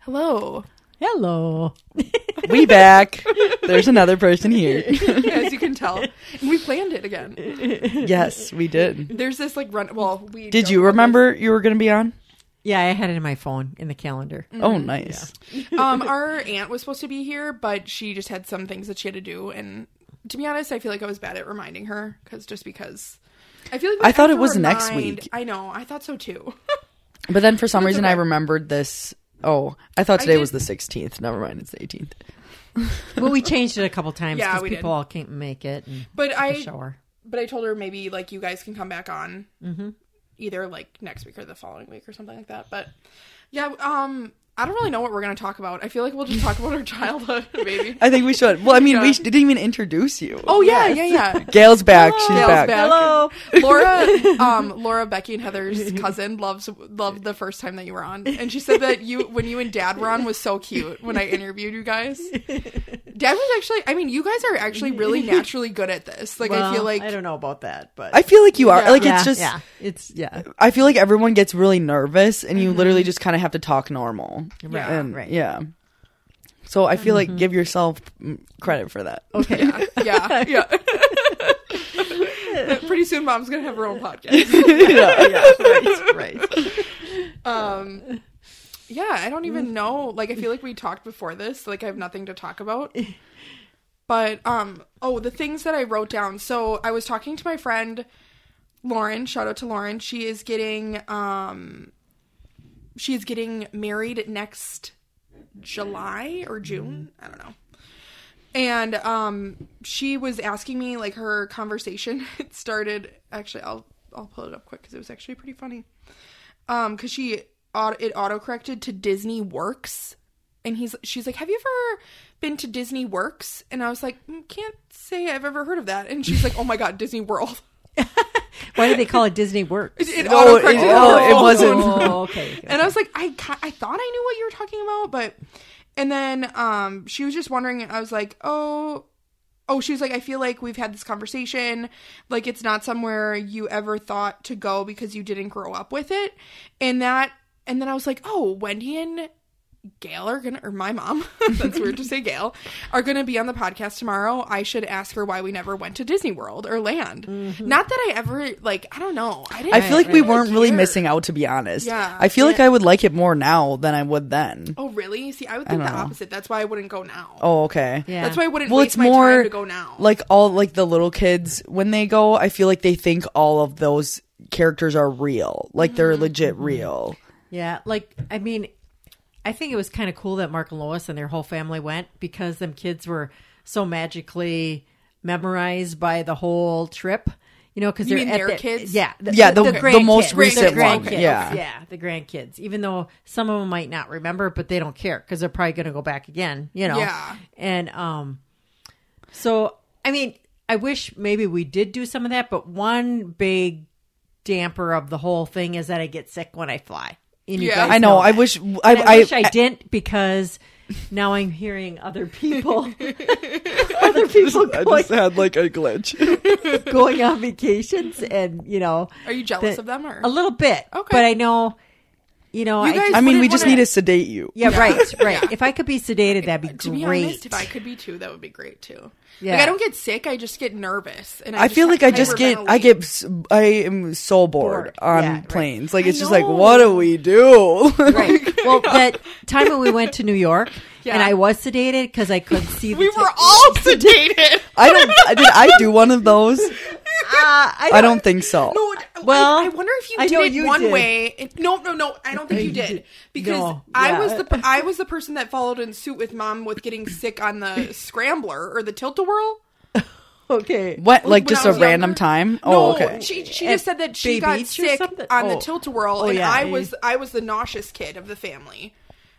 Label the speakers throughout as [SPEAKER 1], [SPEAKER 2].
[SPEAKER 1] Hello.
[SPEAKER 2] Hello.
[SPEAKER 3] We back. There's another person here.
[SPEAKER 1] As you can tell, we planned it again.
[SPEAKER 3] Yes, we did.
[SPEAKER 1] There's this like run. Well, we
[SPEAKER 3] Did
[SPEAKER 1] don't
[SPEAKER 3] you
[SPEAKER 1] know
[SPEAKER 3] remember you were going to be on?
[SPEAKER 2] Yeah, I had it in my phone in the calendar.
[SPEAKER 3] Oh, nice.
[SPEAKER 1] this. Um, our aunt was supposed to be here, but she just had some things that she had to do. And to be honest, I feel like I was bad at reminding her because just because I feel like we
[SPEAKER 3] I thought
[SPEAKER 1] have
[SPEAKER 3] it
[SPEAKER 1] to
[SPEAKER 3] was next
[SPEAKER 1] remind-
[SPEAKER 3] week.
[SPEAKER 1] I know. I thought so too.
[SPEAKER 3] But then for some reason I
[SPEAKER 1] okay.
[SPEAKER 3] remembered this. Oh, I thought today
[SPEAKER 1] did-
[SPEAKER 3] was the 16th. Never mind, it's the 18th.
[SPEAKER 2] Well, we changed it a couple times
[SPEAKER 1] Yeah,
[SPEAKER 2] because
[SPEAKER 1] we did.
[SPEAKER 2] people all can't make it. And
[SPEAKER 1] But
[SPEAKER 2] the
[SPEAKER 1] I
[SPEAKER 2] shower.
[SPEAKER 1] but I told her maybe like you guys can come back on
[SPEAKER 3] Mm-hmm.
[SPEAKER 1] either like next week or the following week or something like that. But yeah, um, I don't really know what we're gonna talk about. I feel like we'll just talk about our childhood, maybe.
[SPEAKER 3] I think we should. Well, I mean,
[SPEAKER 1] Yeah.
[SPEAKER 3] we sh- didn't even introduce you.
[SPEAKER 1] Oh yeah, yeah, yeah.
[SPEAKER 3] Gail's back. She's
[SPEAKER 1] Gail's
[SPEAKER 3] back.
[SPEAKER 1] back.
[SPEAKER 2] Hello.
[SPEAKER 1] Laura, um, Laura, Becky, and Heather's cousin loves loved the first time that you were on, and she said that you when you and Dad were on was so cute when I interviewed you guys. Dad was actually, I mean, you guys are actually really naturally good at this. Like I feel like
[SPEAKER 2] I don't know about that, but
[SPEAKER 3] I feel like you are.
[SPEAKER 1] Yeah.
[SPEAKER 3] Like,
[SPEAKER 2] yeah,
[SPEAKER 3] it's just.
[SPEAKER 2] yeah, it's yeah,
[SPEAKER 3] I feel like everyone gets really nervous and you literally just kind of have to talk normal.
[SPEAKER 1] Yeah.
[SPEAKER 3] And,
[SPEAKER 2] right.
[SPEAKER 3] Yeah. So I feel like give yourself mm, credit for that.
[SPEAKER 2] okay.
[SPEAKER 1] yeah, yeah, yeah. Pretty soon, Mom's gonna have her own podcast.
[SPEAKER 3] yeah, yeah, right, right.
[SPEAKER 1] Um, yeah, I don't even know. Like, I feel like we talked before this. Like, I have nothing to talk about. But um, oh, the things that I wrote down. So I was talking to my friend Lauren. Shout out to Lauren. She is getting um, she is getting married next July or June. I don't know. And um, she was asking me like her conversation. It started actually. I'll I'll pull it up quick because it was actually pretty funny. Um, because she auto, it auto corrected to Disney Works, and he's she's like, "Have you ever been to Disney Works?" And I was like, "Mm, "Can't say I've ever heard of that." And she's like, "Oh my god, Disney World!"
[SPEAKER 2] Why do they call it Disney Works?
[SPEAKER 1] It
[SPEAKER 3] No,
[SPEAKER 1] auto corrected.
[SPEAKER 3] it- oh, it wasn't.
[SPEAKER 2] Oh, okay.
[SPEAKER 1] And I was like, I ca- I thought I knew what you were talking about, but and then um she was just wondering. I was like, oh. Oh, she was like, I feel like we've had this conversation. Like, it's not somewhere you ever thought to go because you didn't grow up with it. And that, and then I was like, oh, Wendy and Gail are gonna, or my mom, that's weird to say Gail, are gonna be on the podcast tomorrow. I should ask her why we never went to Disney World or land. Not that I ever, like, I don't know. I, didn't
[SPEAKER 3] Mm-hmm. I feel like we weren't really
[SPEAKER 1] care.
[SPEAKER 3] missing out, to be honest.
[SPEAKER 1] Yeah.
[SPEAKER 3] I feel like I would like it more now than I would then.
[SPEAKER 1] Oh, really? See, I would think the
[SPEAKER 3] don't know.
[SPEAKER 1] opposite. That's why I wouldn't go now.
[SPEAKER 3] Oh, okay.
[SPEAKER 2] Yeah.
[SPEAKER 1] That's why I wouldn't
[SPEAKER 3] Well,
[SPEAKER 1] waste
[SPEAKER 3] it's
[SPEAKER 1] my
[SPEAKER 3] more
[SPEAKER 1] time to go now.
[SPEAKER 3] like all like the little kids when they go. I feel like they think all of those characters are real, like they're
[SPEAKER 1] Mm-hmm.
[SPEAKER 3] legit
[SPEAKER 2] Mm-hmm.
[SPEAKER 3] real.
[SPEAKER 2] Yeah, like I mean, I think it was kind of cool that Mark and Lois and their whole family went because them kids were so magically memorized by the whole trip. You know, because
[SPEAKER 1] You
[SPEAKER 2] they're
[SPEAKER 1] mean
[SPEAKER 2] at
[SPEAKER 1] their
[SPEAKER 2] the-
[SPEAKER 1] kids?
[SPEAKER 2] Yeah,
[SPEAKER 3] Yeah, the- the most
[SPEAKER 2] grandkids.
[SPEAKER 3] recent
[SPEAKER 2] the
[SPEAKER 3] one,
[SPEAKER 2] grandkids.
[SPEAKER 3] yeah.
[SPEAKER 2] yeah, the grandkids. Even though some of them might not remember, but they don't care because they're probably going to go back again. You know.
[SPEAKER 1] Yeah.
[SPEAKER 2] And um, so I mean, I wish maybe we did do some of that, but one big damper of the whole thing is that I get sick when I fly. And you
[SPEAKER 1] Yeah.
[SPEAKER 2] guys
[SPEAKER 3] I know. I
[SPEAKER 2] that.
[SPEAKER 3] wish. I,
[SPEAKER 2] And I,
[SPEAKER 3] I,
[SPEAKER 2] wish I didn't because now I'm hearing other people, other people
[SPEAKER 3] I
[SPEAKER 2] going,
[SPEAKER 3] just had like a glitch.
[SPEAKER 2] going on vacations, and you know,
[SPEAKER 1] Are you jealous
[SPEAKER 2] the-
[SPEAKER 1] of them or?
[SPEAKER 2] a little bit.
[SPEAKER 1] Okay.
[SPEAKER 2] but I know, you know,
[SPEAKER 1] You
[SPEAKER 2] I
[SPEAKER 1] guys
[SPEAKER 2] just-
[SPEAKER 3] I mean, we
[SPEAKER 1] wouldn't
[SPEAKER 3] just
[SPEAKER 1] wanna-
[SPEAKER 3] need to sedate you.
[SPEAKER 2] yeah, right, right. If I could be sedated, that'd be
[SPEAKER 1] to
[SPEAKER 2] great.
[SPEAKER 1] be honest, if I could be too, that would be great too. Like
[SPEAKER 2] Yeah.
[SPEAKER 1] I don't get sick, I just get nervous, and I,
[SPEAKER 3] I
[SPEAKER 1] just
[SPEAKER 3] feel like I just get. I
[SPEAKER 1] hyperventilate.
[SPEAKER 3] get. s- I am so bored,
[SPEAKER 2] Bored.
[SPEAKER 3] on
[SPEAKER 2] Yeah, right.
[SPEAKER 3] planes. Like
[SPEAKER 1] I
[SPEAKER 3] it's just like,
[SPEAKER 1] know.
[SPEAKER 3] what do we do?
[SPEAKER 2] Right. Well, that time when we went to New York,
[SPEAKER 1] Yeah.
[SPEAKER 2] and I was sedated because I couldn't see. The Uh,
[SPEAKER 1] We
[SPEAKER 2] ta-
[SPEAKER 1] were all sedated.
[SPEAKER 3] I don't. Did I do one of those?
[SPEAKER 2] Ah, I
[SPEAKER 3] I don't think so.
[SPEAKER 1] No,
[SPEAKER 2] Well,
[SPEAKER 1] well, I, wonder if you
[SPEAKER 2] I
[SPEAKER 1] did
[SPEAKER 2] know
[SPEAKER 1] it
[SPEAKER 2] you
[SPEAKER 1] one
[SPEAKER 2] did.
[SPEAKER 1] way. It- no, no, no. I don't think you did because
[SPEAKER 2] No,
[SPEAKER 1] I
[SPEAKER 2] yeah.
[SPEAKER 1] was the per- I was the person that followed in suit with mom with getting sick on the scrambler or the tilt a whirl.
[SPEAKER 2] Okay.
[SPEAKER 3] What? Like
[SPEAKER 1] when
[SPEAKER 3] just
[SPEAKER 1] I
[SPEAKER 3] a
[SPEAKER 1] was
[SPEAKER 3] random
[SPEAKER 1] younger.
[SPEAKER 3] time?
[SPEAKER 1] no,
[SPEAKER 3] Oh, okay.
[SPEAKER 1] She she
[SPEAKER 2] At
[SPEAKER 1] just said that she
[SPEAKER 2] Bay
[SPEAKER 1] got
[SPEAKER 2] Beach or
[SPEAKER 1] sick
[SPEAKER 2] something?
[SPEAKER 1] on the
[SPEAKER 2] Oh.
[SPEAKER 1] tilt a whirl,
[SPEAKER 2] Oh,
[SPEAKER 1] and
[SPEAKER 2] yeah.
[SPEAKER 1] I was I was the nauseous kid of the family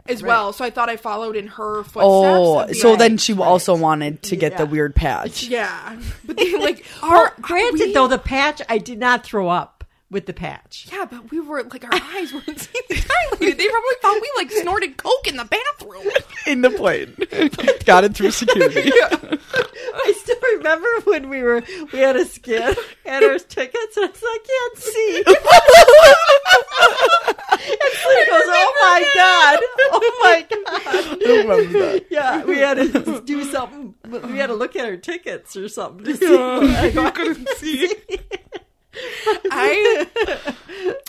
[SPEAKER 1] as well. So I thought I followed in her footsteps.
[SPEAKER 3] Oh,
[SPEAKER 1] of being
[SPEAKER 3] so
[SPEAKER 1] like-
[SPEAKER 3] then she also wanted to get the weird patch.
[SPEAKER 1] yeah, but they, like
[SPEAKER 2] Or
[SPEAKER 1] our
[SPEAKER 2] granted,
[SPEAKER 1] we-
[SPEAKER 2] though, the patch I did not throw up with the patch.
[SPEAKER 1] Yeah, but we were like our eyes weren't seeing dilated. They probably thought we like snorted coke in the bathroom.
[SPEAKER 3] In the plane, got it through security.
[SPEAKER 2] I still remember when we were we had a skit and our tickets, and I was like, I can't see. and Flea goes, "Oh my god, oh my god."
[SPEAKER 3] I remember that.
[SPEAKER 2] Yeah, we had to do something. We had to look at our tickets or something to see.
[SPEAKER 1] I couldn't see. I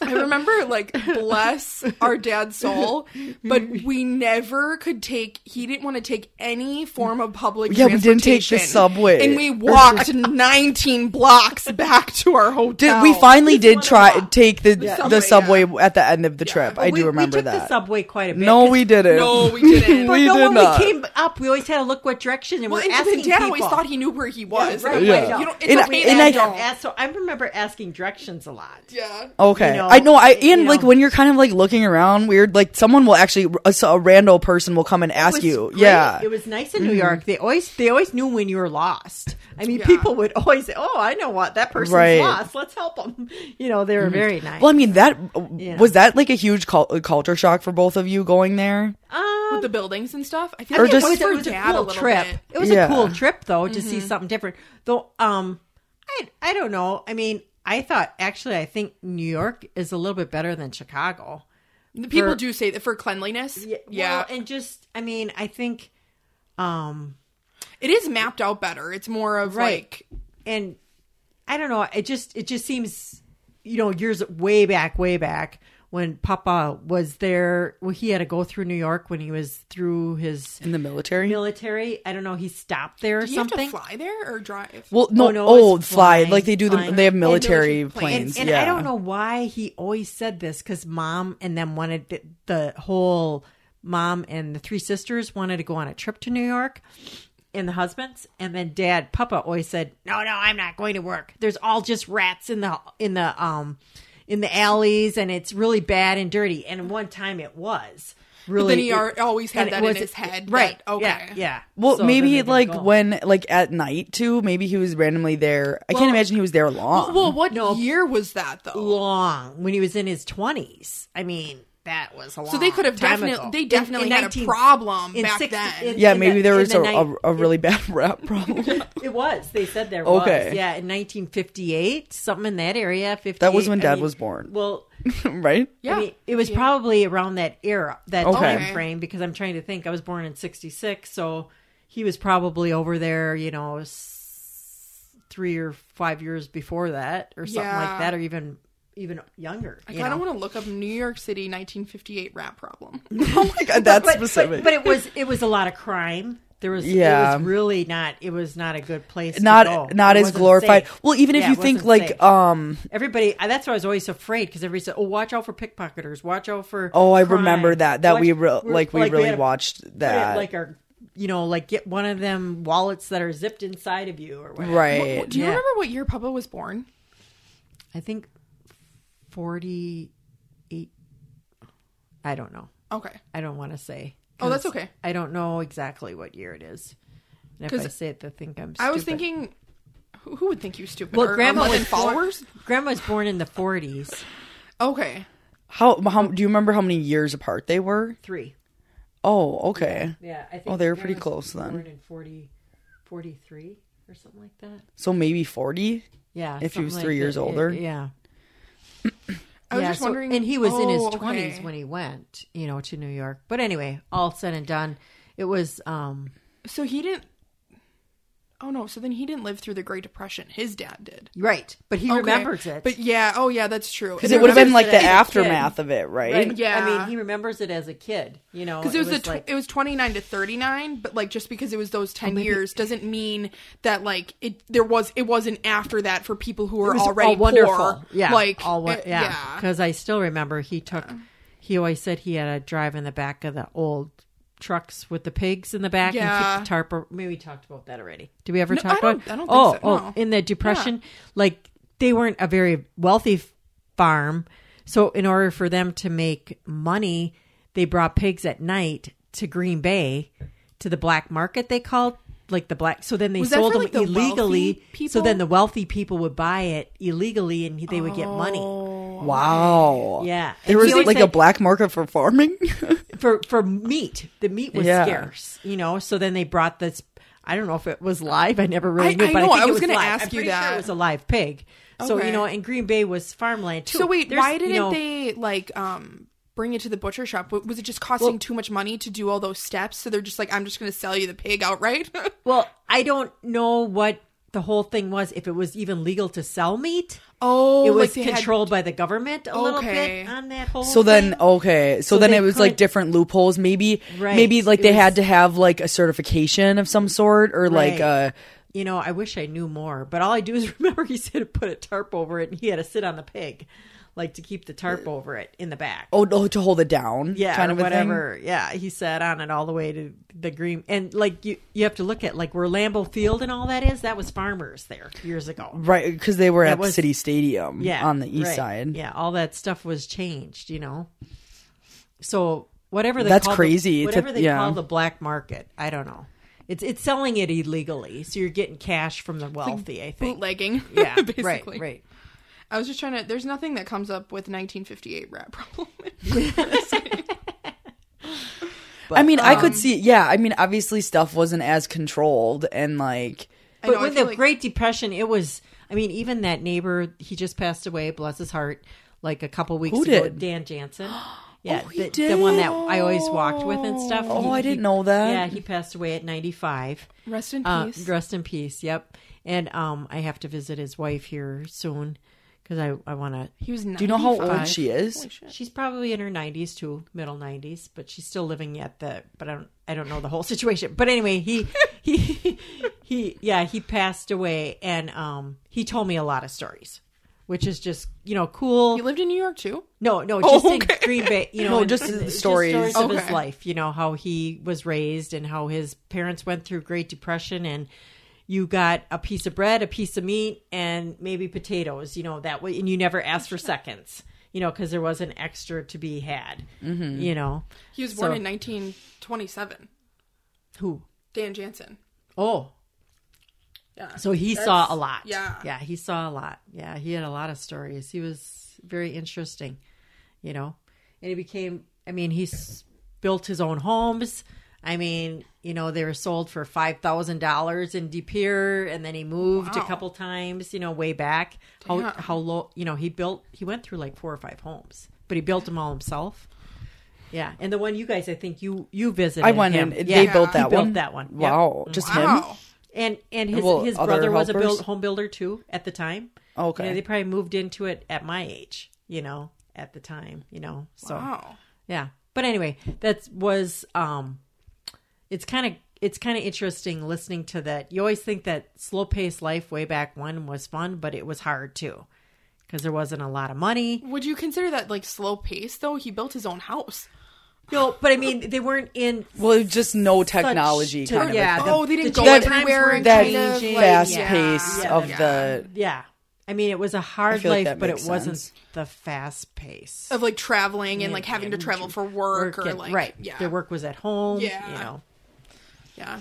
[SPEAKER 1] I remember like bless our dad's soul, but we never could take. He didn't want to take any form of public.
[SPEAKER 3] Yeah, we didn't take the
[SPEAKER 1] transportation.
[SPEAKER 3] subway.
[SPEAKER 1] and we walked nineteen blocks back to our hotel.
[SPEAKER 3] Did we finally did
[SPEAKER 2] wanna
[SPEAKER 3] try
[SPEAKER 2] walk.
[SPEAKER 3] take the the
[SPEAKER 1] subway,
[SPEAKER 3] subway,
[SPEAKER 1] yeah.
[SPEAKER 3] at the end of the trip? I
[SPEAKER 2] we,
[SPEAKER 3] do remember
[SPEAKER 2] we took
[SPEAKER 3] that.
[SPEAKER 2] the subway quite a bit.
[SPEAKER 3] no,
[SPEAKER 2] 'cause-
[SPEAKER 3] we didn't.
[SPEAKER 1] No, we didn't.
[SPEAKER 2] But
[SPEAKER 3] we
[SPEAKER 2] no,
[SPEAKER 3] did
[SPEAKER 2] when
[SPEAKER 3] not.
[SPEAKER 2] we came up, we always had to look what direction and
[SPEAKER 1] Well,
[SPEAKER 2] we're
[SPEAKER 1] and
[SPEAKER 2] asking
[SPEAKER 1] the dad always
[SPEAKER 2] people.
[SPEAKER 1] thought he knew where he was.
[SPEAKER 2] right,
[SPEAKER 1] and I'm
[SPEAKER 3] right,
[SPEAKER 1] like,
[SPEAKER 3] yeah.
[SPEAKER 1] you don't, it's
[SPEAKER 3] And I-
[SPEAKER 1] okay
[SPEAKER 3] and
[SPEAKER 1] that
[SPEAKER 3] I-
[SPEAKER 1] you don't.
[SPEAKER 2] asked- so I remember asking directions a lot.
[SPEAKER 1] yeah.
[SPEAKER 3] Okay,
[SPEAKER 2] you know,
[SPEAKER 3] I know. I and
[SPEAKER 2] you know.
[SPEAKER 3] like when you're kind of like looking around weird, like someone will actually a, s- a rando person will come and
[SPEAKER 2] It
[SPEAKER 3] ask
[SPEAKER 2] was
[SPEAKER 3] you.
[SPEAKER 2] great.
[SPEAKER 3] Yeah, Mm-hmm.
[SPEAKER 2] it was nice in New York. They always they always knew when you were lost. I mean,
[SPEAKER 1] Yeah.
[SPEAKER 2] people would always say, "Oh, I know what that person's
[SPEAKER 3] Right. Mm-hmm.
[SPEAKER 2] lost. Let's help them." You know, they were very nice.
[SPEAKER 3] well, I mean that
[SPEAKER 2] Yeah.
[SPEAKER 3] was that like a huge cul- culture shock for both of you going there.
[SPEAKER 2] um,
[SPEAKER 1] With the buildings and stuff. I
[SPEAKER 2] I
[SPEAKER 1] feel
[SPEAKER 2] mean,
[SPEAKER 1] like
[SPEAKER 3] or just-
[SPEAKER 2] it was,
[SPEAKER 1] for
[SPEAKER 2] it was a Mm-hmm.
[SPEAKER 1] dad
[SPEAKER 2] cool
[SPEAKER 1] little
[SPEAKER 2] trip.
[SPEAKER 1] bit.
[SPEAKER 2] It was
[SPEAKER 3] Yeah.
[SPEAKER 2] a cool trip though to see something different. Though, um, I I don't know. I mean, I thought actually, I think New York is a little bit better than Chicago.
[SPEAKER 1] The people
[SPEAKER 2] For-
[SPEAKER 1] do say that for cleanliness. Yeah,
[SPEAKER 2] Well, and just I mean, I think, um,
[SPEAKER 1] it is mapped out better. It's more of
[SPEAKER 2] Right.
[SPEAKER 1] like
[SPEAKER 2] and I don't know. It just it just seems, you know, years way back, way back when Papa was there. Well, he had to go through New York when he was through his
[SPEAKER 3] In the military?
[SPEAKER 2] military. I don't know. He stopped there or
[SPEAKER 1] do you
[SPEAKER 2] something.
[SPEAKER 1] have to fly there or drive.
[SPEAKER 3] Well, no,
[SPEAKER 2] no, it's
[SPEAKER 3] oh, fly
[SPEAKER 2] flying,
[SPEAKER 3] like they do. The,
[SPEAKER 2] flying.
[SPEAKER 3] they have
[SPEAKER 2] Oh,
[SPEAKER 3] military
[SPEAKER 1] military planes.
[SPEAKER 3] planes.
[SPEAKER 2] And, and
[SPEAKER 3] yeah,
[SPEAKER 2] I don't know why he always said this because mom and them wanted the, the whole mom and the three sisters wanted to go on a trip to New York and the husbands and then dad papa always said no no i'm not going to work there's all just rats in the in the um in the alleys and it's really bad and dirty and one time it was really
[SPEAKER 1] then he
[SPEAKER 2] it-
[SPEAKER 1] ar- always had
[SPEAKER 2] and it
[SPEAKER 1] that in
[SPEAKER 2] was-
[SPEAKER 1] his head,
[SPEAKER 2] right
[SPEAKER 1] that- okay.
[SPEAKER 2] yeah, yeah.
[SPEAKER 3] Well,
[SPEAKER 2] So then
[SPEAKER 3] maybe
[SPEAKER 2] they didn't
[SPEAKER 3] like
[SPEAKER 2] go.
[SPEAKER 3] when like at night too. Maybe he was randomly there. I can't imagine he was there long.
[SPEAKER 1] Well, what year was that though?
[SPEAKER 2] long when he was in his 20s. I mean, that was a long
[SPEAKER 1] So they could have
[SPEAKER 2] time
[SPEAKER 1] definitely-
[SPEAKER 2] ago.
[SPEAKER 1] they definitely had a
[SPEAKER 2] 19
[SPEAKER 1] problem
[SPEAKER 2] in
[SPEAKER 1] back then.
[SPEAKER 3] yeah,
[SPEAKER 2] in
[SPEAKER 3] maybe
[SPEAKER 2] the-
[SPEAKER 3] there
[SPEAKER 2] in
[SPEAKER 3] was
[SPEAKER 2] the
[SPEAKER 3] a,
[SPEAKER 2] nine-
[SPEAKER 3] a, a really bad rap problem.
[SPEAKER 2] It was. They said there
[SPEAKER 3] Okay.
[SPEAKER 2] was. Yeah, in 1958, something in that area. 58.
[SPEAKER 3] That was when
[SPEAKER 2] I
[SPEAKER 3] Dad
[SPEAKER 2] mean,
[SPEAKER 3] was born.
[SPEAKER 2] Well,
[SPEAKER 3] right?
[SPEAKER 1] yeah,
[SPEAKER 2] I mean, it was probably around that era, that
[SPEAKER 3] Okay.
[SPEAKER 2] time frame, because I'm trying to think. I was born in '66, so he was probably over there, you know, s- three or five years before that, or something
[SPEAKER 1] Yeah.
[SPEAKER 2] like that, or even even younger.
[SPEAKER 1] I
[SPEAKER 2] you
[SPEAKER 1] kind
[SPEAKER 2] know? Eh,
[SPEAKER 1] of want to look up New York City 1958 rat problem.
[SPEAKER 3] Oh my god, that's
[SPEAKER 2] but,
[SPEAKER 3] specific.
[SPEAKER 2] But, but it was it was a lot of crime. There was
[SPEAKER 3] Yeah.
[SPEAKER 2] it was really not it was not a good place. to go.
[SPEAKER 3] not not
[SPEAKER 2] It
[SPEAKER 3] as
[SPEAKER 2] wasn't
[SPEAKER 3] glorified.
[SPEAKER 2] safe.
[SPEAKER 3] Well, even if
[SPEAKER 2] Yeah,
[SPEAKER 3] you
[SPEAKER 2] it
[SPEAKER 3] think
[SPEAKER 2] wasn't
[SPEAKER 3] like
[SPEAKER 2] safe.
[SPEAKER 3] um
[SPEAKER 2] everybody, I- that's why I was always afraid because everybody said, "Oh, watch out for pickpocketers. Watch out for."
[SPEAKER 3] oh, I
[SPEAKER 2] crime.
[SPEAKER 3] remember that that
[SPEAKER 2] Watch-
[SPEAKER 3] we re-
[SPEAKER 2] we're-
[SPEAKER 3] like we
[SPEAKER 2] we
[SPEAKER 3] really
[SPEAKER 2] had a-
[SPEAKER 3] watched
[SPEAKER 2] we had,
[SPEAKER 3] that.
[SPEAKER 2] like our you know like get one of them wallets that are zipped inside of you or whatever.
[SPEAKER 3] right.
[SPEAKER 1] Do you
[SPEAKER 2] Yeah.
[SPEAKER 1] remember what year Papa was born?
[SPEAKER 2] I think forty eight. I don't know.
[SPEAKER 1] Okay,
[SPEAKER 2] I don't want to say.
[SPEAKER 1] Oh, that's
[SPEAKER 2] 'cause
[SPEAKER 1] okay.
[SPEAKER 2] I don't know exactly what year it is. And if I
[SPEAKER 1] 'Cause
[SPEAKER 2] say it, they think I'm. Stupid.
[SPEAKER 1] I was thinking, who, who would think you stupid?
[SPEAKER 2] Well,
[SPEAKER 1] Or
[SPEAKER 2] Grandma was
[SPEAKER 1] unleavened
[SPEAKER 2] born-
[SPEAKER 1] followers.
[SPEAKER 2] Grandma was born in the 40s.
[SPEAKER 1] Okay,
[SPEAKER 3] how how do you remember how many years apart they were?
[SPEAKER 2] Three.
[SPEAKER 3] Oh, okay.
[SPEAKER 2] Yeah, I think.
[SPEAKER 3] Oh, they were pretty
[SPEAKER 2] Grandma was
[SPEAKER 3] close then.
[SPEAKER 2] Born in 40, 43 or something like that.
[SPEAKER 3] So maybe 40?
[SPEAKER 2] Yeah.
[SPEAKER 3] If he
[SPEAKER 2] something
[SPEAKER 3] was
[SPEAKER 2] like
[SPEAKER 3] three years
[SPEAKER 2] that.
[SPEAKER 3] older?
[SPEAKER 2] yeah.
[SPEAKER 1] I was
[SPEAKER 2] Yeah,
[SPEAKER 1] just
[SPEAKER 2] so-
[SPEAKER 1] wondering,
[SPEAKER 2] and he was in his
[SPEAKER 1] oh, okay.
[SPEAKER 2] 20s when he went, you know, to New York. But anyway, all said and done, it was. um
[SPEAKER 1] So he didn't. Oh no! So then he didn't live through the Great Depression. His dad did.
[SPEAKER 2] Right, but he
[SPEAKER 1] Okay.
[SPEAKER 2] remembers it.
[SPEAKER 1] But yeah, oh yeah, that's true.
[SPEAKER 3] Cuz it would have
[SPEAKER 2] remember
[SPEAKER 3] been like
[SPEAKER 2] that
[SPEAKER 3] the
[SPEAKER 2] as a kid.
[SPEAKER 3] aftermath of it, right?
[SPEAKER 2] Right,
[SPEAKER 1] yeah.
[SPEAKER 2] I mean, he remembers it as a kid, you know.
[SPEAKER 1] because it was, the tw-
[SPEAKER 2] like- Oh,
[SPEAKER 1] it was 29 to 39 but like just because it was those 10 years doesn't mean that like it there was it wasn't after that for people who were
[SPEAKER 2] was
[SPEAKER 1] already
[SPEAKER 2] all wonderful.
[SPEAKER 1] poor
[SPEAKER 2] Yeah,
[SPEAKER 1] like
[SPEAKER 2] all won-
[SPEAKER 1] it-
[SPEAKER 2] yeah. Because I still remember he took. He always said he had to drive in the back of the old trucks with the pigs in the back
[SPEAKER 1] Yeah.
[SPEAKER 2] and keep the tarp. Or, maybe we talked about that already. Did we ever
[SPEAKER 1] No,
[SPEAKER 2] talk
[SPEAKER 1] I don't-
[SPEAKER 2] about?
[SPEAKER 1] I don't think
[SPEAKER 2] oh,
[SPEAKER 1] so, no.
[SPEAKER 2] oh, in the depression, like they weren't a very wealthy f- farm, so in order for them to make money, they brought pigs at night to Green Bay to the black market. They called like the black. So then they
[SPEAKER 1] Was that
[SPEAKER 2] sold
[SPEAKER 1] for,
[SPEAKER 2] them
[SPEAKER 1] like, the
[SPEAKER 2] illegally.
[SPEAKER 1] wealthy
[SPEAKER 2] So then
[SPEAKER 1] people?
[SPEAKER 2] the wealthy people would buy it illegally and he- they would get
[SPEAKER 1] Oh.
[SPEAKER 2] money.
[SPEAKER 3] Wow.
[SPEAKER 2] Yeah.
[SPEAKER 3] There
[SPEAKER 2] And
[SPEAKER 3] was
[SPEAKER 2] he always
[SPEAKER 3] like a
[SPEAKER 2] said-
[SPEAKER 3] black market for farming?
[SPEAKER 2] For for meat, the meat was
[SPEAKER 3] Yeah.
[SPEAKER 2] scarce, you know. So then they brought this. I don't know if it was live. I never really
[SPEAKER 1] I-
[SPEAKER 2] knew.
[SPEAKER 1] I
[SPEAKER 2] but
[SPEAKER 1] know,
[SPEAKER 2] I, think
[SPEAKER 1] I
[SPEAKER 2] it
[SPEAKER 1] was
[SPEAKER 2] was
[SPEAKER 1] gonna
[SPEAKER 2] live.
[SPEAKER 1] ask
[SPEAKER 2] I'm
[SPEAKER 1] you
[SPEAKER 2] pretty sure
[SPEAKER 1] that.
[SPEAKER 2] it was a live pig. So
[SPEAKER 1] Okay.
[SPEAKER 2] you know, and Green Bay was farmland too.
[SPEAKER 1] So wait,
[SPEAKER 2] There's,
[SPEAKER 1] why
[SPEAKER 2] you
[SPEAKER 1] didn't
[SPEAKER 2] know-
[SPEAKER 1] they like um bring it to the butcher shop? W- Was it just costing too much money to do all those steps? So they're just like, I'm just going to sell you the pig outright.
[SPEAKER 2] Well, I don't know what the whole thing was. If it was even legal to sell meat,
[SPEAKER 1] oh,
[SPEAKER 2] it was
[SPEAKER 1] like they had-
[SPEAKER 2] controlled by the government a little
[SPEAKER 1] Okay.
[SPEAKER 2] bit on that whole.
[SPEAKER 3] So then,
[SPEAKER 2] thing.
[SPEAKER 3] okay. So,
[SPEAKER 2] So
[SPEAKER 3] then
[SPEAKER 2] they
[SPEAKER 3] it was like
[SPEAKER 2] could-
[SPEAKER 3] different loopholes. Maybe,
[SPEAKER 2] Right.
[SPEAKER 3] maybe like
[SPEAKER 2] It
[SPEAKER 3] they
[SPEAKER 2] was-
[SPEAKER 3] had to have like a certification of some sort, or like uh,
[SPEAKER 2] Right.
[SPEAKER 3] a
[SPEAKER 2] you know, I wish I knew more, but all I do is remember he said to put a tarp over it, and he had to sit on the pig, like to keep the tarp over it in the back.
[SPEAKER 3] Uh, oh, oh to hold it down.
[SPEAKER 2] yeah, or
[SPEAKER 3] kind of a thing.
[SPEAKER 2] whatever. Yeah, he sat on it all the way to the green, and like you, you have to look at like where Lambeau Field and all that is. That was farmers there years ago.
[SPEAKER 3] Right, because they were at the
[SPEAKER 2] was-
[SPEAKER 3] City Stadium
[SPEAKER 2] Yeah,
[SPEAKER 3] on the east
[SPEAKER 2] right.
[SPEAKER 3] side.
[SPEAKER 2] Yeah, all that stuff was changed. You know, so whatever they
[SPEAKER 3] That's
[SPEAKER 2] call the-
[SPEAKER 3] crazy to-
[SPEAKER 2] whatever they
[SPEAKER 3] yeah.
[SPEAKER 2] call the black market, I don't know. It's it's selling it illegally, so you're getting cash from the wealthy. I think.
[SPEAKER 1] bootlegging.
[SPEAKER 2] Yeah,
[SPEAKER 1] basically.
[SPEAKER 2] right, right.
[SPEAKER 1] I was just trying to. There's nothing that comes up with 1958 rap problem.
[SPEAKER 3] I mean, I
[SPEAKER 2] um
[SPEAKER 3] could see. Yeah, I mean, obviously, stuff wasn't as controlled, and like,
[SPEAKER 1] I
[SPEAKER 2] But
[SPEAKER 1] know, I
[SPEAKER 2] when
[SPEAKER 1] feel
[SPEAKER 2] the
[SPEAKER 1] like-
[SPEAKER 2] Great Depression, it was. I mean, even that neighbor, he just passed away. Bless his heart. Like a couple weeks
[SPEAKER 3] Who
[SPEAKER 2] ago,
[SPEAKER 3] did?
[SPEAKER 2] Dan Jansen. Yeah,
[SPEAKER 3] Oh, he
[SPEAKER 2] the, the one that
[SPEAKER 3] did.
[SPEAKER 2] I always walked with and stuff.
[SPEAKER 3] Oh,
[SPEAKER 2] He-
[SPEAKER 3] I didn't
[SPEAKER 2] he-
[SPEAKER 3] know that.
[SPEAKER 2] Yeah, he passed away at ninety five.
[SPEAKER 1] Rest in
[SPEAKER 2] Uh,
[SPEAKER 1] peace.
[SPEAKER 2] rest in peace. Yep. And um, I have to visit his wife here soon because I I want to.
[SPEAKER 1] he was. 95.
[SPEAKER 3] do you know how old she is?
[SPEAKER 2] She's probably in her nineties to middle nineties, but she's still living at the. But I don't. I don't know the whole situation. But anyway, he he he. Yeah, he passed away, and um, he told me a lot of stories, which is just you know cool.
[SPEAKER 1] He lived in New York too.
[SPEAKER 2] No, no, just
[SPEAKER 1] okay.
[SPEAKER 2] in Green Bay. You know,
[SPEAKER 3] No,
[SPEAKER 2] and-
[SPEAKER 3] just
[SPEAKER 2] and
[SPEAKER 3] the
[SPEAKER 2] it's
[SPEAKER 3] stories.
[SPEAKER 2] of his
[SPEAKER 1] Okay.
[SPEAKER 2] life. You know how he was raised and how his parents went through Great Depression, and you got a piece of bread, a piece of meat, and maybe potatoes. You know that way, and you never asked for seconds. You know, because there was an extra to be had. You know
[SPEAKER 1] He was born
[SPEAKER 2] So-
[SPEAKER 1] in 1927.
[SPEAKER 2] who?
[SPEAKER 1] Dan Jansen.
[SPEAKER 2] Oh,
[SPEAKER 1] Yeah.
[SPEAKER 2] so he
[SPEAKER 1] That's-
[SPEAKER 2] saw a lot.
[SPEAKER 1] Yeah.
[SPEAKER 2] yeah, he saw a lot. Yeah, he had a lot of stories. He was very interesting. you know and he became i mean he's built his own homes i mean you know they were sold for $5000 in depeer and then he moved
[SPEAKER 1] Wow.
[SPEAKER 2] a couple times you know way back how,
[SPEAKER 1] Damn.
[SPEAKER 2] how low you know he built he went through like four or five homes but he built them all himself yeah and the one you guys i think you you visited
[SPEAKER 3] I went
[SPEAKER 2] him.
[SPEAKER 3] in.
[SPEAKER 2] Yeah.
[SPEAKER 3] They
[SPEAKER 2] He
[SPEAKER 3] built that
[SPEAKER 2] built
[SPEAKER 3] one.
[SPEAKER 2] that one Yep.
[SPEAKER 3] Wow, just him.
[SPEAKER 1] Wow.
[SPEAKER 2] And and his
[SPEAKER 3] Well,
[SPEAKER 2] his
[SPEAKER 3] other
[SPEAKER 2] brother was a
[SPEAKER 3] helpers?
[SPEAKER 2] build, home builder too at the time.
[SPEAKER 3] Okay.
[SPEAKER 2] You know, they probably moved into it at my age, you know, at the time, you know. So
[SPEAKER 1] Wow.
[SPEAKER 2] yeah. But anyway, that was um it's kind of it's kind of interesting listening to that. You always think that slow-paced life way back when was fun, but it was hard too because there wasn't a lot of money.
[SPEAKER 1] Would you consider that like slow pace though? He built his own house.
[SPEAKER 2] No, but I mean, they weren't in
[SPEAKER 3] Well, it was just no technology
[SPEAKER 2] to-
[SPEAKER 3] kind of. a
[SPEAKER 2] yeah,
[SPEAKER 3] thing.
[SPEAKER 2] the-
[SPEAKER 1] oh, they didn't
[SPEAKER 2] the
[SPEAKER 1] go
[SPEAKER 2] times
[SPEAKER 1] everywhere.
[SPEAKER 2] were
[SPEAKER 1] and
[SPEAKER 3] that
[SPEAKER 1] kind of,
[SPEAKER 2] changing.
[SPEAKER 1] like-
[SPEAKER 3] fast pace
[SPEAKER 2] Yeah.
[SPEAKER 3] of
[SPEAKER 1] Yeah.
[SPEAKER 3] the
[SPEAKER 2] Yeah. I mean, it was a hard
[SPEAKER 3] feel like
[SPEAKER 2] life,
[SPEAKER 3] that
[SPEAKER 2] but it
[SPEAKER 3] makes sense.
[SPEAKER 2] wasn't the fast pace.
[SPEAKER 1] of like traveling and like having to travel for work, or
[SPEAKER 2] at-
[SPEAKER 1] like
[SPEAKER 2] right.
[SPEAKER 1] Yeah.
[SPEAKER 2] Their work was at home.
[SPEAKER 1] Yeah.
[SPEAKER 2] You know.
[SPEAKER 1] Yeah.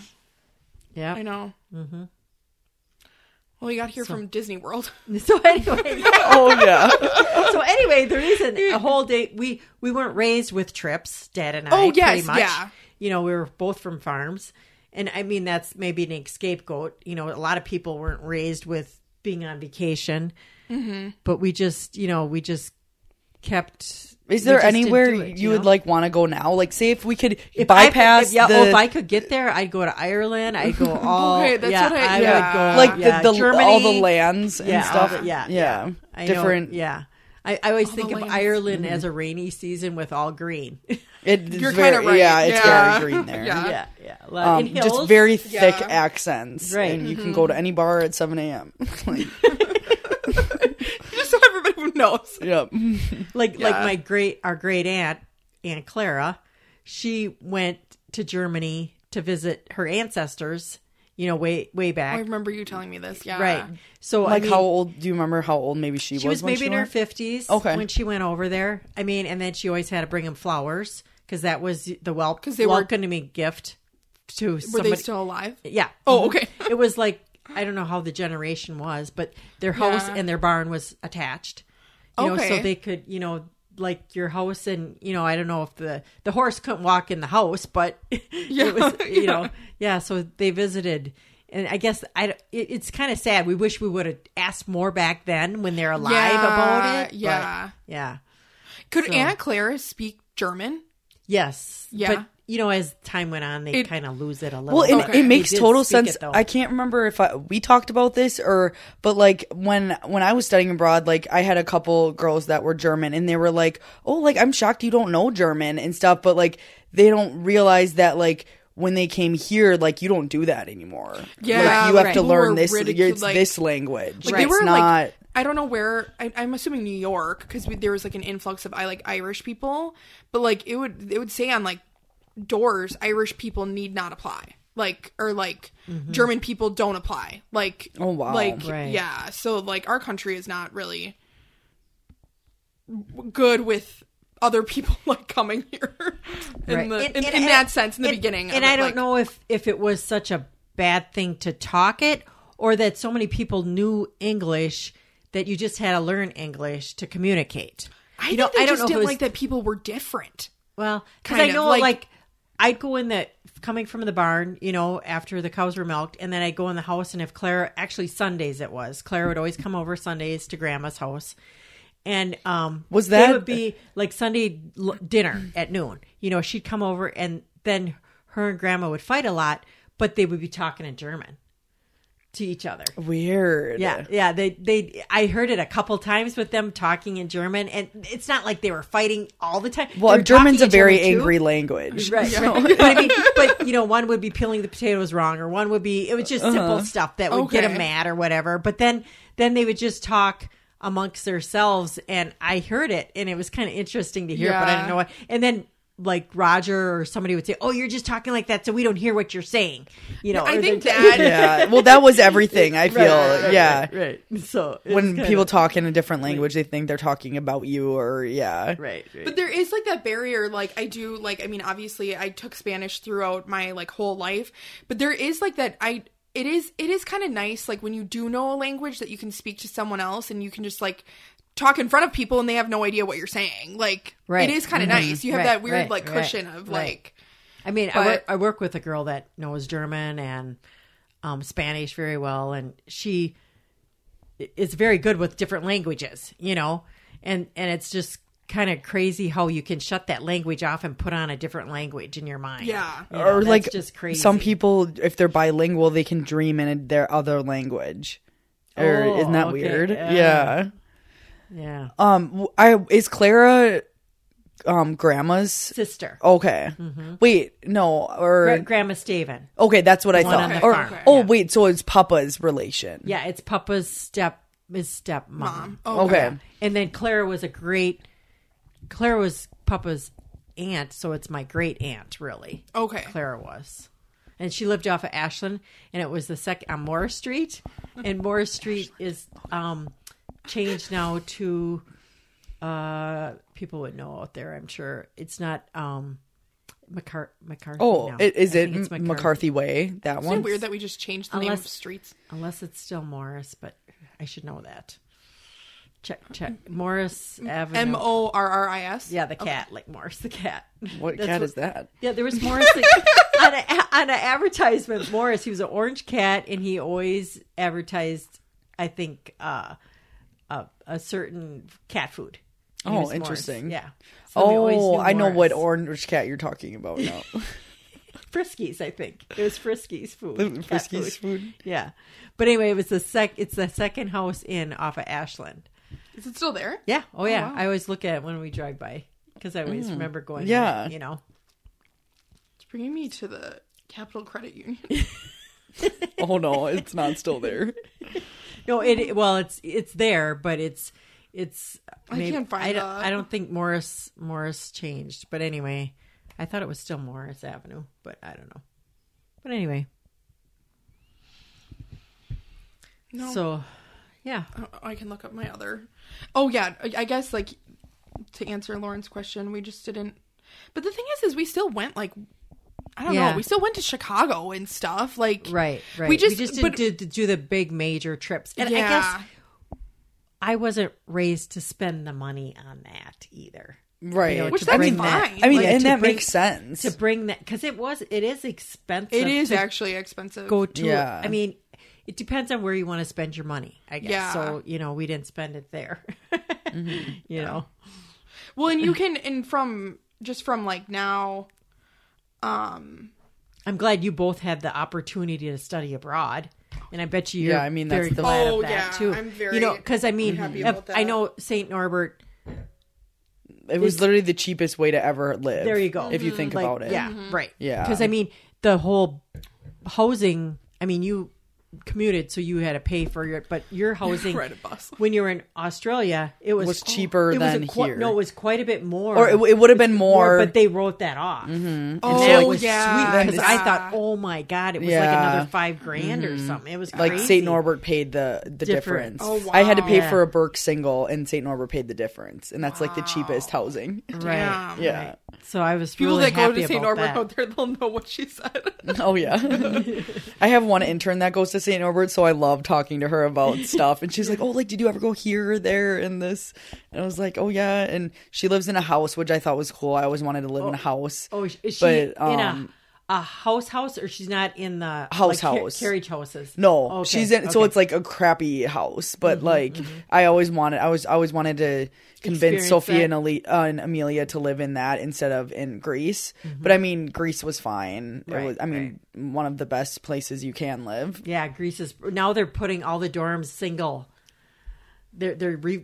[SPEAKER 2] Yeah.
[SPEAKER 1] I know. Mm-hmm. Well, we got here from Disney World.
[SPEAKER 2] So anyway,
[SPEAKER 3] oh yeah.
[SPEAKER 2] so anyway, the reason a whole day we we weren't raised with trips, Dad and I.
[SPEAKER 1] Oh, yes,
[SPEAKER 2] pretty much.
[SPEAKER 1] yeah.
[SPEAKER 2] You know, we were both from farms, and I mean that's maybe an scapegoat. You know, a lot of people weren't raised with being on vacation,
[SPEAKER 1] Mm-hmm.
[SPEAKER 2] but we just, you know, we just kept.
[SPEAKER 3] Is
[SPEAKER 2] we
[SPEAKER 3] there
[SPEAKER 2] just didn't
[SPEAKER 3] anywhere
[SPEAKER 2] do it,
[SPEAKER 3] you,
[SPEAKER 2] you
[SPEAKER 3] would
[SPEAKER 2] know?
[SPEAKER 3] like want to go now? Like, say if we could
[SPEAKER 2] If I could-
[SPEAKER 3] bypass
[SPEAKER 2] if, yeah,
[SPEAKER 3] the
[SPEAKER 2] oh, if I could get there, I'd go to Ireland. I'd go all.
[SPEAKER 1] Okay, that's
[SPEAKER 2] yeah,
[SPEAKER 1] what I-
[SPEAKER 2] I,
[SPEAKER 1] yeah.
[SPEAKER 2] would go
[SPEAKER 3] like
[SPEAKER 2] uh, yeah,
[SPEAKER 3] the, the
[SPEAKER 2] Germany,
[SPEAKER 3] all the lands and
[SPEAKER 2] yeah, all
[SPEAKER 3] stuff.
[SPEAKER 2] the- yeah,
[SPEAKER 3] yeah,
[SPEAKER 2] I know,
[SPEAKER 3] different.
[SPEAKER 2] yeah, I, I always think
[SPEAKER 1] the
[SPEAKER 2] of
[SPEAKER 1] lands.
[SPEAKER 2] Ireland
[SPEAKER 3] Mm-hmm.
[SPEAKER 2] as a rainy season with all green.
[SPEAKER 3] It is
[SPEAKER 1] You're
[SPEAKER 3] very,
[SPEAKER 1] kinda right.
[SPEAKER 3] Yeah, it's
[SPEAKER 1] Yeah.
[SPEAKER 3] very green there.
[SPEAKER 1] Yeah.
[SPEAKER 2] yeah, yeah, like,
[SPEAKER 3] Um,
[SPEAKER 2] and
[SPEAKER 3] just
[SPEAKER 2] hills.
[SPEAKER 3] very thick
[SPEAKER 1] Yeah.
[SPEAKER 3] accents,
[SPEAKER 2] Right. Mm-hmm.
[SPEAKER 3] and you can go to any bar at seven a.m. like,
[SPEAKER 1] Just so everybody knows.
[SPEAKER 3] yeah,
[SPEAKER 2] like like
[SPEAKER 1] Yeah.
[SPEAKER 2] my great our great aunt Aunt Clara, she went to Germany to visit her ancestors. You know, way way
[SPEAKER 1] I
[SPEAKER 2] back,
[SPEAKER 1] remember you telling me this. Yeah.
[SPEAKER 2] right? So I
[SPEAKER 3] like
[SPEAKER 2] mean,
[SPEAKER 3] how old? Do you remember how old? Maybe she,
[SPEAKER 2] she was
[SPEAKER 3] when
[SPEAKER 2] maybe in her
[SPEAKER 3] went?
[SPEAKER 2] 50s
[SPEAKER 3] Okay.
[SPEAKER 2] when she went over there i mean and then she always had to bring him flowers because that was the wel-
[SPEAKER 1] 'Cause they were-
[SPEAKER 2] welcoming gift to
[SPEAKER 1] Were
[SPEAKER 2] somebody
[SPEAKER 1] they still alive?
[SPEAKER 2] yeah Mm-hmm.
[SPEAKER 1] Oh, okay.
[SPEAKER 2] it was like i don't know how the generation was but their house
[SPEAKER 1] Yeah.
[SPEAKER 2] and their barn was attached you know so
[SPEAKER 1] Okay.
[SPEAKER 2] they could you know like your house and you know i don't know if the the horse couldn't walk in the house but
[SPEAKER 1] Yeah,
[SPEAKER 2] it was you
[SPEAKER 1] yeah.
[SPEAKER 2] know yeah so they visited and i guess i it, it's kind of sad we wish we would have asked more back then when they're alive about it but-
[SPEAKER 1] Yeah.
[SPEAKER 2] yeah
[SPEAKER 1] Could
[SPEAKER 2] So-
[SPEAKER 1] Aunt Clara speak German?
[SPEAKER 2] yes
[SPEAKER 1] Yeah.
[SPEAKER 2] but you know as time went on they
[SPEAKER 1] It-
[SPEAKER 2] kind of lose it a little
[SPEAKER 3] Well, and
[SPEAKER 2] bit.
[SPEAKER 1] Okay.
[SPEAKER 3] it makes
[SPEAKER 2] They did
[SPEAKER 3] total
[SPEAKER 2] speak it,
[SPEAKER 3] sense.
[SPEAKER 2] though.
[SPEAKER 3] I can't remember if I, we talked about this or, but like when when I was studying abroad, like I had a couple girls that were German, and they were like, "Oh, like I'm shocked you don't know German and stuff," but like they don't realize that like when they came here, like you don't do that anymore.
[SPEAKER 1] Yeah,
[SPEAKER 3] like, you have
[SPEAKER 1] right.
[SPEAKER 3] to
[SPEAKER 1] People
[SPEAKER 3] learn
[SPEAKER 1] were
[SPEAKER 3] this.
[SPEAKER 1] ridiculed,
[SPEAKER 3] it's
[SPEAKER 1] like-
[SPEAKER 3] this language.
[SPEAKER 1] Like
[SPEAKER 3] it's
[SPEAKER 1] they were
[SPEAKER 3] not.
[SPEAKER 1] like I don't know where I, I'm assuming New York because there was like an influx of I like Irish people, but like it would it would say on like doors Irish people need not apply like or like German people don't apply like
[SPEAKER 3] Mm-hmm. Oh, wow.
[SPEAKER 1] like
[SPEAKER 2] Right.
[SPEAKER 1] yeah so like our country is not really good with other people like coming here in
[SPEAKER 2] Right.
[SPEAKER 1] the
[SPEAKER 2] And-
[SPEAKER 1] in,
[SPEAKER 2] and
[SPEAKER 1] in
[SPEAKER 2] I-
[SPEAKER 1] that sense in the
[SPEAKER 2] and-
[SPEAKER 1] beginning
[SPEAKER 2] And
[SPEAKER 1] of
[SPEAKER 2] I
[SPEAKER 1] it,
[SPEAKER 2] don't
[SPEAKER 1] like-
[SPEAKER 2] know if if it was such a bad thing to talk it, or that so many people knew English that you just had to learn English to communicate.
[SPEAKER 1] I
[SPEAKER 2] you
[SPEAKER 1] think they
[SPEAKER 2] I don't
[SPEAKER 1] just
[SPEAKER 2] know if it
[SPEAKER 1] didn't
[SPEAKER 2] was-
[SPEAKER 1] like that people were different
[SPEAKER 2] Well, because
[SPEAKER 1] Kind
[SPEAKER 2] I
[SPEAKER 1] of,
[SPEAKER 2] know,
[SPEAKER 1] like-
[SPEAKER 2] like, I'd go in the coming from the barn, you know, after the cows were milked, and then I'd go in the house, and if Clara, actually Sundays it was, Clara would always come over Sundays to Grandma's house, and um,
[SPEAKER 3] Was
[SPEAKER 2] they
[SPEAKER 3] that-
[SPEAKER 2] would be like Sunday l- dinner at noon. You know, she'd come over, and then her and Grandma would fight a lot, but they would be talking in German to each other.
[SPEAKER 3] Weird.
[SPEAKER 2] Yeah, yeah. They, they. I heard it a couple times with them talking in German, and it's not like they were fighting all the time. They
[SPEAKER 3] Well,
[SPEAKER 2] were
[SPEAKER 3] German's
[SPEAKER 2] talking
[SPEAKER 3] a
[SPEAKER 2] in
[SPEAKER 3] very
[SPEAKER 2] German, too.
[SPEAKER 3] angry language.
[SPEAKER 2] right? but I mean, but you know, one would be peeling the potatoes wrong, or one would be. It was just simple stuff that would get
[SPEAKER 1] Uh-huh. Okay.
[SPEAKER 2] them mad or whatever. But then, then they would just talk amongst themselves, and I heard it, and it was kind of interesting to hear, but I
[SPEAKER 1] Yeah.
[SPEAKER 2] didn't know what. And then. Like Roger or somebody would say, "Oh, you're just talking like that, so we don't hear what you're saying." You know, or
[SPEAKER 1] I
[SPEAKER 2] they'd
[SPEAKER 1] think
[SPEAKER 2] say-
[SPEAKER 1] that
[SPEAKER 3] yeah. Well, that was everything. I feel.
[SPEAKER 2] right, right,
[SPEAKER 3] yeah.
[SPEAKER 2] right, right. So it's
[SPEAKER 3] When
[SPEAKER 2] kinda-
[SPEAKER 3] people talk in a different language, they think they're talking about you or yeah.
[SPEAKER 2] right, right.
[SPEAKER 1] But there is like that barrier. Like I do, like I mean, obviously I took Spanish throughout my like whole life, but there is like that. I it is it is kind of nice like when you do know a language that you can speak to someone else and you can just like talk in front of people and they have no idea what you're saying. Like
[SPEAKER 2] Right.
[SPEAKER 1] it is kind of
[SPEAKER 2] Mhm.
[SPEAKER 1] nice. You have
[SPEAKER 2] Right,
[SPEAKER 1] that weird
[SPEAKER 2] right,
[SPEAKER 1] like
[SPEAKER 2] right,
[SPEAKER 1] cushion of
[SPEAKER 2] right.
[SPEAKER 1] like
[SPEAKER 2] I mean, I,
[SPEAKER 1] But-
[SPEAKER 2] work, I work with a girl that knows German and um, Spanish very well, and she i- is very good with different languages, you know, and and it's just kind of crazy how you can shut that language off and put on a different language in your mind.
[SPEAKER 1] Yeah.
[SPEAKER 2] You know,
[SPEAKER 3] or
[SPEAKER 2] that's
[SPEAKER 3] like
[SPEAKER 2] just crazy.
[SPEAKER 3] some people if they're bilingual they can dream in their other language or
[SPEAKER 2] Oh,
[SPEAKER 3] isn't that
[SPEAKER 2] okay.
[SPEAKER 3] weird
[SPEAKER 2] Yeah.
[SPEAKER 3] yeah
[SPEAKER 2] yeah,
[SPEAKER 3] um w- i is clara um grandma's
[SPEAKER 2] sister,
[SPEAKER 3] okay wait no or
[SPEAKER 2] Mm-hmm. Gra- Grandma Staven.
[SPEAKER 3] okay that's what i
[SPEAKER 2] one
[SPEAKER 3] thought
[SPEAKER 2] on
[SPEAKER 1] the
[SPEAKER 3] or
[SPEAKER 1] farm.
[SPEAKER 3] oh
[SPEAKER 1] Yeah.
[SPEAKER 3] wait so it's papa's relation
[SPEAKER 2] Yeah, it's Papa's step his stepmom.
[SPEAKER 1] mom. Oh,
[SPEAKER 3] okay
[SPEAKER 2] And then Clara was a great. Clara was Papa's aunt, so it's my great aunt, really.
[SPEAKER 1] Okay.
[SPEAKER 2] Clara was. And she lived off of Ashland, and it was the second on Morris Street. And Morris Street is um, changed now to uh, people would know out there, I'm sure. It's not um, McCar- McCarthy.
[SPEAKER 3] oh
[SPEAKER 2] now.
[SPEAKER 3] it, is
[SPEAKER 2] I
[SPEAKER 3] it
[SPEAKER 2] think it's
[SPEAKER 3] M- mccarthy way that
[SPEAKER 1] Isn't
[SPEAKER 3] one
[SPEAKER 1] it weird that we just changed the name of
[SPEAKER 2] Unless-
[SPEAKER 1] streets?
[SPEAKER 2] Unless it's still Morris, but I should know that. Check, check. Morris Avenue.
[SPEAKER 1] M O R R I S.
[SPEAKER 2] Yeah, the cat, like Morris the cat.
[SPEAKER 3] what
[SPEAKER 2] That's
[SPEAKER 3] cat is that
[SPEAKER 2] Yeah, there was Morris the- on a, on an advertisement. Morris, he was an orange cat, and he always advertised, I think, uh, a, a certain cat food. He
[SPEAKER 3] Oh,
[SPEAKER 2] was Morris.
[SPEAKER 3] interesting.
[SPEAKER 2] Yeah. So we always
[SPEAKER 3] oh
[SPEAKER 2] knew
[SPEAKER 3] i know what
[SPEAKER 2] Morris.
[SPEAKER 3] orange cat you're talking about now
[SPEAKER 2] Friskies, I think it was Friskies food.
[SPEAKER 3] The
[SPEAKER 2] cat
[SPEAKER 3] Friskies food.
[SPEAKER 2] Yeah, but anyway, it was the sec. It's the second house in off of Ashland.
[SPEAKER 1] Is it still there?
[SPEAKER 2] Yeah. Oh, yeah.
[SPEAKER 1] wow.
[SPEAKER 2] I always look at it when we drive by because I always remember going.
[SPEAKER 3] Mm. Yeah.
[SPEAKER 2] Yeah. you know.
[SPEAKER 1] It's bringing me to the Capital Credit Union.
[SPEAKER 3] oh no it's not still there
[SPEAKER 2] No, it it- well, it's it's there, but it's it's.
[SPEAKER 1] I can't find
[SPEAKER 2] I don't,
[SPEAKER 1] that.
[SPEAKER 2] I don't think Morris Morris changed, but anyway, I thought it was still Morris Avenue, but I don't know. But anyway,
[SPEAKER 1] No.
[SPEAKER 2] so yeah,
[SPEAKER 1] I don't know, I can look up my other. Oh yeah, I I guess like to answer Lauren's question, we just didn't. But the thing is, is we still went like I don't
[SPEAKER 2] Yeah.
[SPEAKER 1] know. We still went to Chicago and stuff. Like
[SPEAKER 2] right, right.
[SPEAKER 1] We just,
[SPEAKER 2] we just
[SPEAKER 1] but,
[SPEAKER 2] didn't do, do the big major trips, and
[SPEAKER 1] yeah,
[SPEAKER 2] I guess I wasn't raised to spend the money on that either.
[SPEAKER 3] Right.
[SPEAKER 2] You know,
[SPEAKER 1] Which
[SPEAKER 2] to
[SPEAKER 1] that's
[SPEAKER 2] bring
[SPEAKER 1] fine.
[SPEAKER 2] That,
[SPEAKER 1] I
[SPEAKER 3] I mean,
[SPEAKER 2] like,
[SPEAKER 3] and
[SPEAKER 2] to
[SPEAKER 3] that
[SPEAKER 2] bring-
[SPEAKER 3] makes sense.
[SPEAKER 2] to bring that because it was it is expensive.
[SPEAKER 1] It is
[SPEAKER 2] to
[SPEAKER 1] actually expensive.
[SPEAKER 2] go to.
[SPEAKER 3] Yeah.
[SPEAKER 2] I mean, it depends on where you want to spend your money. I guess.
[SPEAKER 1] Yeah.
[SPEAKER 2] So you know, we didn't spend it there.
[SPEAKER 3] Mm-hmm.
[SPEAKER 2] You know.
[SPEAKER 1] Well, and you can and from just from like now, um,
[SPEAKER 2] I'm glad you both had the opportunity to study abroad. And I bet you, you're
[SPEAKER 3] Yeah, I mean, that's
[SPEAKER 2] very
[SPEAKER 3] the-
[SPEAKER 2] glad
[SPEAKER 1] Oh,
[SPEAKER 2] of that
[SPEAKER 1] yeah,
[SPEAKER 2] too.
[SPEAKER 1] I'm very
[SPEAKER 2] you know, because I mean,
[SPEAKER 1] happy
[SPEAKER 2] if-
[SPEAKER 1] about that.
[SPEAKER 2] I know Saint Norbert.
[SPEAKER 3] it was literally the cheapest way to ever live.
[SPEAKER 2] There you go.
[SPEAKER 3] If you think
[SPEAKER 2] Like,
[SPEAKER 3] about it. Mm-hmm.
[SPEAKER 2] yeah, right,
[SPEAKER 3] Yeah.
[SPEAKER 2] Because I mean, the whole housing. I mean, you commuted, so you had to pay for your, but your housing
[SPEAKER 1] Ride a bus.
[SPEAKER 2] when you were in Australia, it was,
[SPEAKER 3] Was cheaper
[SPEAKER 2] it was
[SPEAKER 3] than
[SPEAKER 2] a qui-
[SPEAKER 3] here.
[SPEAKER 2] No, it was quite a bit more,
[SPEAKER 3] Or it, it would have been more. Mm-hmm.
[SPEAKER 2] but they wrote that off.
[SPEAKER 1] oh
[SPEAKER 2] That was
[SPEAKER 1] yeah,
[SPEAKER 2] sweet because I thought, oh my god, it was like
[SPEAKER 3] Yeah. Mm-hmm.
[SPEAKER 2] another five grand or something. It was
[SPEAKER 3] like
[SPEAKER 2] crazy.
[SPEAKER 3] St. Norbert paid the the
[SPEAKER 2] Difference.
[SPEAKER 3] difference.
[SPEAKER 1] Oh, wow.
[SPEAKER 3] I had to pay
[SPEAKER 2] Yeah.
[SPEAKER 3] for a Burke single, and St. Norbert paid the difference, and that's like the cheapest housing.
[SPEAKER 2] Right.
[SPEAKER 1] Damn.
[SPEAKER 3] Yeah.
[SPEAKER 2] So I was
[SPEAKER 1] people
[SPEAKER 2] really
[SPEAKER 1] that go
[SPEAKER 2] happy
[SPEAKER 1] to St.
[SPEAKER 2] about
[SPEAKER 1] Norbert
[SPEAKER 2] that.
[SPEAKER 1] out there, they'll know what she said.
[SPEAKER 3] Oh yeah. I have one intern that goes to St. Norbert, so I love talking to her about stuff. And she's like, "Oh, like did you ever go here or there and this?" And I was like, "Oh yeah." And she lives in a house, which I thought was cool. I always wanted to live in a house.
[SPEAKER 2] Oh, is is she
[SPEAKER 3] But,
[SPEAKER 2] in a
[SPEAKER 3] um,
[SPEAKER 2] a house house or she's not in the
[SPEAKER 3] House
[SPEAKER 2] like, ca-
[SPEAKER 3] house.
[SPEAKER 2] carriage houses?
[SPEAKER 3] No,
[SPEAKER 2] oh, Okay,
[SPEAKER 3] she's in. So
[SPEAKER 2] okay. Mm-hmm,
[SPEAKER 3] it's like a crappy house, but like I always wanted, I was, I always wanted to convince
[SPEAKER 2] Experience
[SPEAKER 3] Sophia
[SPEAKER 2] that.
[SPEAKER 3] and, Ali, uh, and Amelia to live in that instead of in Greece. But I mean, Greece was fine.
[SPEAKER 2] Mm-hmm. Right,
[SPEAKER 3] it was, I mean, one of the best places you can live.
[SPEAKER 2] yeah, Greece is now they're putting all the dorms single. They're they're re,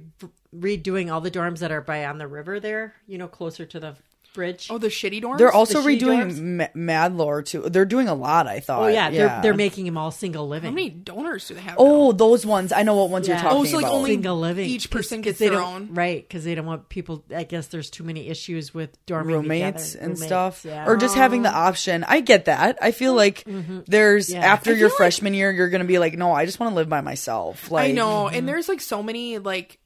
[SPEAKER 2] redoing all the dorms that are by on the river there. You know, closer to the bridge.
[SPEAKER 1] oh, the shitty dorms.
[SPEAKER 3] They're also
[SPEAKER 2] she
[SPEAKER 3] redoing
[SPEAKER 2] dorms?
[SPEAKER 3] Ma- Mad Lore too. They're doing a lot. I thought.
[SPEAKER 2] Oh, yeah, they're they're making them all single living.
[SPEAKER 1] how many donors do they have? now?
[SPEAKER 3] Oh, those ones. I know what ones
[SPEAKER 2] Yeah.
[SPEAKER 3] you're talking
[SPEAKER 1] Oh, so, like,
[SPEAKER 3] about.
[SPEAKER 1] only-
[SPEAKER 2] single living.
[SPEAKER 1] each person gets
[SPEAKER 2] 'Cause- 'cause they
[SPEAKER 1] their
[SPEAKER 2] don't-
[SPEAKER 1] own.
[SPEAKER 2] right? Because they don't want people. I guess there's too many issues with dorming
[SPEAKER 3] roommates
[SPEAKER 2] together,
[SPEAKER 3] and
[SPEAKER 2] roommates,
[SPEAKER 3] stuff
[SPEAKER 2] yeah. Mm-hmm.
[SPEAKER 3] or just having the option i get that i feel like there's
[SPEAKER 2] Yeah.
[SPEAKER 3] after
[SPEAKER 2] I
[SPEAKER 3] your freshman year you're gonna be like no i just want to live by myself like
[SPEAKER 1] I know, and there's like so many like.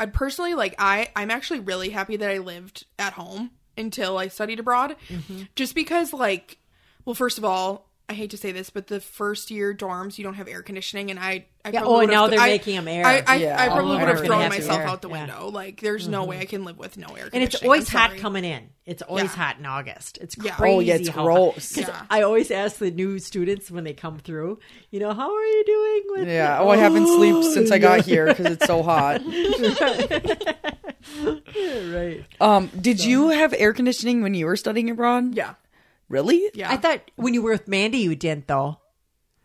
[SPEAKER 1] I personally like I I'm actually really happy that I lived at home until I studied abroad,
[SPEAKER 2] Mm-hmm.
[SPEAKER 1] just because like, well, first of all. I hate to say this, but the first year dorms you don't have air conditioning, and I, I yeah,
[SPEAKER 2] oh, and now they're making 'em air.
[SPEAKER 1] I, I,
[SPEAKER 3] Yeah.
[SPEAKER 1] I
[SPEAKER 3] Oh,
[SPEAKER 1] probably would
[SPEAKER 3] they're
[SPEAKER 1] have
[SPEAKER 3] gonna
[SPEAKER 1] thrown
[SPEAKER 3] have to
[SPEAKER 1] myself
[SPEAKER 2] air.
[SPEAKER 1] out the
[SPEAKER 2] Yeah. Mm-hmm.
[SPEAKER 1] window. Like, there's no way I can live with no air.
[SPEAKER 2] And it's
[SPEAKER 1] conditioning.
[SPEAKER 2] always
[SPEAKER 1] I'm
[SPEAKER 2] hot
[SPEAKER 1] sorry.
[SPEAKER 2] coming in. It's always hot in August. It's crazy.
[SPEAKER 1] Yeah. Oh,
[SPEAKER 3] yeah, it's
[SPEAKER 2] how
[SPEAKER 3] gross.
[SPEAKER 2] Because
[SPEAKER 1] Yeah.
[SPEAKER 2] I always ask the new students when they come through, you know, how are you doing? With
[SPEAKER 3] yeah oh i haven't slept since i got here because it's so hot
[SPEAKER 2] right.
[SPEAKER 3] um did you have air conditioning when you were studying abroad
[SPEAKER 1] Yeah,
[SPEAKER 3] really
[SPEAKER 1] yeah.
[SPEAKER 2] I thought when you were with Mandy, you didn't though.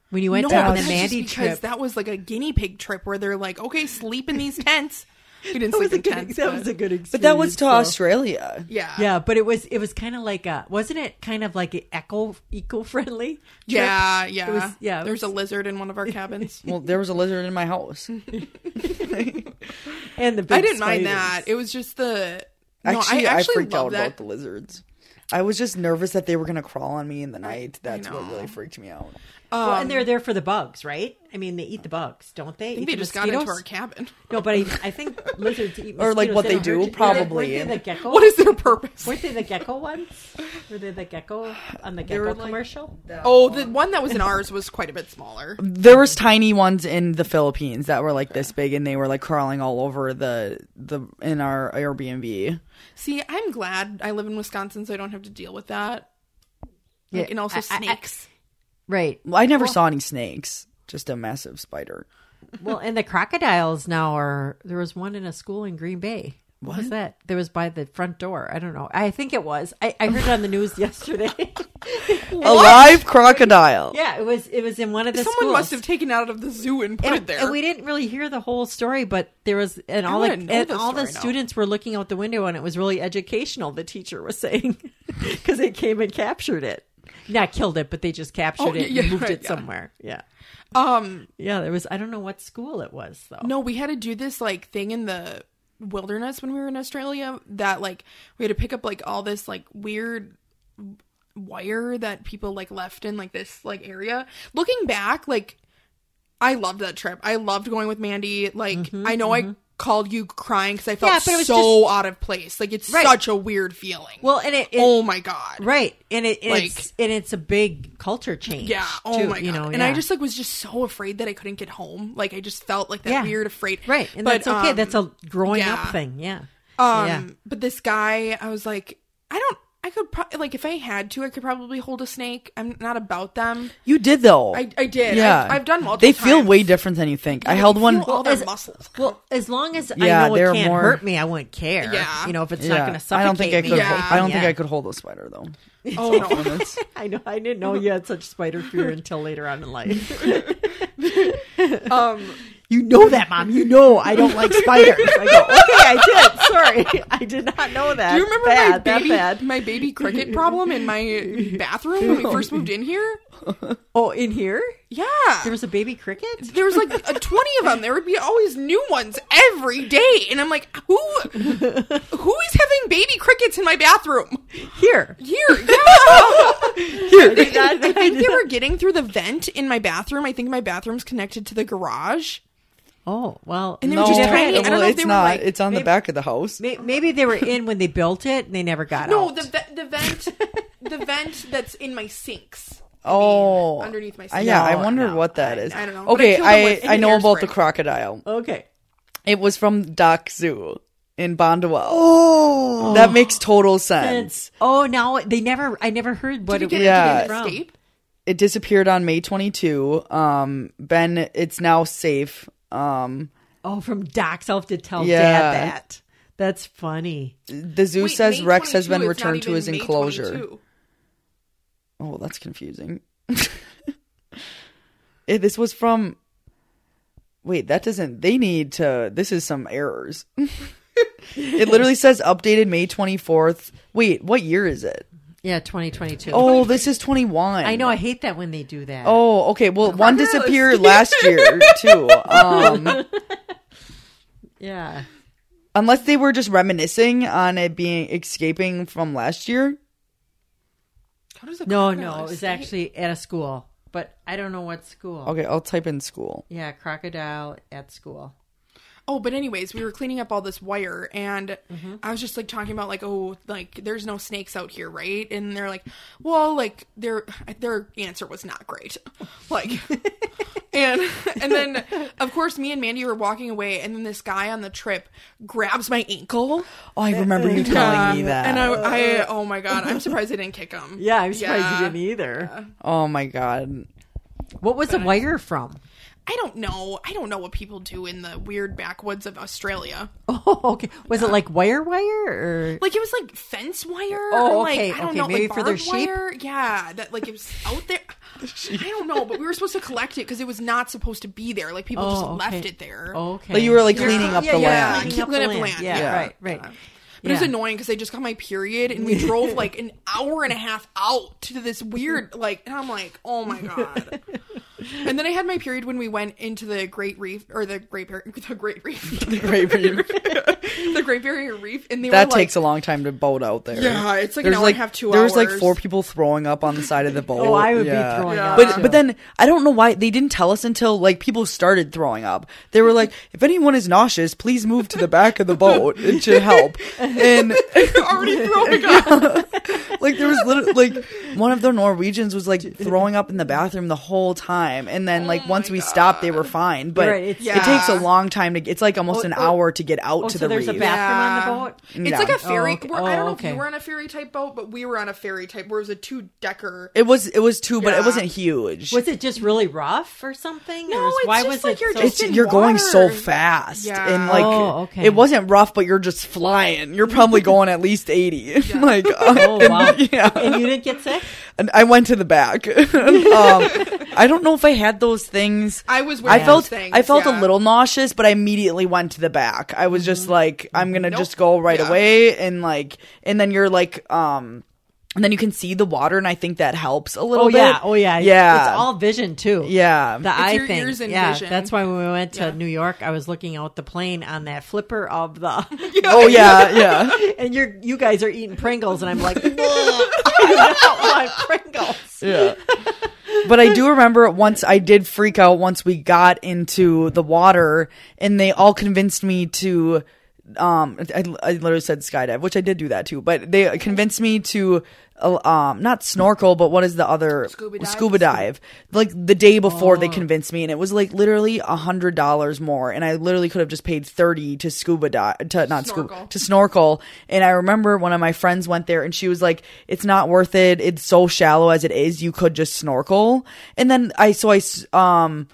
[SPEAKER 2] When you went
[SPEAKER 1] No,
[SPEAKER 2] down on
[SPEAKER 1] that's
[SPEAKER 2] the
[SPEAKER 1] just
[SPEAKER 2] Mandy
[SPEAKER 1] because
[SPEAKER 2] trip,
[SPEAKER 1] that was like a guinea pig trip where they're like, okay, sleep in these tents. We didn't
[SPEAKER 2] that was
[SPEAKER 1] sleep
[SPEAKER 2] a
[SPEAKER 1] in
[SPEAKER 2] good.
[SPEAKER 1] tents.
[SPEAKER 2] that
[SPEAKER 1] but-
[SPEAKER 2] was a good experience.
[SPEAKER 3] but that was to
[SPEAKER 2] though.
[SPEAKER 3] australia
[SPEAKER 1] yeah,
[SPEAKER 2] Yeah, but it was it was kind of like a wasn't it kind of like a eco eco friendly?
[SPEAKER 1] yeah, yeah.
[SPEAKER 2] It was- yeah, it
[SPEAKER 1] There's
[SPEAKER 2] was-
[SPEAKER 1] a lizard in one of our cabins.
[SPEAKER 3] well there was a lizard in my house
[SPEAKER 2] And the big
[SPEAKER 1] I didn't mind
[SPEAKER 2] spiders.
[SPEAKER 1] that. It was just the. No,
[SPEAKER 3] actually,
[SPEAKER 1] I
[SPEAKER 3] I,
[SPEAKER 1] actually
[SPEAKER 3] freaked out
[SPEAKER 1] love that.
[SPEAKER 3] about the lizards i was just nervous that they were gonna crawl on me in the night that's what
[SPEAKER 1] know.
[SPEAKER 3] really freaked me out
[SPEAKER 2] Well, and they're there for the bugs, right? I mean, they eat the bugs, don't they?
[SPEAKER 1] um, I think they just got into our cabin.
[SPEAKER 2] No, but I, I think lizards eat
[SPEAKER 3] Or, like,
[SPEAKER 2] mosquitoes.
[SPEAKER 3] what they
[SPEAKER 2] don't
[SPEAKER 3] do,
[SPEAKER 2] hurt you.
[SPEAKER 3] probably.
[SPEAKER 2] Weren't they the gecko?
[SPEAKER 1] What is their purpose?
[SPEAKER 2] Weren't they the gecko ones? Were they the gecko on the
[SPEAKER 3] were,
[SPEAKER 2] gecko
[SPEAKER 3] like,
[SPEAKER 2] commercial?
[SPEAKER 1] Oh, the one that was in ours was quite a bit smaller.
[SPEAKER 3] there was tiny ones in the Philippines that were like this big, and they were like crawling all over the the in our Airbnb.
[SPEAKER 1] See, I'm glad I live in Wisconsin, so I don't have to deal with that. Like,
[SPEAKER 2] Yeah,
[SPEAKER 1] and also
[SPEAKER 2] I- I- I-
[SPEAKER 1] snakes.
[SPEAKER 2] Right.
[SPEAKER 3] Well, I never saw any snakes, just a massive spider.
[SPEAKER 2] Well, and the crocodiles now are. There was one in a school in Green Bay. What, was that? There was by the front door. I don't know. I think it was. I, I heard it on the news yesterday.
[SPEAKER 3] A live crocodile.
[SPEAKER 2] yeah, it was. It was in one of the
[SPEAKER 1] Someone
[SPEAKER 2] schools.
[SPEAKER 1] must have taken it out of the zoo and put
[SPEAKER 2] and,
[SPEAKER 1] it there.
[SPEAKER 2] and we didn't really hear the whole story, but there was, and all the
[SPEAKER 1] wanna know
[SPEAKER 2] and
[SPEAKER 1] the
[SPEAKER 2] all the
[SPEAKER 1] story now.
[SPEAKER 2] students were looking out the window, and it was really educational. The teacher was saying because they came and captured it, not killed it, but they just captured
[SPEAKER 1] Oh,
[SPEAKER 2] it
[SPEAKER 1] yeah,
[SPEAKER 2] and moved
[SPEAKER 1] right,
[SPEAKER 2] it
[SPEAKER 1] yeah.
[SPEAKER 2] somewhere. Yeah,
[SPEAKER 1] um,
[SPEAKER 2] yeah. There was. I don't know what school it was though.
[SPEAKER 1] No, we had to do this like thing in the wilderness when we were in Australia that like we had to pick up like all this like weird wire that people like left in like this like area. Looking back, like I loved that trip. I loved going with Mandy. Like I know I called you crying because I felt
[SPEAKER 2] Mm-hmm, Yeah, but it was
[SPEAKER 1] so out of place. Like it's
[SPEAKER 2] Right.
[SPEAKER 1] such a weird feeling.
[SPEAKER 2] Well, and it, it-
[SPEAKER 1] oh my god.
[SPEAKER 2] right, and it and
[SPEAKER 1] Like-
[SPEAKER 2] it's and it's a big culture change.
[SPEAKER 1] Yeah. Oh
[SPEAKER 2] too,
[SPEAKER 1] my god.
[SPEAKER 2] You know,
[SPEAKER 1] and I
[SPEAKER 2] yeah.
[SPEAKER 1] just like was just so afraid that I couldn't get home. Like I just felt like that
[SPEAKER 2] Yeah.
[SPEAKER 1] weird afraid.
[SPEAKER 2] right, and
[SPEAKER 1] But,
[SPEAKER 2] that's okay.
[SPEAKER 1] um,
[SPEAKER 2] that's a growing
[SPEAKER 1] yeah.
[SPEAKER 2] up thing. Yeah.
[SPEAKER 1] Um,
[SPEAKER 2] yeah.
[SPEAKER 1] but this guy, I was like, I don't. I could pro- like if I had to, I could probably hold a snake. I'm not about them.
[SPEAKER 3] You did though.
[SPEAKER 1] I, I did.
[SPEAKER 3] yeah,
[SPEAKER 1] I've, I've done multiple.
[SPEAKER 3] They feel
[SPEAKER 1] times.
[SPEAKER 3] way different than you think. I
[SPEAKER 1] They
[SPEAKER 3] held one.
[SPEAKER 1] feel all their
[SPEAKER 2] as-
[SPEAKER 1] muscles.
[SPEAKER 2] Well, as long as
[SPEAKER 3] Yeah,
[SPEAKER 2] I know
[SPEAKER 3] they're
[SPEAKER 2] it can't
[SPEAKER 3] more-
[SPEAKER 2] hurt me, I wouldn't care.
[SPEAKER 1] Yeah.
[SPEAKER 2] You know, if it's
[SPEAKER 3] Yeah.
[SPEAKER 2] not going to suffocate
[SPEAKER 3] I don't think I
[SPEAKER 2] me,
[SPEAKER 3] could.
[SPEAKER 1] Yeah.
[SPEAKER 3] Hold, I don't think
[SPEAKER 2] yeah.
[SPEAKER 3] I could hold a spider though.
[SPEAKER 1] Oh no.
[SPEAKER 2] I know. I didn't know you had such spider fear until later on in life.
[SPEAKER 1] um,
[SPEAKER 2] You know that, mom. You know I don't like spiders. I go, okay, I did. Sorry, I did not know that.
[SPEAKER 1] do you remember
[SPEAKER 2] Bad,
[SPEAKER 1] my
[SPEAKER 2] that
[SPEAKER 1] baby
[SPEAKER 2] bad.
[SPEAKER 1] my baby cricket problem in my bathroom when we first moved in here?
[SPEAKER 2] Oh, in here
[SPEAKER 1] Yeah.
[SPEAKER 2] there was a baby cricket.
[SPEAKER 1] there was like a 20 of them there would be always new ones every day and i'm like who who is having baby crickets in my bathroom
[SPEAKER 2] Here,
[SPEAKER 1] here yeah.
[SPEAKER 2] here.
[SPEAKER 1] i think they were getting through the vent in my bathroom i think my bathroom's connected to the garage
[SPEAKER 2] Oh well,
[SPEAKER 1] And they were
[SPEAKER 3] No,
[SPEAKER 1] just tiny. I
[SPEAKER 3] well,
[SPEAKER 1] don't know if
[SPEAKER 3] it's
[SPEAKER 1] they were,
[SPEAKER 3] not.
[SPEAKER 1] like-
[SPEAKER 3] it's on the
[SPEAKER 2] maybe-
[SPEAKER 3] back of the house.
[SPEAKER 2] may- maybe they were in when they built it and they never got
[SPEAKER 1] no
[SPEAKER 2] out.
[SPEAKER 1] the, ve- the vent the vent that's in my sinks
[SPEAKER 3] Oh,
[SPEAKER 1] underneath my
[SPEAKER 3] I-
[SPEAKER 1] sink.
[SPEAKER 3] Yeah, I
[SPEAKER 2] No,
[SPEAKER 3] wonder
[SPEAKER 2] no,
[SPEAKER 3] what that
[SPEAKER 1] I-
[SPEAKER 3] is.
[SPEAKER 1] I don't know, but I
[SPEAKER 3] Okay,
[SPEAKER 1] killed him
[SPEAKER 3] I
[SPEAKER 1] with
[SPEAKER 3] I know about
[SPEAKER 1] hairspray.
[SPEAKER 3] the crocodile.
[SPEAKER 2] okay.
[SPEAKER 3] It was from Doc Zoo in Bondwell.
[SPEAKER 2] Oh,
[SPEAKER 3] That makes total sense.
[SPEAKER 2] oh no, they never. I never heard what
[SPEAKER 1] did you get,
[SPEAKER 2] it was.
[SPEAKER 3] yeah.
[SPEAKER 1] did you get an escape
[SPEAKER 3] It disappeared on May 22. Um, Ben, it's now safe. Um,
[SPEAKER 2] Oh, from Doc self to tell
[SPEAKER 3] Yeah.
[SPEAKER 2] Dad that. That's funny.
[SPEAKER 3] the zoo
[SPEAKER 1] Wait,
[SPEAKER 3] says
[SPEAKER 1] May
[SPEAKER 3] Rex has
[SPEAKER 1] 22,
[SPEAKER 3] been
[SPEAKER 1] it's not
[SPEAKER 3] returned to
[SPEAKER 1] even
[SPEAKER 3] his
[SPEAKER 1] May
[SPEAKER 3] enclosure.
[SPEAKER 1] 22.
[SPEAKER 3] Oh, that's confusing. Eh, this was from. Wait, that doesn't. They need to. This is some errors. it literally says updated May 24th. Wait, what year is it?
[SPEAKER 2] Yeah, 2022.
[SPEAKER 3] Oh, this is 21.
[SPEAKER 2] I know. I hate that when they do that.
[SPEAKER 3] Oh, okay. Well, one
[SPEAKER 1] Regardless.
[SPEAKER 3] disappeared last year too. Um,
[SPEAKER 2] yeah.
[SPEAKER 3] unless they were just reminiscing on it being escaping from last year.
[SPEAKER 1] How does a
[SPEAKER 2] No,
[SPEAKER 1] crocodile
[SPEAKER 2] no, it was
[SPEAKER 1] escape?
[SPEAKER 2] actually at a school, but I don't know what school.
[SPEAKER 3] Okay, I'll type in school.
[SPEAKER 2] Yeah, crocodile at school.
[SPEAKER 1] Oh, but anyways, we were cleaning up all this wire, and
[SPEAKER 2] Mm-hmm.
[SPEAKER 1] I was just like talking about like, oh, like there's no snakes out here, right? And they're like, well, like their their answer was not great, like, and and then of course me and Mandy were walking away, and then this guy on the trip grabs my ankle,
[SPEAKER 3] Oh, I remember you telling
[SPEAKER 1] Yeah.
[SPEAKER 3] me that.
[SPEAKER 1] Um, and I, I, oh my god, I'm surprised I didn't kick him.
[SPEAKER 2] Yeah, I'm surprised
[SPEAKER 1] Yeah.
[SPEAKER 2] you didn't either.
[SPEAKER 3] oh my god.
[SPEAKER 2] What was the wire from?
[SPEAKER 1] I don't know, I don't know what people do in the weird backwoods of Australia.
[SPEAKER 2] Oh, okay. Was it like wire wire or?
[SPEAKER 1] Like it was like fence wire.
[SPEAKER 2] Oh,
[SPEAKER 1] or, like,
[SPEAKER 2] okay,
[SPEAKER 1] I don't
[SPEAKER 2] okay,
[SPEAKER 1] know,
[SPEAKER 2] maybe
[SPEAKER 1] like
[SPEAKER 2] for their
[SPEAKER 1] barbed
[SPEAKER 2] sheep?
[SPEAKER 1] Wire. Yeah, that like it was out there. I don't know, but we were supposed to collect it because it was not supposed to be there. Like people
[SPEAKER 2] Oh,
[SPEAKER 1] just
[SPEAKER 2] okay. Oh.
[SPEAKER 1] left it there.
[SPEAKER 2] Okay.
[SPEAKER 3] Like you were like cleaning up
[SPEAKER 2] yeah,
[SPEAKER 3] the
[SPEAKER 2] yeah,
[SPEAKER 3] land.
[SPEAKER 2] Cleaning up the
[SPEAKER 1] Cleaning up
[SPEAKER 2] land.
[SPEAKER 1] land,
[SPEAKER 2] Yeah,
[SPEAKER 1] yeah.
[SPEAKER 2] Right. Right.
[SPEAKER 1] But it was annoying because I just got my period and we drove like an hour and a half out to this weird like, and I'm like, oh my god. and then I had my period when we went into the Great Reef or the Great Barrier, the Great Reef,
[SPEAKER 3] Great reef.
[SPEAKER 1] the Great Barrier Reef, and they
[SPEAKER 3] That
[SPEAKER 1] were like,
[SPEAKER 3] takes a long time to boat out there.
[SPEAKER 1] Yeah, it's like an
[SPEAKER 3] There's
[SPEAKER 1] hour and a half, two
[SPEAKER 3] There was like
[SPEAKER 1] hours.
[SPEAKER 3] four people throwing up on the side of the boat.
[SPEAKER 2] Oh, I would
[SPEAKER 3] Yeah.
[SPEAKER 2] be throwing
[SPEAKER 1] Yeah.
[SPEAKER 2] up.
[SPEAKER 3] But
[SPEAKER 2] too.
[SPEAKER 3] but then I don't know why they didn't tell us until like people started throwing up. They were like, if anyone is nauseous, please move to the back of the boat. It should help. And
[SPEAKER 1] already throwing up.
[SPEAKER 3] like there was literally like one of the Norwegians was like throwing up in the bathroom the whole time. And then like
[SPEAKER 1] Oh
[SPEAKER 3] once
[SPEAKER 1] my
[SPEAKER 3] we stopped, they were fine. But
[SPEAKER 2] Right, it's-
[SPEAKER 3] it takes a
[SPEAKER 1] Yeah.
[SPEAKER 3] long time to. It's like almost
[SPEAKER 2] Oh,
[SPEAKER 3] an
[SPEAKER 2] oh,
[SPEAKER 3] hour to get out
[SPEAKER 2] oh,
[SPEAKER 3] to
[SPEAKER 2] so
[SPEAKER 3] the
[SPEAKER 2] there's a
[SPEAKER 3] reef.
[SPEAKER 2] bath- bathroom on the boat?
[SPEAKER 1] It's like
[SPEAKER 3] Yeah.
[SPEAKER 1] a ferry.
[SPEAKER 2] Oh, okay.
[SPEAKER 1] we're- I don't
[SPEAKER 2] Oh,
[SPEAKER 1] know if
[SPEAKER 2] okay.
[SPEAKER 1] you were on a ferry type boat, but we were on a ferry type where it was a two decker.
[SPEAKER 3] It was it was two, but
[SPEAKER 1] Yeah.
[SPEAKER 3] it wasn't huge.
[SPEAKER 2] was it just really rough or something?
[SPEAKER 1] No,
[SPEAKER 2] or was-
[SPEAKER 1] it's
[SPEAKER 2] why
[SPEAKER 1] just
[SPEAKER 2] was
[SPEAKER 1] like
[SPEAKER 2] it?
[SPEAKER 1] you're
[SPEAKER 2] so-
[SPEAKER 1] just
[SPEAKER 3] it's
[SPEAKER 1] in
[SPEAKER 3] you're going so
[SPEAKER 1] water.
[SPEAKER 3] fast
[SPEAKER 1] Yeah.
[SPEAKER 3] and like
[SPEAKER 2] Oh, okay.
[SPEAKER 3] it wasn't rough but you're just flying you're probably going at least 80 like
[SPEAKER 2] Oh
[SPEAKER 3] and-
[SPEAKER 2] wow!
[SPEAKER 3] yeah
[SPEAKER 2] And you didn't get sick.
[SPEAKER 3] and i went to the back um, i don't know if i had those things
[SPEAKER 1] I was wearing
[SPEAKER 3] I felt
[SPEAKER 1] those things,
[SPEAKER 3] I felt
[SPEAKER 1] yeah. Mm-hmm.
[SPEAKER 3] a little nauseous, but I immediately went to the back. I was just like, I'm gonna
[SPEAKER 1] Nope.
[SPEAKER 3] just go right
[SPEAKER 1] Yeah.
[SPEAKER 3] away, and like, and then you're like, um, and then you can see the water, and I think that helps a little
[SPEAKER 2] Oh
[SPEAKER 3] bit.
[SPEAKER 2] yeah! Oh yeah!
[SPEAKER 3] yeah,
[SPEAKER 2] It's all vision too.
[SPEAKER 3] yeah.
[SPEAKER 2] The eye
[SPEAKER 1] your
[SPEAKER 2] thing.
[SPEAKER 1] ears and
[SPEAKER 2] yeah,
[SPEAKER 1] vision.
[SPEAKER 2] that's why when we went to New York, I was looking out the plane on that flipper of the,
[SPEAKER 3] oh yeah, yeah.
[SPEAKER 2] and you're you guys are eating Pringles, and I'm like, "Ugh, I do not want Pringles.
[SPEAKER 3] Yeah. but I do remember once I did freak out once we got into the water and they all convinced me to um I, I literally said skydive which I did do that too but they convinced me to uh, um not snorkel but what is the other
[SPEAKER 1] Scuba dive?
[SPEAKER 3] scuba dive like the day before they convinced me and it was like literally a hundred dollars more and I literally could have just paid 30 to scuba dive to not
[SPEAKER 1] Snorkel.
[SPEAKER 3] scuba to snorkel and I remember one of my friends went there and she was like it's not worth it it's so shallow as it is you could just snorkel and then I so I s- um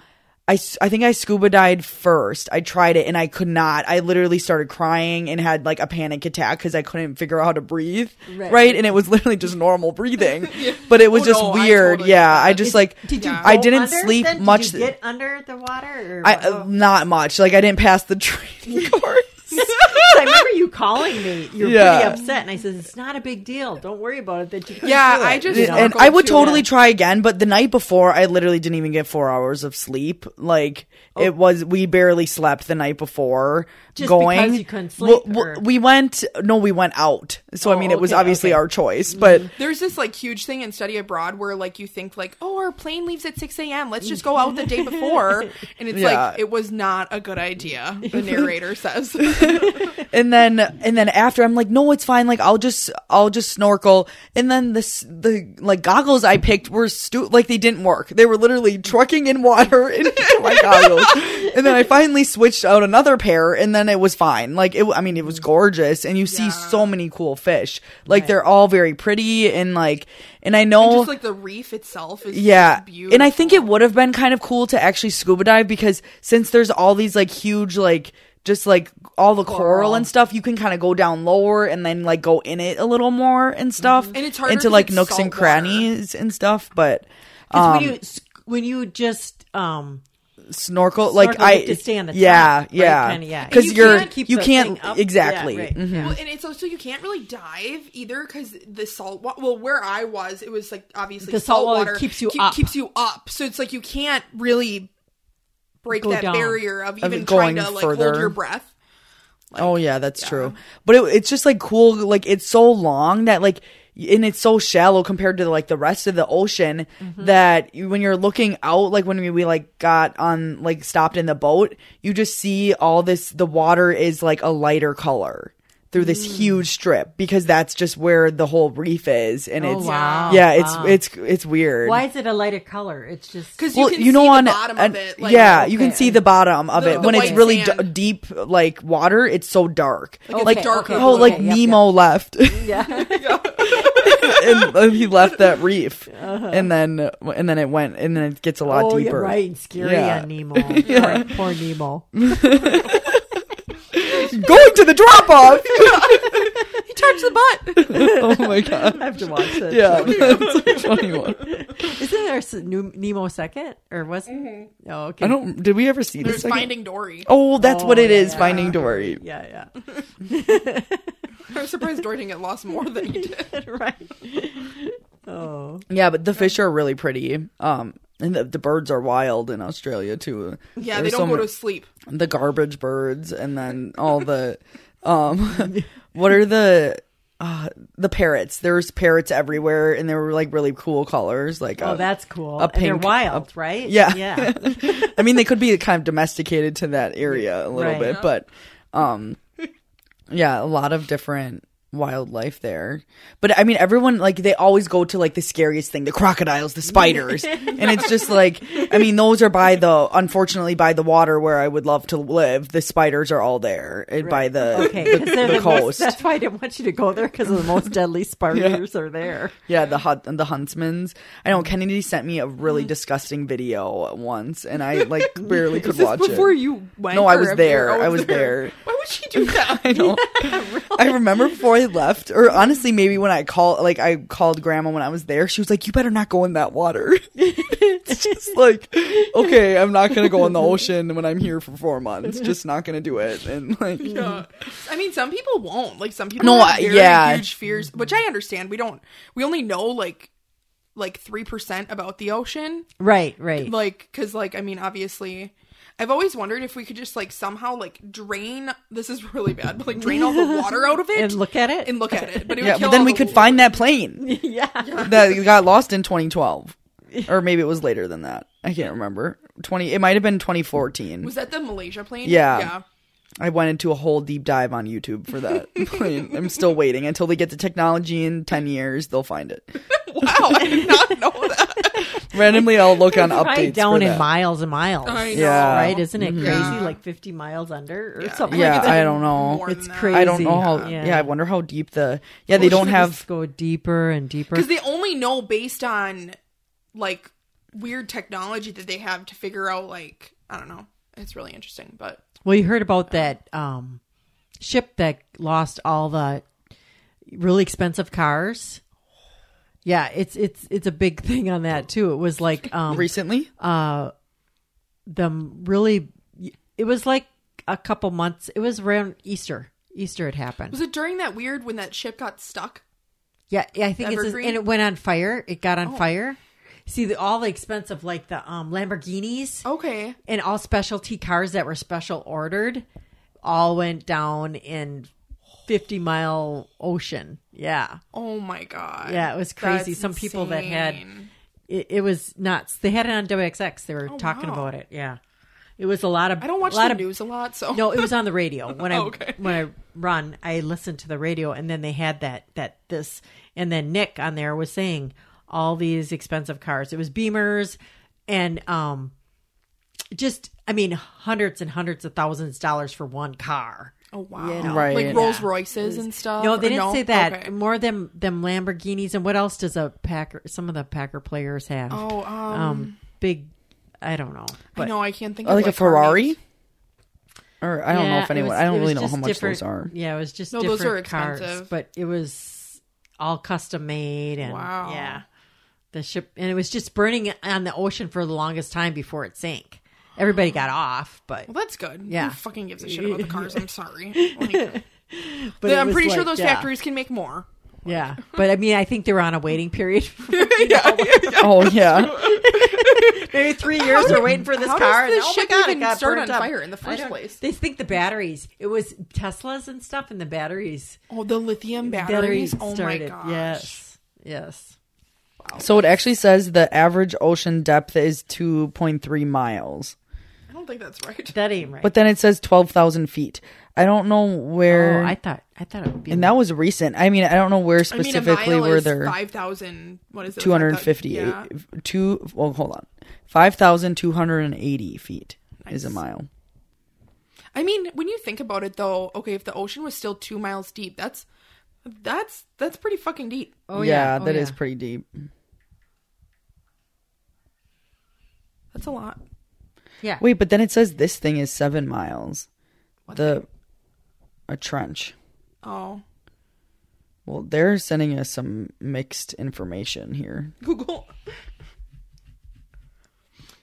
[SPEAKER 3] I, s- I think I scuba dived first. I tried it and I could not. I literally started crying and had like a panic attack because I couldn't figure out how to breathe.
[SPEAKER 2] Right.
[SPEAKER 3] Right. And it was literally just normal breathing. But it was
[SPEAKER 1] Oh,
[SPEAKER 3] just
[SPEAKER 1] no, I
[SPEAKER 3] weird.
[SPEAKER 1] totally
[SPEAKER 3] yeah.
[SPEAKER 1] get
[SPEAKER 3] I
[SPEAKER 1] that.
[SPEAKER 3] just like,
[SPEAKER 2] Did you?
[SPEAKER 1] Yeah.
[SPEAKER 3] I
[SPEAKER 2] go
[SPEAKER 3] didn't
[SPEAKER 2] under
[SPEAKER 3] sleep
[SPEAKER 2] then? Did
[SPEAKER 3] much.
[SPEAKER 2] you get under the water? Or
[SPEAKER 3] I,
[SPEAKER 2] what?
[SPEAKER 3] uh, not much. Like I didn't pass the training course.
[SPEAKER 2] 'Cause I remember you calling me. You were
[SPEAKER 3] Yeah.
[SPEAKER 2] pretty upset, and I said, "It's not a big deal. Don't worry about it." That you can
[SPEAKER 1] Yeah,
[SPEAKER 2] do it,"
[SPEAKER 1] I just-
[SPEAKER 2] you
[SPEAKER 1] know.
[SPEAKER 3] and I
[SPEAKER 1] Snorkel,
[SPEAKER 3] would
[SPEAKER 1] too,
[SPEAKER 3] totally
[SPEAKER 1] yeah.
[SPEAKER 3] try again, but the night before, I literally didn't even get four hours of sleep. Like it was, we barely slept the night before
[SPEAKER 2] Oh. Just
[SPEAKER 3] going.
[SPEAKER 2] because you couldn't
[SPEAKER 3] W-
[SPEAKER 2] sleep,
[SPEAKER 3] w-
[SPEAKER 2] or-
[SPEAKER 3] We went. No, we went out. So I
[SPEAKER 2] Oh,
[SPEAKER 3] mean, it was
[SPEAKER 2] okay,
[SPEAKER 3] obviously
[SPEAKER 2] okay. Mm-hmm.
[SPEAKER 3] our choice, but
[SPEAKER 1] There's this like huge thing in study abroad where like you think like, oh, our plane leaves at 6 a.m. Let's just go out the day before, and it's
[SPEAKER 3] Yeah.
[SPEAKER 1] like it was not a good idea. The narrator says.
[SPEAKER 3] and then and then after I'm like, no, it's fine. Like I'll just I'll just snorkel. And then this the like goggles I picked were stu- like they didn't work. They were literally trucking in water into my goggles. And then I finally switched out another pair, and then it was fine. Like it, I mean, it was gorgeous, and you see
[SPEAKER 1] Yeah.
[SPEAKER 3] so many cool fish. Like they're all very pretty, and like and I know
[SPEAKER 1] just like the reef itself is
[SPEAKER 3] yeah.
[SPEAKER 1] beautiful.
[SPEAKER 3] And I think it would have been kind of cool to actually scuba dive because since there's all these like huge like just like all the coral,
[SPEAKER 2] Coral.
[SPEAKER 3] and stuff, you can kind of go down lower and then like go in it a little more and stuff.
[SPEAKER 1] Mm-hmm. And it's harder
[SPEAKER 3] into
[SPEAKER 1] 'cause
[SPEAKER 3] like
[SPEAKER 1] it's
[SPEAKER 3] nooks
[SPEAKER 1] salt
[SPEAKER 3] and crannies and stuff, but
[SPEAKER 2] 'Cause
[SPEAKER 3] um,
[SPEAKER 2] when you when you just um
[SPEAKER 3] snorkel,
[SPEAKER 2] like
[SPEAKER 3] like I
[SPEAKER 2] to stay on the
[SPEAKER 3] yeah,
[SPEAKER 2] top, right,
[SPEAKER 3] yeah,
[SPEAKER 2] kinda, yeah.
[SPEAKER 3] because
[SPEAKER 1] You
[SPEAKER 3] you are
[SPEAKER 1] can't
[SPEAKER 2] keep
[SPEAKER 3] you
[SPEAKER 2] the
[SPEAKER 3] can't
[SPEAKER 2] thing up.
[SPEAKER 3] exactly.
[SPEAKER 2] Yeah, right.
[SPEAKER 3] Mhm.
[SPEAKER 1] Well, and it's also you can't really dive either because the salt. wa- Well, where I was, it was like obviously
[SPEAKER 2] The salt water keeps you up.
[SPEAKER 1] Keeps you up, so it's like you can't really break
[SPEAKER 2] Go
[SPEAKER 1] that
[SPEAKER 2] down.
[SPEAKER 1] barrier of even
[SPEAKER 3] going
[SPEAKER 1] trying to like hold
[SPEAKER 3] further.
[SPEAKER 1] your breath.
[SPEAKER 3] oh yeah, that's true. But it, it's just like cool. Like it's so long that like, and it's so shallow compared to like the rest of the ocean
[SPEAKER 2] Mm-hmm.
[SPEAKER 3] that you, when you're looking out, like when we, we like got on like stopped in the boat, you just see all this. The water is like a lighter color through this
[SPEAKER 2] Mm.
[SPEAKER 3] huge strip because that's just where the whole reef is, and it's
[SPEAKER 2] Oh, wow.
[SPEAKER 3] yeah, it's
[SPEAKER 2] Wow.
[SPEAKER 3] it's it's weird.
[SPEAKER 2] why is it a lighter color? It's just
[SPEAKER 1] Because
[SPEAKER 3] well,
[SPEAKER 1] you,
[SPEAKER 3] you know,
[SPEAKER 1] see
[SPEAKER 3] on
[SPEAKER 1] the bottom
[SPEAKER 3] an-
[SPEAKER 1] of it. Like,
[SPEAKER 3] yeah, you can
[SPEAKER 2] okay.
[SPEAKER 3] see the bottom of
[SPEAKER 1] The-
[SPEAKER 3] it
[SPEAKER 1] the
[SPEAKER 3] when it's
[SPEAKER 1] white
[SPEAKER 3] really d-
[SPEAKER 1] sand.
[SPEAKER 3] deep, like water. It's so dark,
[SPEAKER 1] it's
[SPEAKER 3] like
[SPEAKER 1] dark
[SPEAKER 3] oh,
[SPEAKER 1] blue.
[SPEAKER 3] like
[SPEAKER 2] Okay, yep,
[SPEAKER 3] Nemo left,
[SPEAKER 2] yeah.
[SPEAKER 3] and, and he left that reef, and then and then it went, and then it gets a lot
[SPEAKER 2] Uh-huh. oh,
[SPEAKER 3] deeper.
[SPEAKER 2] you're right, scary
[SPEAKER 3] Yeah. Mm-hmm.
[SPEAKER 2] on Nemo. poor, poor Nemo.
[SPEAKER 3] Going to the drop off.
[SPEAKER 1] he touched the butt.
[SPEAKER 3] oh my god.
[SPEAKER 2] I have to watch that.
[SPEAKER 3] Yeah, that's a funny one.
[SPEAKER 2] Isn't there s- Nu- Nemo second or was? Oh, okay.
[SPEAKER 3] I don't. Did we ever see
[SPEAKER 1] There's
[SPEAKER 3] this? again?
[SPEAKER 1] Finding Dory.
[SPEAKER 3] Oh, that's what
[SPEAKER 2] Oh,
[SPEAKER 3] it is.
[SPEAKER 2] yeah.
[SPEAKER 3] Finding Dory.
[SPEAKER 2] Yeah,
[SPEAKER 1] I'm surprised Dory didn't get lost more than he did.
[SPEAKER 2] yeah. right. Oh,
[SPEAKER 3] Yeah, but the fish are really pretty. Um, and the, the birds are wild in Australia too.
[SPEAKER 1] Yeah, they
[SPEAKER 3] There's
[SPEAKER 1] don't
[SPEAKER 3] so
[SPEAKER 1] go
[SPEAKER 3] ma-
[SPEAKER 1] to sleep.
[SPEAKER 3] the garbage birds and then all the um what are the uh, the parrots there's parrots everywhere and they were like really cool colors like
[SPEAKER 2] oh,
[SPEAKER 3] uh,
[SPEAKER 2] that's cool.
[SPEAKER 3] a
[SPEAKER 2] and they're
[SPEAKER 3] pink-
[SPEAKER 2] wild, right?
[SPEAKER 3] yeah.
[SPEAKER 2] yeah.
[SPEAKER 3] i mean they could be kind of domesticated to that area a little
[SPEAKER 2] Right.
[SPEAKER 3] bit but um yeah a lot of different wildlife there but i mean everyone like they always go to like the scariest thing the crocodiles the spiders and it's just like i mean those are by the unfortunately by the water where i would love to live the spiders are all there and by the
[SPEAKER 2] Okay,
[SPEAKER 3] the,
[SPEAKER 2] 'cause they're
[SPEAKER 3] the
[SPEAKER 2] the most-
[SPEAKER 3] coast
[SPEAKER 2] that's why I didn't want you to go there because the most deadly spiders are there.
[SPEAKER 3] Yeah, the hunt the huntsmans. I
[SPEAKER 2] Mm-hmm.
[SPEAKER 3] know Kennedy sent me a really disgusting video once, and I like barely could watch
[SPEAKER 1] before
[SPEAKER 3] it.
[SPEAKER 1] you went?
[SPEAKER 3] No, I
[SPEAKER 1] or
[SPEAKER 3] was
[SPEAKER 1] after?
[SPEAKER 3] there.
[SPEAKER 1] Oh,
[SPEAKER 3] I was there.
[SPEAKER 1] Why would she do that?
[SPEAKER 3] I know. I remember before I left, or honestly, maybe when I called, like I called Grandma when I was there. She was like, "You better not go in that water." it's just like, okay, I'm not gonna go in the ocean when I'm here for four months. Just not gonna do it. And like,
[SPEAKER 1] Yeah. I mean, some people won't. Like some people
[SPEAKER 3] No,
[SPEAKER 1] have
[SPEAKER 3] I-
[SPEAKER 1] very
[SPEAKER 3] yeah.
[SPEAKER 1] huge fears, which I understand. We don't. We only know like like three percent about the ocean,
[SPEAKER 2] Right, right.
[SPEAKER 1] like because like I mean, obviously, I've always wondered if we could just like somehow like drain. This is really bad, but like drain all the water out of it
[SPEAKER 2] and look at it.
[SPEAKER 1] and look at it. But it would
[SPEAKER 3] yeah,
[SPEAKER 1] kill
[SPEAKER 3] but then
[SPEAKER 1] all
[SPEAKER 3] we
[SPEAKER 1] the-
[SPEAKER 3] could find that plane
[SPEAKER 2] yeah.
[SPEAKER 3] that got lost in 2012. or maybe it was later than that. I can't remember. Twenty. It might have been 2014.
[SPEAKER 1] Was that the Malaysia plane?
[SPEAKER 3] Yeah.
[SPEAKER 1] Yeah.
[SPEAKER 3] I went into a whole deep dive on YouTube for that. I'm still waiting until they get the technology in 10 years. They'll find it.
[SPEAKER 1] Wow, I did not know that.
[SPEAKER 3] Randomly, I'll look on
[SPEAKER 2] Probably
[SPEAKER 3] updates.
[SPEAKER 2] down
[SPEAKER 3] for
[SPEAKER 2] in
[SPEAKER 3] that.
[SPEAKER 2] miles and miles.
[SPEAKER 1] I know.
[SPEAKER 3] Yeah.
[SPEAKER 2] Right? Isn't it crazy?
[SPEAKER 1] Yeah.
[SPEAKER 2] Like 50 miles under or something
[SPEAKER 3] Yeah,
[SPEAKER 2] like that.
[SPEAKER 3] I don't know.
[SPEAKER 1] More
[SPEAKER 2] It's
[SPEAKER 1] than that.
[SPEAKER 2] crazy.
[SPEAKER 3] I don't know how. Yeah.
[SPEAKER 2] Yeah.
[SPEAKER 3] I wonder how deep the. Yeah,
[SPEAKER 2] We
[SPEAKER 3] they don't
[SPEAKER 2] should just
[SPEAKER 3] have.
[SPEAKER 2] go deeper and deeper.
[SPEAKER 1] because they only know based on like weird technology that they have to figure out like i don't know it's really interesting but
[SPEAKER 2] Well, you heard about that um, ship that lost all the really expensive cars. Yeah, it's it's it's a big thing on that too. It was like um,
[SPEAKER 3] Recently,
[SPEAKER 2] the really, it was like a couple months. It was around Easter. Easter had happened.
[SPEAKER 1] was it during that weird when that ship got stuck
[SPEAKER 2] Yeah, yeah, I think it's and
[SPEAKER 1] Evergreen? Oh.
[SPEAKER 2] it went on fire. It got on fire. See the, all the expensive like the um, Lamborghinis.
[SPEAKER 1] Oh. okay
[SPEAKER 2] and all specialty cars that were special ordered all went down in 50 mile ocean yeah
[SPEAKER 1] oh my god
[SPEAKER 2] yeah it was crazy
[SPEAKER 1] That's
[SPEAKER 2] some people that had
[SPEAKER 1] insane. Oh,
[SPEAKER 2] it, it was nuts they had it on wxx they were talking
[SPEAKER 1] wow.
[SPEAKER 2] about it yeah it was a lot of
[SPEAKER 1] i don't watch
[SPEAKER 2] a lot
[SPEAKER 1] the
[SPEAKER 2] of,
[SPEAKER 1] news a lot so
[SPEAKER 2] no it was on the radio when i
[SPEAKER 1] Oh, Okay.
[SPEAKER 2] when i run i listened to the radio and then they had that that this and then nick on there was saying all these expensive cars it was beamers and um just i mean hundreds and hundreds of thousands of dollars for one car
[SPEAKER 1] oh wow
[SPEAKER 3] Right.
[SPEAKER 1] like rolls royces and stuff
[SPEAKER 2] no they
[SPEAKER 1] or
[SPEAKER 2] didn't say that
[SPEAKER 1] Oh, Okay.
[SPEAKER 2] more them them lamborghinis and what else does a packer some of the packer players have
[SPEAKER 1] oh um,
[SPEAKER 2] um big i don't know but
[SPEAKER 1] no i can't think
[SPEAKER 3] Or
[SPEAKER 1] of
[SPEAKER 3] Oh, like a
[SPEAKER 1] car names.
[SPEAKER 3] Ferrari. Or I don't know
[SPEAKER 2] Yeah,
[SPEAKER 3] if
[SPEAKER 2] it
[SPEAKER 3] anyone.
[SPEAKER 2] was-
[SPEAKER 3] I
[SPEAKER 2] it
[SPEAKER 3] don't
[SPEAKER 2] was
[SPEAKER 3] really know how
[SPEAKER 2] just
[SPEAKER 3] much
[SPEAKER 2] different-
[SPEAKER 3] those are.
[SPEAKER 2] Yeah, it was just
[SPEAKER 1] No,
[SPEAKER 2] different
[SPEAKER 1] those are
[SPEAKER 2] cars,
[SPEAKER 1] expensive.
[SPEAKER 2] but it was all custom made and
[SPEAKER 1] Wow.
[SPEAKER 2] yeah, the ship and it was just burning on the ocean for the longest time before it sank. Everybody got off, but
[SPEAKER 1] well that's good
[SPEAKER 2] Yeah.
[SPEAKER 1] Who fucking gives a shit about the cars i'm sorry Like,
[SPEAKER 2] but it
[SPEAKER 1] i'm
[SPEAKER 2] was
[SPEAKER 1] pretty sure
[SPEAKER 2] like,
[SPEAKER 1] those
[SPEAKER 2] yeah,
[SPEAKER 1] factories can make more
[SPEAKER 2] Yeah, but I mean, I think they were on a waiting period.
[SPEAKER 3] Oh yeah,
[SPEAKER 2] Maybe three years we're waiting for this
[SPEAKER 1] how
[SPEAKER 2] car.
[SPEAKER 1] does
[SPEAKER 2] and,
[SPEAKER 1] this
[SPEAKER 2] oh
[SPEAKER 1] ship
[SPEAKER 2] my God,
[SPEAKER 1] even
[SPEAKER 2] it got
[SPEAKER 1] start
[SPEAKER 2] burnt
[SPEAKER 1] on
[SPEAKER 2] up.
[SPEAKER 1] fire in the
[SPEAKER 2] I
[SPEAKER 1] first
[SPEAKER 2] don't-
[SPEAKER 1] place?
[SPEAKER 2] They think the batteries. It was Teslas and stuff, and the batteries.
[SPEAKER 1] oh the lithium
[SPEAKER 2] Batteries
[SPEAKER 1] batteries, oh my
[SPEAKER 2] started.
[SPEAKER 1] gosh
[SPEAKER 2] Yes, yes.
[SPEAKER 3] so it actually says the average ocean depth is two point three miles,
[SPEAKER 1] i don't think that's right
[SPEAKER 2] That ain't right.
[SPEAKER 3] but then it says twelve thousand feet. I don't know where,
[SPEAKER 2] Oh, I thought I thought it would be.
[SPEAKER 3] and that was recent. I mean, I don't know where
[SPEAKER 1] I
[SPEAKER 3] specifically
[SPEAKER 1] mean, a mile
[SPEAKER 3] were
[SPEAKER 1] is
[SPEAKER 3] there.
[SPEAKER 1] 5,000, what is it?
[SPEAKER 3] 258
[SPEAKER 1] Yeah.
[SPEAKER 3] two well hold on 5280 feet is a mile
[SPEAKER 1] I mean, when you think about it though, okay, if the ocean was still 2 miles deep, that's that's that's pretty fucking deep.
[SPEAKER 2] oh
[SPEAKER 3] yeah, that
[SPEAKER 2] oh,
[SPEAKER 3] is pretty deep
[SPEAKER 1] That's a lot.
[SPEAKER 2] Yeah.
[SPEAKER 3] wait but then it says this thing is seven miles
[SPEAKER 1] What
[SPEAKER 3] the a trench
[SPEAKER 1] Oh.
[SPEAKER 3] well they're sending us some mixed information here
[SPEAKER 1] Google.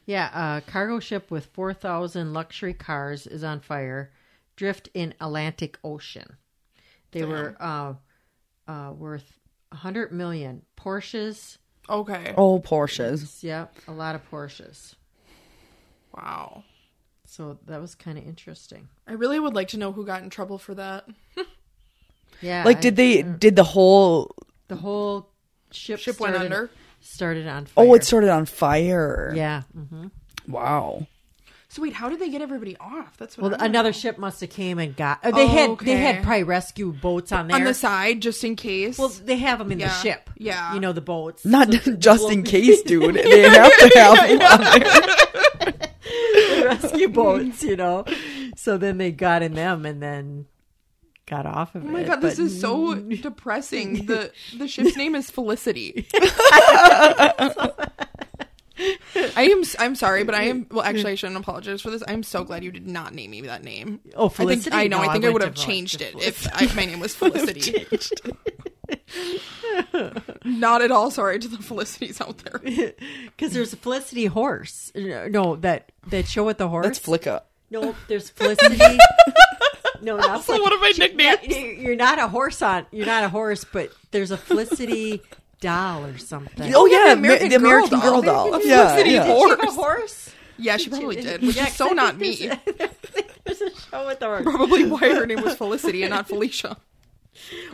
[SPEAKER 2] yeah. A cargo ship with four thousand luxury cars is on fire. Drift in Atlantic Ocean. They were uh, uh, worth a hundred million Porsches.
[SPEAKER 1] Okay.
[SPEAKER 3] oh porsches
[SPEAKER 2] Yep, a lot of Porsches.
[SPEAKER 1] Wow.
[SPEAKER 2] So that was kind of interesting.
[SPEAKER 1] I really would like to know who got in trouble for that.
[SPEAKER 2] Yeah.
[SPEAKER 3] like
[SPEAKER 2] I-
[SPEAKER 3] did they did the whole
[SPEAKER 2] the whole ship
[SPEAKER 1] Ship went
[SPEAKER 2] started-
[SPEAKER 1] under?
[SPEAKER 2] Started on fire.
[SPEAKER 3] oh it started on fire
[SPEAKER 2] yeah. hmm
[SPEAKER 3] wow
[SPEAKER 1] So wait, how did they get everybody off? That's what
[SPEAKER 2] Well,
[SPEAKER 1] I
[SPEAKER 2] another ship must have came and got. Oh, they had they had
[SPEAKER 1] Okay.
[SPEAKER 2] probably rescue boats on there.
[SPEAKER 1] on the side just in case.
[SPEAKER 2] Well, they have them in the
[SPEAKER 1] Yeah,
[SPEAKER 2] ship.
[SPEAKER 1] yeah.
[SPEAKER 2] You know, the boats.
[SPEAKER 3] not
[SPEAKER 2] So the
[SPEAKER 3] just
[SPEAKER 2] blow-
[SPEAKER 3] in case dude they have to have
[SPEAKER 2] the rescue boats, you know. So then they got in them and then got off of it.
[SPEAKER 1] oh my god, this
[SPEAKER 2] but-
[SPEAKER 1] is so depressing. The the ship's name is Felicity. I am s- I'm sorry, but I am well actually I shouldn't apologize for this. I'm so glad you did not name me that name.
[SPEAKER 2] Oh,
[SPEAKER 1] I
[SPEAKER 2] Felicity?
[SPEAKER 1] think I know,
[SPEAKER 2] No,
[SPEAKER 1] I
[SPEAKER 2] I
[SPEAKER 1] think I would
[SPEAKER 2] wouldn't
[SPEAKER 1] have
[SPEAKER 2] have liked
[SPEAKER 1] changed
[SPEAKER 2] the
[SPEAKER 1] it if I, my name was Felicity. not at all sorry to the Felicities out there.
[SPEAKER 2] Because there's a Felicity horse. No, that that show with the horse.
[SPEAKER 3] that's flicka
[SPEAKER 2] No, there's Felicity. no, that's
[SPEAKER 1] So one of my nicknames.
[SPEAKER 2] You're not a horse on. You're not a horse, but there's a Felicity doll or something.
[SPEAKER 3] oh
[SPEAKER 1] yeah,
[SPEAKER 3] yeah
[SPEAKER 1] the
[SPEAKER 3] Ma-
[SPEAKER 1] American
[SPEAKER 3] the
[SPEAKER 1] Girl
[SPEAKER 3] american
[SPEAKER 1] doll.
[SPEAKER 3] girl doll
[SPEAKER 1] American
[SPEAKER 3] yeah,
[SPEAKER 1] Felicity
[SPEAKER 3] yeah.
[SPEAKER 1] doll.
[SPEAKER 2] Did she have a
[SPEAKER 1] horse.
[SPEAKER 2] horse?
[SPEAKER 1] Yeah, she probably did, which
[SPEAKER 2] Yeah,
[SPEAKER 1] is so
[SPEAKER 2] 'cause I
[SPEAKER 1] not
[SPEAKER 2] think
[SPEAKER 1] me.
[SPEAKER 2] There's, there's a show with the horse.
[SPEAKER 1] Probably why her name was Felicity and not Felicia.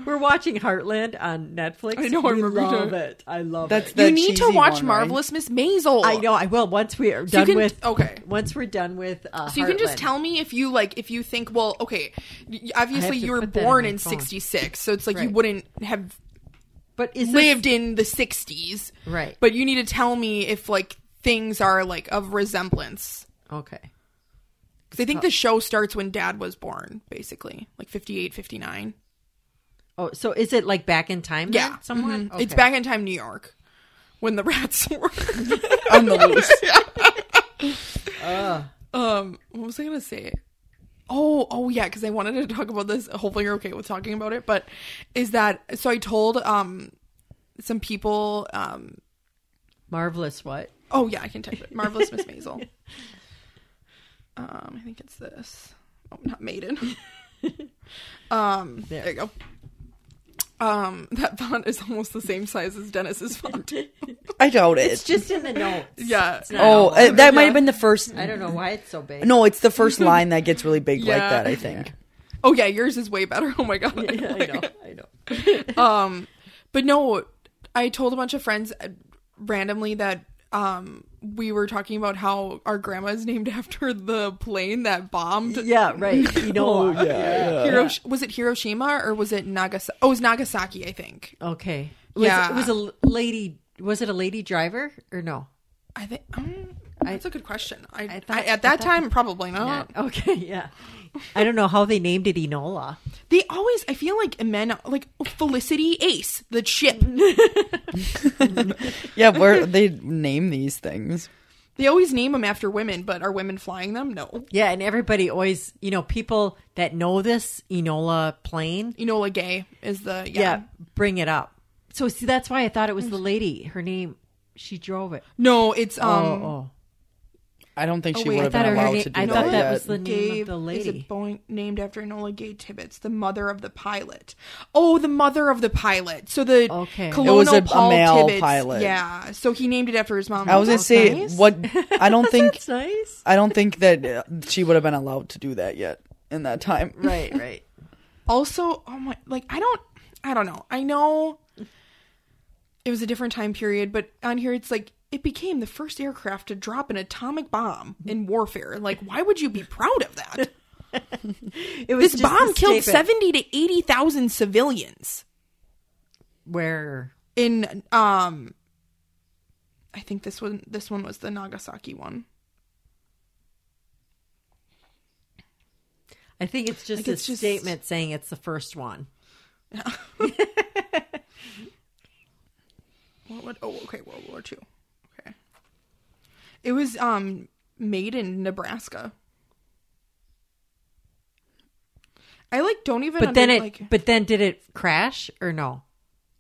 [SPEAKER 2] We're watching Heartland on Netflix.
[SPEAKER 1] I know, I
[SPEAKER 2] We
[SPEAKER 1] remember you
[SPEAKER 2] love
[SPEAKER 1] doing-
[SPEAKER 2] it. I love
[SPEAKER 3] That's
[SPEAKER 2] it.
[SPEAKER 3] the
[SPEAKER 1] you need to
[SPEAKER 3] cheesy
[SPEAKER 1] watch
[SPEAKER 3] one, right?
[SPEAKER 1] Marvelous Miss Maisel.
[SPEAKER 2] I know. I will once we are done
[SPEAKER 1] can-
[SPEAKER 2] with.
[SPEAKER 1] okay.
[SPEAKER 2] Once we're done with. Uh,
[SPEAKER 1] So you can just
[SPEAKER 2] Heartland.
[SPEAKER 1] tell me if you like if you think well okay y- obviously
[SPEAKER 2] to
[SPEAKER 1] you were
[SPEAKER 2] put that
[SPEAKER 1] born
[SPEAKER 2] in my
[SPEAKER 1] in
[SPEAKER 2] phone.
[SPEAKER 1] 66 so it's like you
[SPEAKER 2] Right.
[SPEAKER 1] wouldn't have
[SPEAKER 2] But is this-
[SPEAKER 1] lived in the 60s
[SPEAKER 2] Right.
[SPEAKER 1] but you need to tell me if like things are like of resemblance
[SPEAKER 2] okay?
[SPEAKER 1] because I think the show starts when dad was born basically like 58 59
[SPEAKER 2] Oh, so is it like back in time?
[SPEAKER 1] yeah
[SPEAKER 2] Then, somewhat.
[SPEAKER 1] Mhm. it's
[SPEAKER 2] Okay.
[SPEAKER 1] back in time New York when the rats were
[SPEAKER 3] on the loose.
[SPEAKER 1] um what was I gonna say oh oh yeah because I wanted to talk about this hopefully you're okay with talking about it but is that so I told um some people um
[SPEAKER 2] Marvelous. What?
[SPEAKER 1] Oh yeah, I can type it. Marvelous Miss Maisel. Um, I think it's this. Oh, not Maiden. um, there. you go. Um, that font is almost the same size as Dennis's font.
[SPEAKER 3] I doubt it.
[SPEAKER 2] It's just in the notes.
[SPEAKER 1] Yeah.
[SPEAKER 2] It's not
[SPEAKER 3] oh,
[SPEAKER 2] all over.
[SPEAKER 3] uh, that might have been the first.
[SPEAKER 2] I don't know why it's so big.
[SPEAKER 3] No, it's the first line that gets really big like
[SPEAKER 1] Yeah.
[SPEAKER 3] that. I think.
[SPEAKER 1] Oh yeah, yours is way better. Oh my god. I
[SPEAKER 2] Yeah,
[SPEAKER 1] don't
[SPEAKER 2] I
[SPEAKER 1] like
[SPEAKER 2] know.
[SPEAKER 1] it.
[SPEAKER 2] I know.
[SPEAKER 1] um but no i told a bunch of friends uh, randomly that um we were talking about how our grandma is named after the plane that bombed
[SPEAKER 2] Yeah, right. You
[SPEAKER 1] Oh,
[SPEAKER 2] know.
[SPEAKER 3] yeah.
[SPEAKER 1] Hirosh- was it hiroshima or was it nagasaki oh it was nagasaki i think
[SPEAKER 2] Okay. Was,
[SPEAKER 1] Yeah.
[SPEAKER 2] It was a l- lady. Was it a lady driver or no?
[SPEAKER 1] i think um,
[SPEAKER 2] I-
[SPEAKER 1] that's a good question i, I,
[SPEAKER 2] thought-
[SPEAKER 1] at
[SPEAKER 2] I
[SPEAKER 1] that
[SPEAKER 2] thought-
[SPEAKER 1] time probably not
[SPEAKER 2] Not- Okay. Yeah. I don't know how they named it Enola.
[SPEAKER 1] they always i feel like men like felicity ace the chip
[SPEAKER 3] Yeah, where they name these things.
[SPEAKER 1] they always name them after women but are women flying them no
[SPEAKER 2] Yeah, and everybody always, you know, people that know this Enola plane,
[SPEAKER 1] you know like gay is the yeah,
[SPEAKER 2] yeah, bring it up. So see, that's why I thought it was the lady. Her name, she drove it.
[SPEAKER 1] no it's um
[SPEAKER 2] oh, oh.
[SPEAKER 3] I don't think
[SPEAKER 1] Oh,
[SPEAKER 3] she
[SPEAKER 1] wait,
[SPEAKER 3] would
[SPEAKER 1] I
[SPEAKER 3] have
[SPEAKER 2] thought
[SPEAKER 3] been
[SPEAKER 2] her
[SPEAKER 3] allowed
[SPEAKER 2] name-
[SPEAKER 3] to do
[SPEAKER 2] I
[SPEAKER 3] that.
[SPEAKER 2] thought that
[SPEAKER 3] yet.
[SPEAKER 2] was the- name of the
[SPEAKER 1] Is
[SPEAKER 2] lady.
[SPEAKER 1] a Boeing named after Enola Gay Tibbets, the mother of the pilot. Oh, the mother of the pilot. So the
[SPEAKER 2] Okay. It
[SPEAKER 1] colonel
[SPEAKER 3] was a- a
[SPEAKER 1] Paul
[SPEAKER 3] male
[SPEAKER 1] Tibbets.
[SPEAKER 3] pilot.
[SPEAKER 1] Yeah. So he named it after his mom.
[SPEAKER 3] I was gonna
[SPEAKER 1] That's
[SPEAKER 3] say
[SPEAKER 1] nice.
[SPEAKER 3] what. I don't think.
[SPEAKER 2] That's nice.
[SPEAKER 3] I don't think that uh, she would have been allowed to do that yet in that time.
[SPEAKER 2] Right, right.
[SPEAKER 1] Also, oh my, like I don't, I don't know. I know it was a different time period, but on here it's like it became the first aircraft to drop an atomic bomb in warfare. Like, why would you be proud of that?
[SPEAKER 2] It was
[SPEAKER 1] This
[SPEAKER 2] just
[SPEAKER 1] bomb killed
[SPEAKER 2] statement
[SPEAKER 1] seventy to eighty thousand civilians.
[SPEAKER 2] Where?
[SPEAKER 1] in um I think this one this one was the Nagasaki one.
[SPEAKER 2] I think it's just
[SPEAKER 1] Like,
[SPEAKER 2] a
[SPEAKER 1] it's just-
[SPEAKER 2] statement saying it's the first one.
[SPEAKER 1] What, what oh okay, World War Two. Okay. It was um made in Nebraska. I like don't even
[SPEAKER 2] But then
[SPEAKER 1] under-
[SPEAKER 2] it.
[SPEAKER 1] like
[SPEAKER 2] But then did it crash or no?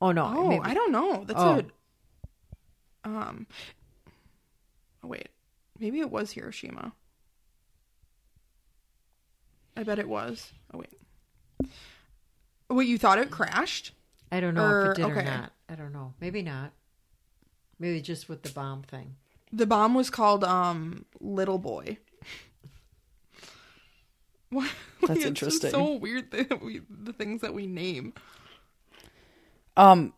[SPEAKER 2] Oh no.
[SPEAKER 1] Oh,
[SPEAKER 2] maybe-
[SPEAKER 1] I don't know. That's
[SPEAKER 2] Oh.
[SPEAKER 1] a um oh, wait. Maybe it was Hiroshima. I bet it was. Oh wait. Wait, you thought it crashed?
[SPEAKER 2] I don't know
[SPEAKER 1] Or-
[SPEAKER 2] if it did
[SPEAKER 1] er, okay.
[SPEAKER 2] or not. I don't know. Maybe not. Maybe just with the bomb thing.
[SPEAKER 1] The bomb was called um Little Boy. What?
[SPEAKER 3] That's
[SPEAKER 1] it's just
[SPEAKER 3] interesting.
[SPEAKER 1] so weird that we, the things that we name.
[SPEAKER 3] Um,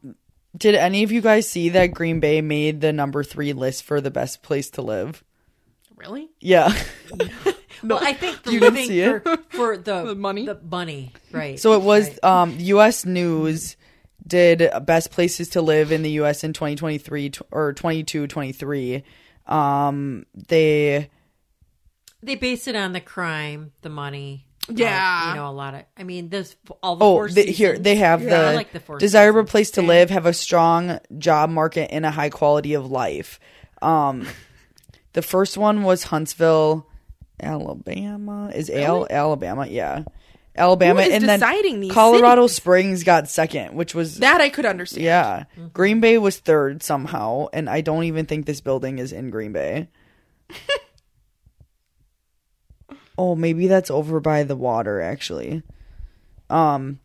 [SPEAKER 3] did any of you guys see that Green Bay made the number three list for the best place to live?
[SPEAKER 1] Really?
[SPEAKER 3] Yeah.
[SPEAKER 2] Well, I think the
[SPEAKER 3] You didn't
[SPEAKER 2] living
[SPEAKER 3] see it?
[SPEAKER 2] for, for the,
[SPEAKER 1] The money?
[SPEAKER 2] the money, right?
[SPEAKER 3] So it was
[SPEAKER 2] Right.
[SPEAKER 3] um, U.S. News did best places to live in the U.S. in 2023 tw- or 22, 23. Um, they
[SPEAKER 2] they based it on the crime, the money. uh,
[SPEAKER 1] Yeah.
[SPEAKER 2] you know a lot of. I mean, there's all the.
[SPEAKER 3] oh
[SPEAKER 2] four
[SPEAKER 3] the, here
[SPEAKER 2] seasons.
[SPEAKER 3] they have
[SPEAKER 2] Yeah, I
[SPEAKER 3] the,
[SPEAKER 2] like the four
[SPEAKER 3] desirable
[SPEAKER 2] seasons.
[SPEAKER 3] place to live, have a strong job market and a high quality of life. Um, the first one was Huntsville, Alabama. Is Al Alabama? Yeah, Alabama,
[SPEAKER 1] Who is
[SPEAKER 3] and then
[SPEAKER 1] deciding these
[SPEAKER 3] Colorado Springs got second, which was
[SPEAKER 1] That I could understand.
[SPEAKER 3] Yeah. Green Bay was third somehow, and I don't even think this building is in Green Bay. oh, maybe that's over by the water actually. Um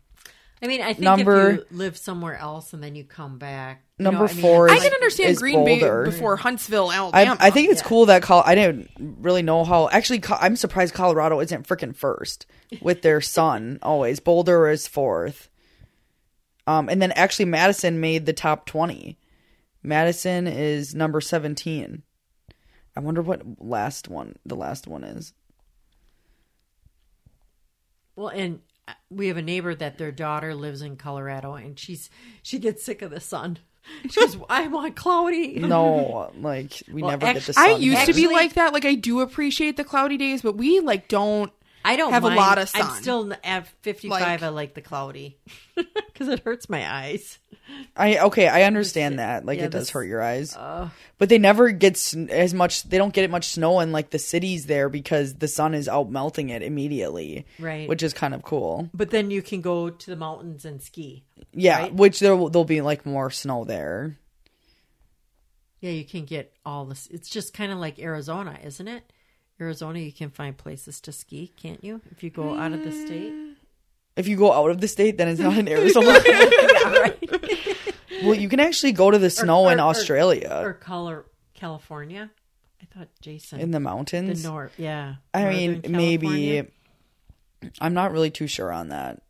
[SPEAKER 2] I mean, I think
[SPEAKER 3] Number-
[SPEAKER 2] if you live somewhere else and then you come back. you know,
[SPEAKER 3] number
[SPEAKER 2] I mean,
[SPEAKER 3] four
[SPEAKER 1] I
[SPEAKER 3] is-
[SPEAKER 1] can understand
[SPEAKER 3] is
[SPEAKER 1] Green
[SPEAKER 3] Boulder.
[SPEAKER 1] Bay before Huntsville, Alabama.
[SPEAKER 3] I, I think it's cool that Col- I didn't really know how. Actually, Co- I'm surprised Colorado isn't freaking first with their sun always. Boulder is fourth. Um, and then actually Madison made the top 20. Madison is number 17. I wonder what last one the last one is.
[SPEAKER 2] Well, and uh, we have a neighbor that their daughter lives in Colorado, and she's she gets sick of the sun. She goes, "I want cloudy."
[SPEAKER 3] No, like we
[SPEAKER 2] Well,
[SPEAKER 3] never get
[SPEAKER 2] actu-
[SPEAKER 3] the sun.
[SPEAKER 2] I
[SPEAKER 1] I used to be
[SPEAKER 2] Actually-
[SPEAKER 1] like that. Like I do appreciate the cloudy days, but we like don't.
[SPEAKER 2] I don't
[SPEAKER 1] Have a
[SPEAKER 2] mind.
[SPEAKER 1] lot of sun.
[SPEAKER 2] I'm still n- at 55.
[SPEAKER 1] Like-
[SPEAKER 2] I like the cloudy because it hurts my eyes.
[SPEAKER 3] I okay, I understand that. Like
[SPEAKER 2] yeah,
[SPEAKER 3] it does
[SPEAKER 2] this-
[SPEAKER 3] hurt your eyes, but they never get s- as much. They don't get it much snow in like the cities there because the sun is out melting it immediately,
[SPEAKER 2] Right.
[SPEAKER 3] Which is kind of cool.
[SPEAKER 2] But then you can go to the mountains and ski.
[SPEAKER 3] Yeah,
[SPEAKER 2] Right.
[SPEAKER 3] which there will- there'll be like more snow there.
[SPEAKER 2] Yeah, you can get all this. It's just kind of like Arizona, isn't it? Arizona, you can find places to ski, can't you? If you go out of the state.
[SPEAKER 3] Mm. If you go out of the state, then it's not in Arizona. well, you can actually go to the snow in
[SPEAKER 2] or- or-
[SPEAKER 3] Australia
[SPEAKER 2] or color California. I thought Jason
[SPEAKER 3] in the
[SPEAKER 2] the
[SPEAKER 3] mountains.
[SPEAKER 2] north. Yeah,
[SPEAKER 3] I mean,
[SPEAKER 2] Northern California.
[SPEAKER 3] maybe. I'm not really too sure on that.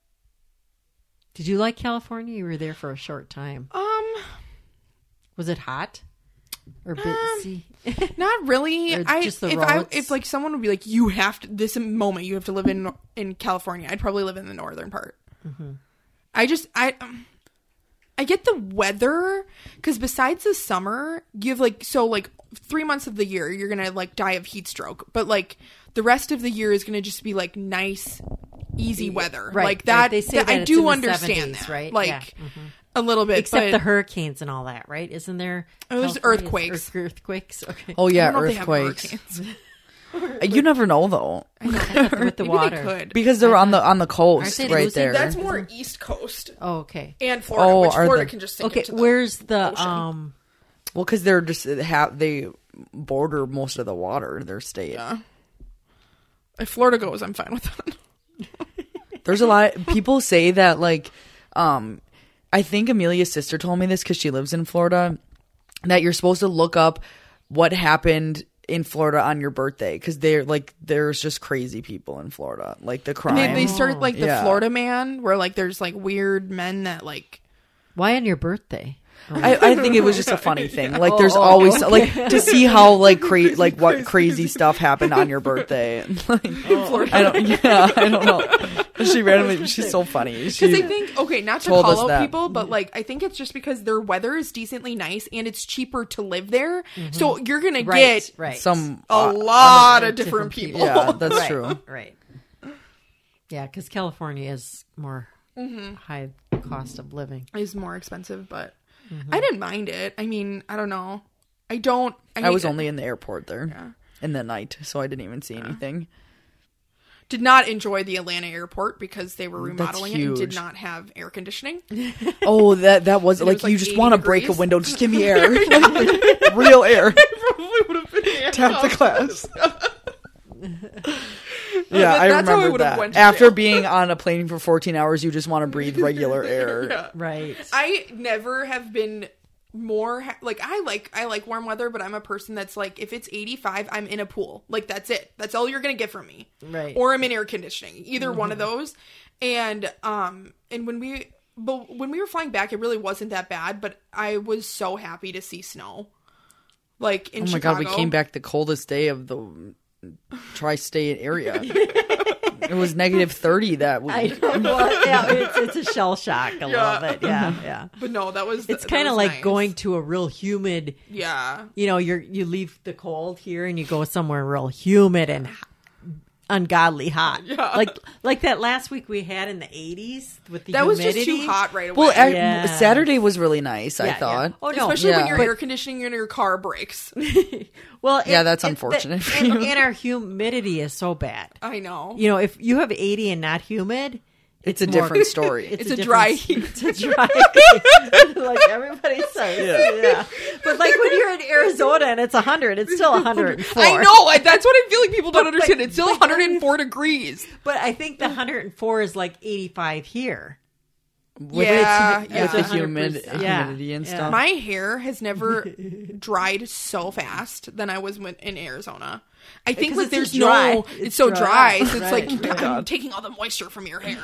[SPEAKER 2] Did you like California? You were there for a short time.
[SPEAKER 3] Oh.
[SPEAKER 1] Um,
[SPEAKER 2] Was it hot or
[SPEAKER 3] Um,
[SPEAKER 2] busy?
[SPEAKER 1] not really.
[SPEAKER 2] Or
[SPEAKER 1] I
[SPEAKER 2] just the
[SPEAKER 1] if I
[SPEAKER 2] roads?
[SPEAKER 1] if like someone would be like, you have to this moment, you have to live in in California. I'd probably live in the northern part.
[SPEAKER 2] Mm-hmm.
[SPEAKER 1] I just I. Um, I get the weather because besides the summer, you have like so like three months of the year you're gonna like die of heat stroke, but like the rest of the year is gonna just be like nice, easy weather.
[SPEAKER 2] right,
[SPEAKER 1] Like
[SPEAKER 2] right.
[SPEAKER 1] that.
[SPEAKER 2] They say
[SPEAKER 1] that-
[SPEAKER 2] that
[SPEAKER 1] I
[SPEAKER 2] it's in
[SPEAKER 1] do
[SPEAKER 2] the
[SPEAKER 1] understand
[SPEAKER 2] 70s,
[SPEAKER 1] that,
[SPEAKER 2] right?
[SPEAKER 1] Like
[SPEAKER 2] Yeah. Mm-hmm.
[SPEAKER 1] a little bit,
[SPEAKER 2] Except
[SPEAKER 1] but
[SPEAKER 2] the hurricanes and all that, right? Isn't there?
[SPEAKER 1] Oh, there's
[SPEAKER 2] California's
[SPEAKER 1] earthquakes.
[SPEAKER 2] earth- earthquakes. Okay.
[SPEAKER 3] Oh yeah,
[SPEAKER 1] I don't know if they have
[SPEAKER 3] earthquakes. Uh,
[SPEAKER 1] hurricanes.
[SPEAKER 3] You never know though.
[SPEAKER 2] with
[SPEAKER 1] Maybe
[SPEAKER 2] the water.
[SPEAKER 1] They could.
[SPEAKER 3] because they're on the on the coast
[SPEAKER 2] they
[SPEAKER 3] right
[SPEAKER 2] losing-
[SPEAKER 3] there.
[SPEAKER 1] That's more East Coast
[SPEAKER 2] Oh, okay.
[SPEAKER 1] and Florida,
[SPEAKER 3] Oh,
[SPEAKER 1] which
[SPEAKER 3] are
[SPEAKER 1] Florida
[SPEAKER 3] they?
[SPEAKER 1] can just sink
[SPEAKER 2] Okay.
[SPEAKER 1] into the-
[SPEAKER 2] Where's the
[SPEAKER 1] ocean.
[SPEAKER 2] um?
[SPEAKER 3] well, because they're just have they border most of the water their state.
[SPEAKER 1] if Florida goes, I'm fine with that.
[SPEAKER 3] There's a lot people say that like um I think Amelia's sister told me this cuz she lives in Florida that you're supposed to look up what happened in Florida on your birthday cuz they're like there's just crazy people in Florida like the crime.
[SPEAKER 1] They, they started like the
[SPEAKER 3] Yeah.
[SPEAKER 1] Florida man, where like there's like weird men that like.
[SPEAKER 2] Why on your birthday?
[SPEAKER 3] I, I think it was just a funny thing. Like,
[SPEAKER 1] Oh,
[SPEAKER 3] there's always like to see how like cra- like what crazy stuff happened on your birthday. Like,
[SPEAKER 1] Oh.
[SPEAKER 3] I don't. Yeah, I don't know. She randomly. She's so funny. She,
[SPEAKER 1] Because I think okay, not to
[SPEAKER 3] Told us
[SPEAKER 1] call out
[SPEAKER 3] that.
[SPEAKER 1] people, but like I think it's just because their weather is decently nice and it's cheaper to live there, so you're gonna
[SPEAKER 2] Right.
[SPEAKER 1] get
[SPEAKER 2] Right.
[SPEAKER 3] some.
[SPEAKER 1] a lot of different, people.
[SPEAKER 3] yeah, that's
[SPEAKER 2] right,
[SPEAKER 3] true.
[SPEAKER 2] Right. Yeah, because California is more
[SPEAKER 1] Mm-hmm.
[SPEAKER 2] high cost of living.
[SPEAKER 1] Is more expensive, but I didn't mind it. I mean, I don't know. I don't. I,
[SPEAKER 3] I
[SPEAKER 1] mean, uh,
[SPEAKER 3] was only in the airport there in the night, so I didn't even see anything.
[SPEAKER 1] did not enjoy the Atlanta airport because they were remodeling it and did
[SPEAKER 3] huge.
[SPEAKER 1] not have air conditioning.
[SPEAKER 3] Oh, that that was like,
[SPEAKER 1] was, like,
[SPEAKER 3] you just
[SPEAKER 1] 80
[SPEAKER 3] want to break a
[SPEAKER 1] degrees.
[SPEAKER 3] window. Just give me air, Like, real air.
[SPEAKER 1] probably would have been
[SPEAKER 3] Tap the glass. Yeah,
[SPEAKER 1] Oh, that-
[SPEAKER 3] I
[SPEAKER 1] that's how I
[SPEAKER 3] remember
[SPEAKER 1] would've
[SPEAKER 3] that.
[SPEAKER 1] went to
[SPEAKER 3] After
[SPEAKER 1] jail.
[SPEAKER 3] being on a plane for 14 hours, you just want to breathe regular air. Oh
[SPEAKER 2] Right.
[SPEAKER 1] I never have been more ha- like I like I like warm weather, but I'm a person that's like if it's 85, I'm in a pool. Like that's it. That's all you're gonna get from me.
[SPEAKER 2] Right.
[SPEAKER 1] Or I'm in air conditioning. Either one of
[SPEAKER 3] Mm-hmm.
[SPEAKER 1] those. And um and when we but when we were flying back, it really wasn't that bad. But I was so happy to see snow. Like in
[SPEAKER 3] Oh my
[SPEAKER 1] Chicago.
[SPEAKER 3] god, we came back the coldest day of the tri-state area. it was negative 30 that week.
[SPEAKER 2] I don't know. what- yeah, it's, it's a shell shock a
[SPEAKER 1] Yeah.
[SPEAKER 2] little bit. Yeah, yeah.
[SPEAKER 1] But no, that was
[SPEAKER 2] It's
[SPEAKER 1] that
[SPEAKER 2] kind of
[SPEAKER 1] was
[SPEAKER 2] like
[SPEAKER 1] nice.
[SPEAKER 2] going to a real humid.
[SPEAKER 1] Yeah.
[SPEAKER 2] You know, you're you leave the cold here and you go somewhere real humid and h- ungodly hot. Yeah. Like like that last week we had in the 80s with the
[SPEAKER 1] That was
[SPEAKER 2] humidity.
[SPEAKER 1] just too hot right away.
[SPEAKER 3] well, ac-
[SPEAKER 2] Yeah.
[SPEAKER 3] Saturday was really nice,
[SPEAKER 2] Yeah,
[SPEAKER 3] I
[SPEAKER 2] yeah.
[SPEAKER 3] thought.
[SPEAKER 2] Oh no,
[SPEAKER 1] Especially when
[SPEAKER 3] yeah.
[SPEAKER 1] your
[SPEAKER 3] But-
[SPEAKER 1] air conditioning in your car breaks.
[SPEAKER 2] Well,
[SPEAKER 3] Yeah,
[SPEAKER 2] and-
[SPEAKER 3] that's
[SPEAKER 2] and-
[SPEAKER 3] unfortunate for
[SPEAKER 2] and,
[SPEAKER 3] you.
[SPEAKER 2] and our humidity is so bad.
[SPEAKER 1] I know.
[SPEAKER 2] You know, if you have 80 and not humid,
[SPEAKER 3] It's a
[SPEAKER 2] more-
[SPEAKER 3] different story.
[SPEAKER 1] It's a dry
[SPEAKER 2] different- It's a dry like everybody says. Yeah. But like when you're in Arizona and it's 100, it's still 104.
[SPEAKER 1] I know. I, that's what I feel like people don't
[SPEAKER 2] But- but-
[SPEAKER 1] understand. it's still
[SPEAKER 2] but-
[SPEAKER 1] 104 degrees.
[SPEAKER 2] But I think the 104 is like 85 here.
[SPEAKER 3] With,
[SPEAKER 1] Yeah,
[SPEAKER 3] with
[SPEAKER 1] yeah.
[SPEAKER 3] the humid,
[SPEAKER 2] 100%. Yeah,
[SPEAKER 3] humidity and
[SPEAKER 2] yeah.
[SPEAKER 3] stuff.
[SPEAKER 1] My hair has never dried so fast than I was when, in Arizona. I think
[SPEAKER 2] Because
[SPEAKER 1] like
[SPEAKER 2] it's
[SPEAKER 1] there's
[SPEAKER 2] so dry.
[SPEAKER 1] no. It's,
[SPEAKER 2] It's
[SPEAKER 1] so dry.
[SPEAKER 2] dry.
[SPEAKER 1] so it's
[SPEAKER 2] Right,
[SPEAKER 1] like I'm taking all the moisture from your hair.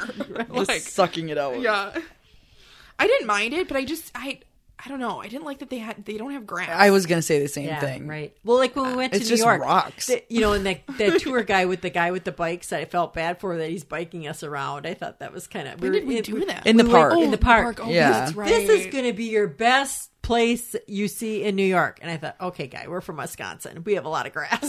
[SPEAKER 3] Just
[SPEAKER 1] like
[SPEAKER 3] sucking it out.
[SPEAKER 1] yeah. I didn't mind it, but I just I I don't know. I didn't like that they had they don't have grass.
[SPEAKER 3] I was gonna say the same
[SPEAKER 2] Yeah,
[SPEAKER 3] thing.
[SPEAKER 2] right. Well, like when we went to
[SPEAKER 3] It's
[SPEAKER 2] New
[SPEAKER 3] just
[SPEAKER 2] York,
[SPEAKER 3] rocks.
[SPEAKER 2] the- you know, and that that tour guy with the guy with the bikes, I felt bad for that he's biking us around. I thought that was kind of.
[SPEAKER 1] when did we do that?
[SPEAKER 3] In the park.
[SPEAKER 1] oh,
[SPEAKER 2] in the park.
[SPEAKER 1] Oh,
[SPEAKER 3] Yeah.
[SPEAKER 1] that's right.
[SPEAKER 2] This is going to be your best place you see in New York. And I thought, okay, guy, we're from Wisconsin. We have a lot of grass.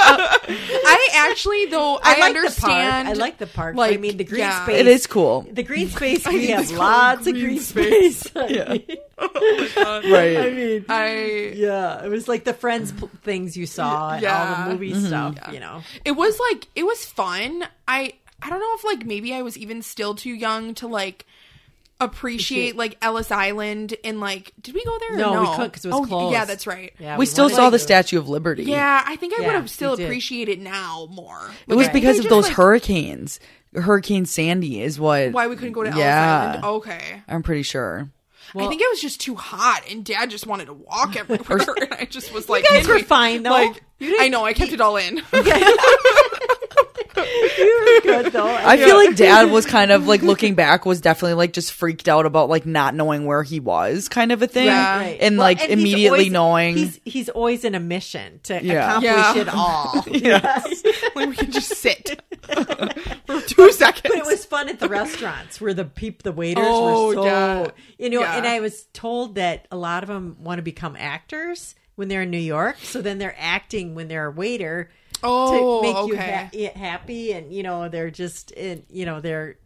[SPEAKER 1] I actually though I,
[SPEAKER 2] like the park.
[SPEAKER 1] understand.
[SPEAKER 2] I like the park. but I mean, the green
[SPEAKER 1] yeah.
[SPEAKER 2] space.
[SPEAKER 3] It is cool.
[SPEAKER 2] The green space. We
[SPEAKER 1] think
[SPEAKER 2] have
[SPEAKER 1] it's called
[SPEAKER 2] lots of
[SPEAKER 1] green
[SPEAKER 2] green
[SPEAKER 1] space.
[SPEAKER 2] space. yeah.
[SPEAKER 3] Right.
[SPEAKER 2] I mean,
[SPEAKER 1] I
[SPEAKER 2] yeah, it was like the Friends pl- things you saw and all
[SPEAKER 1] Yeah.
[SPEAKER 2] the
[SPEAKER 3] Mm-hmm.
[SPEAKER 2] movie stuff. You know,
[SPEAKER 1] it was like it was fun i i don't know if like maybe i was even still too young to like appreciate like ellis island and like did we go there or
[SPEAKER 2] No,
[SPEAKER 1] no
[SPEAKER 2] we couldn't 'cause it was
[SPEAKER 1] oh,
[SPEAKER 2] closed.
[SPEAKER 1] yeah that's right
[SPEAKER 2] yeah,
[SPEAKER 3] we still
[SPEAKER 2] wanted
[SPEAKER 3] saw
[SPEAKER 2] to
[SPEAKER 3] the
[SPEAKER 2] do-
[SPEAKER 3] Statue of Liberty.
[SPEAKER 1] yeah i think i
[SPEAKER 2] Yeah,
[SPEAKER 1] would have still
[SPEAKER 2] we did.
[SPEAKER 1] appreciated it now more
[SPEAKER 3] It
[SPEAKER 1] Like,
[SPEAKER 3] was
[SPEAKER 1] I think
[SPEAKER 3] because
[SPEAKER 1] I
[SPEAKER 3] of
[SPEAKER 1] just,
[SPEAKER 3] those
[SPEAKER 1] like,
[SPEAKER 3] hurricanes. Hurricane Sandy is what.
[SPEAKER 1] why we couldn't go to ellis island okay
[SPEAKER 3] I'm pretty sure.
[SPEAKER 1] I think it was just too hot, and Dad just wanted to walk everywhere, and I just was like,
[SPEAKER 2] guys
[SPEAKER 1] "Can
[SPEAKER 2] were
[SPEAKER 1] we-"
[SPEAKER 2] fine, though.
[SPEAKER 1] Like,
[SPEAKER 2] You didn't-
[SPEAKER 1] I know, I kept it all in.
[SPEAKER 2] You were good though.
[SPEAKER 3] I feel like dad was kind of like looking back was definitely like just freaked out about like not knowing where he was kind of a thing.
[SPEAKER 1] Yeah.
[SPEAKER 2] Right.
[SPEAKER 3] And
[SPEAKER 2] Well,
[SPEAKER 3] like
[SPEAKER 2] he's
[SPEAKER 3] immediately
[SPEAKER 2] always-
[SPEAKER 3] knowing
[SPEAKER 2] he's he's always in a mission to
[SPEAKER 3] Yeah.
[SPEAKER 2] accomplish
[SPEAKER 1] Yeah.
[SPEAKER 2] it all.
[SPEAKER 1] like we can just sit for two seconds.
[SPEAKER 2] But it was fun at the restaurants where the peep the waiters
[SPEAKER 1] Oh,
[SPEAKER 2] were so
[SPEAKER 1] yeah.
[SPEAKER 2] you know.
[SPEAKER 1] Yeah.
[SPEAKER 2] And I was told that a lot of them want to become actors when they're in New York, so then they're acting when they're a waiter
[SPEAKER 1] Oh,
[SPEAKER 2] to make you
[SPEAKER 1] okay.
[SPEAKER 2] ha- yeah, happy, and you know they're just in you know they're.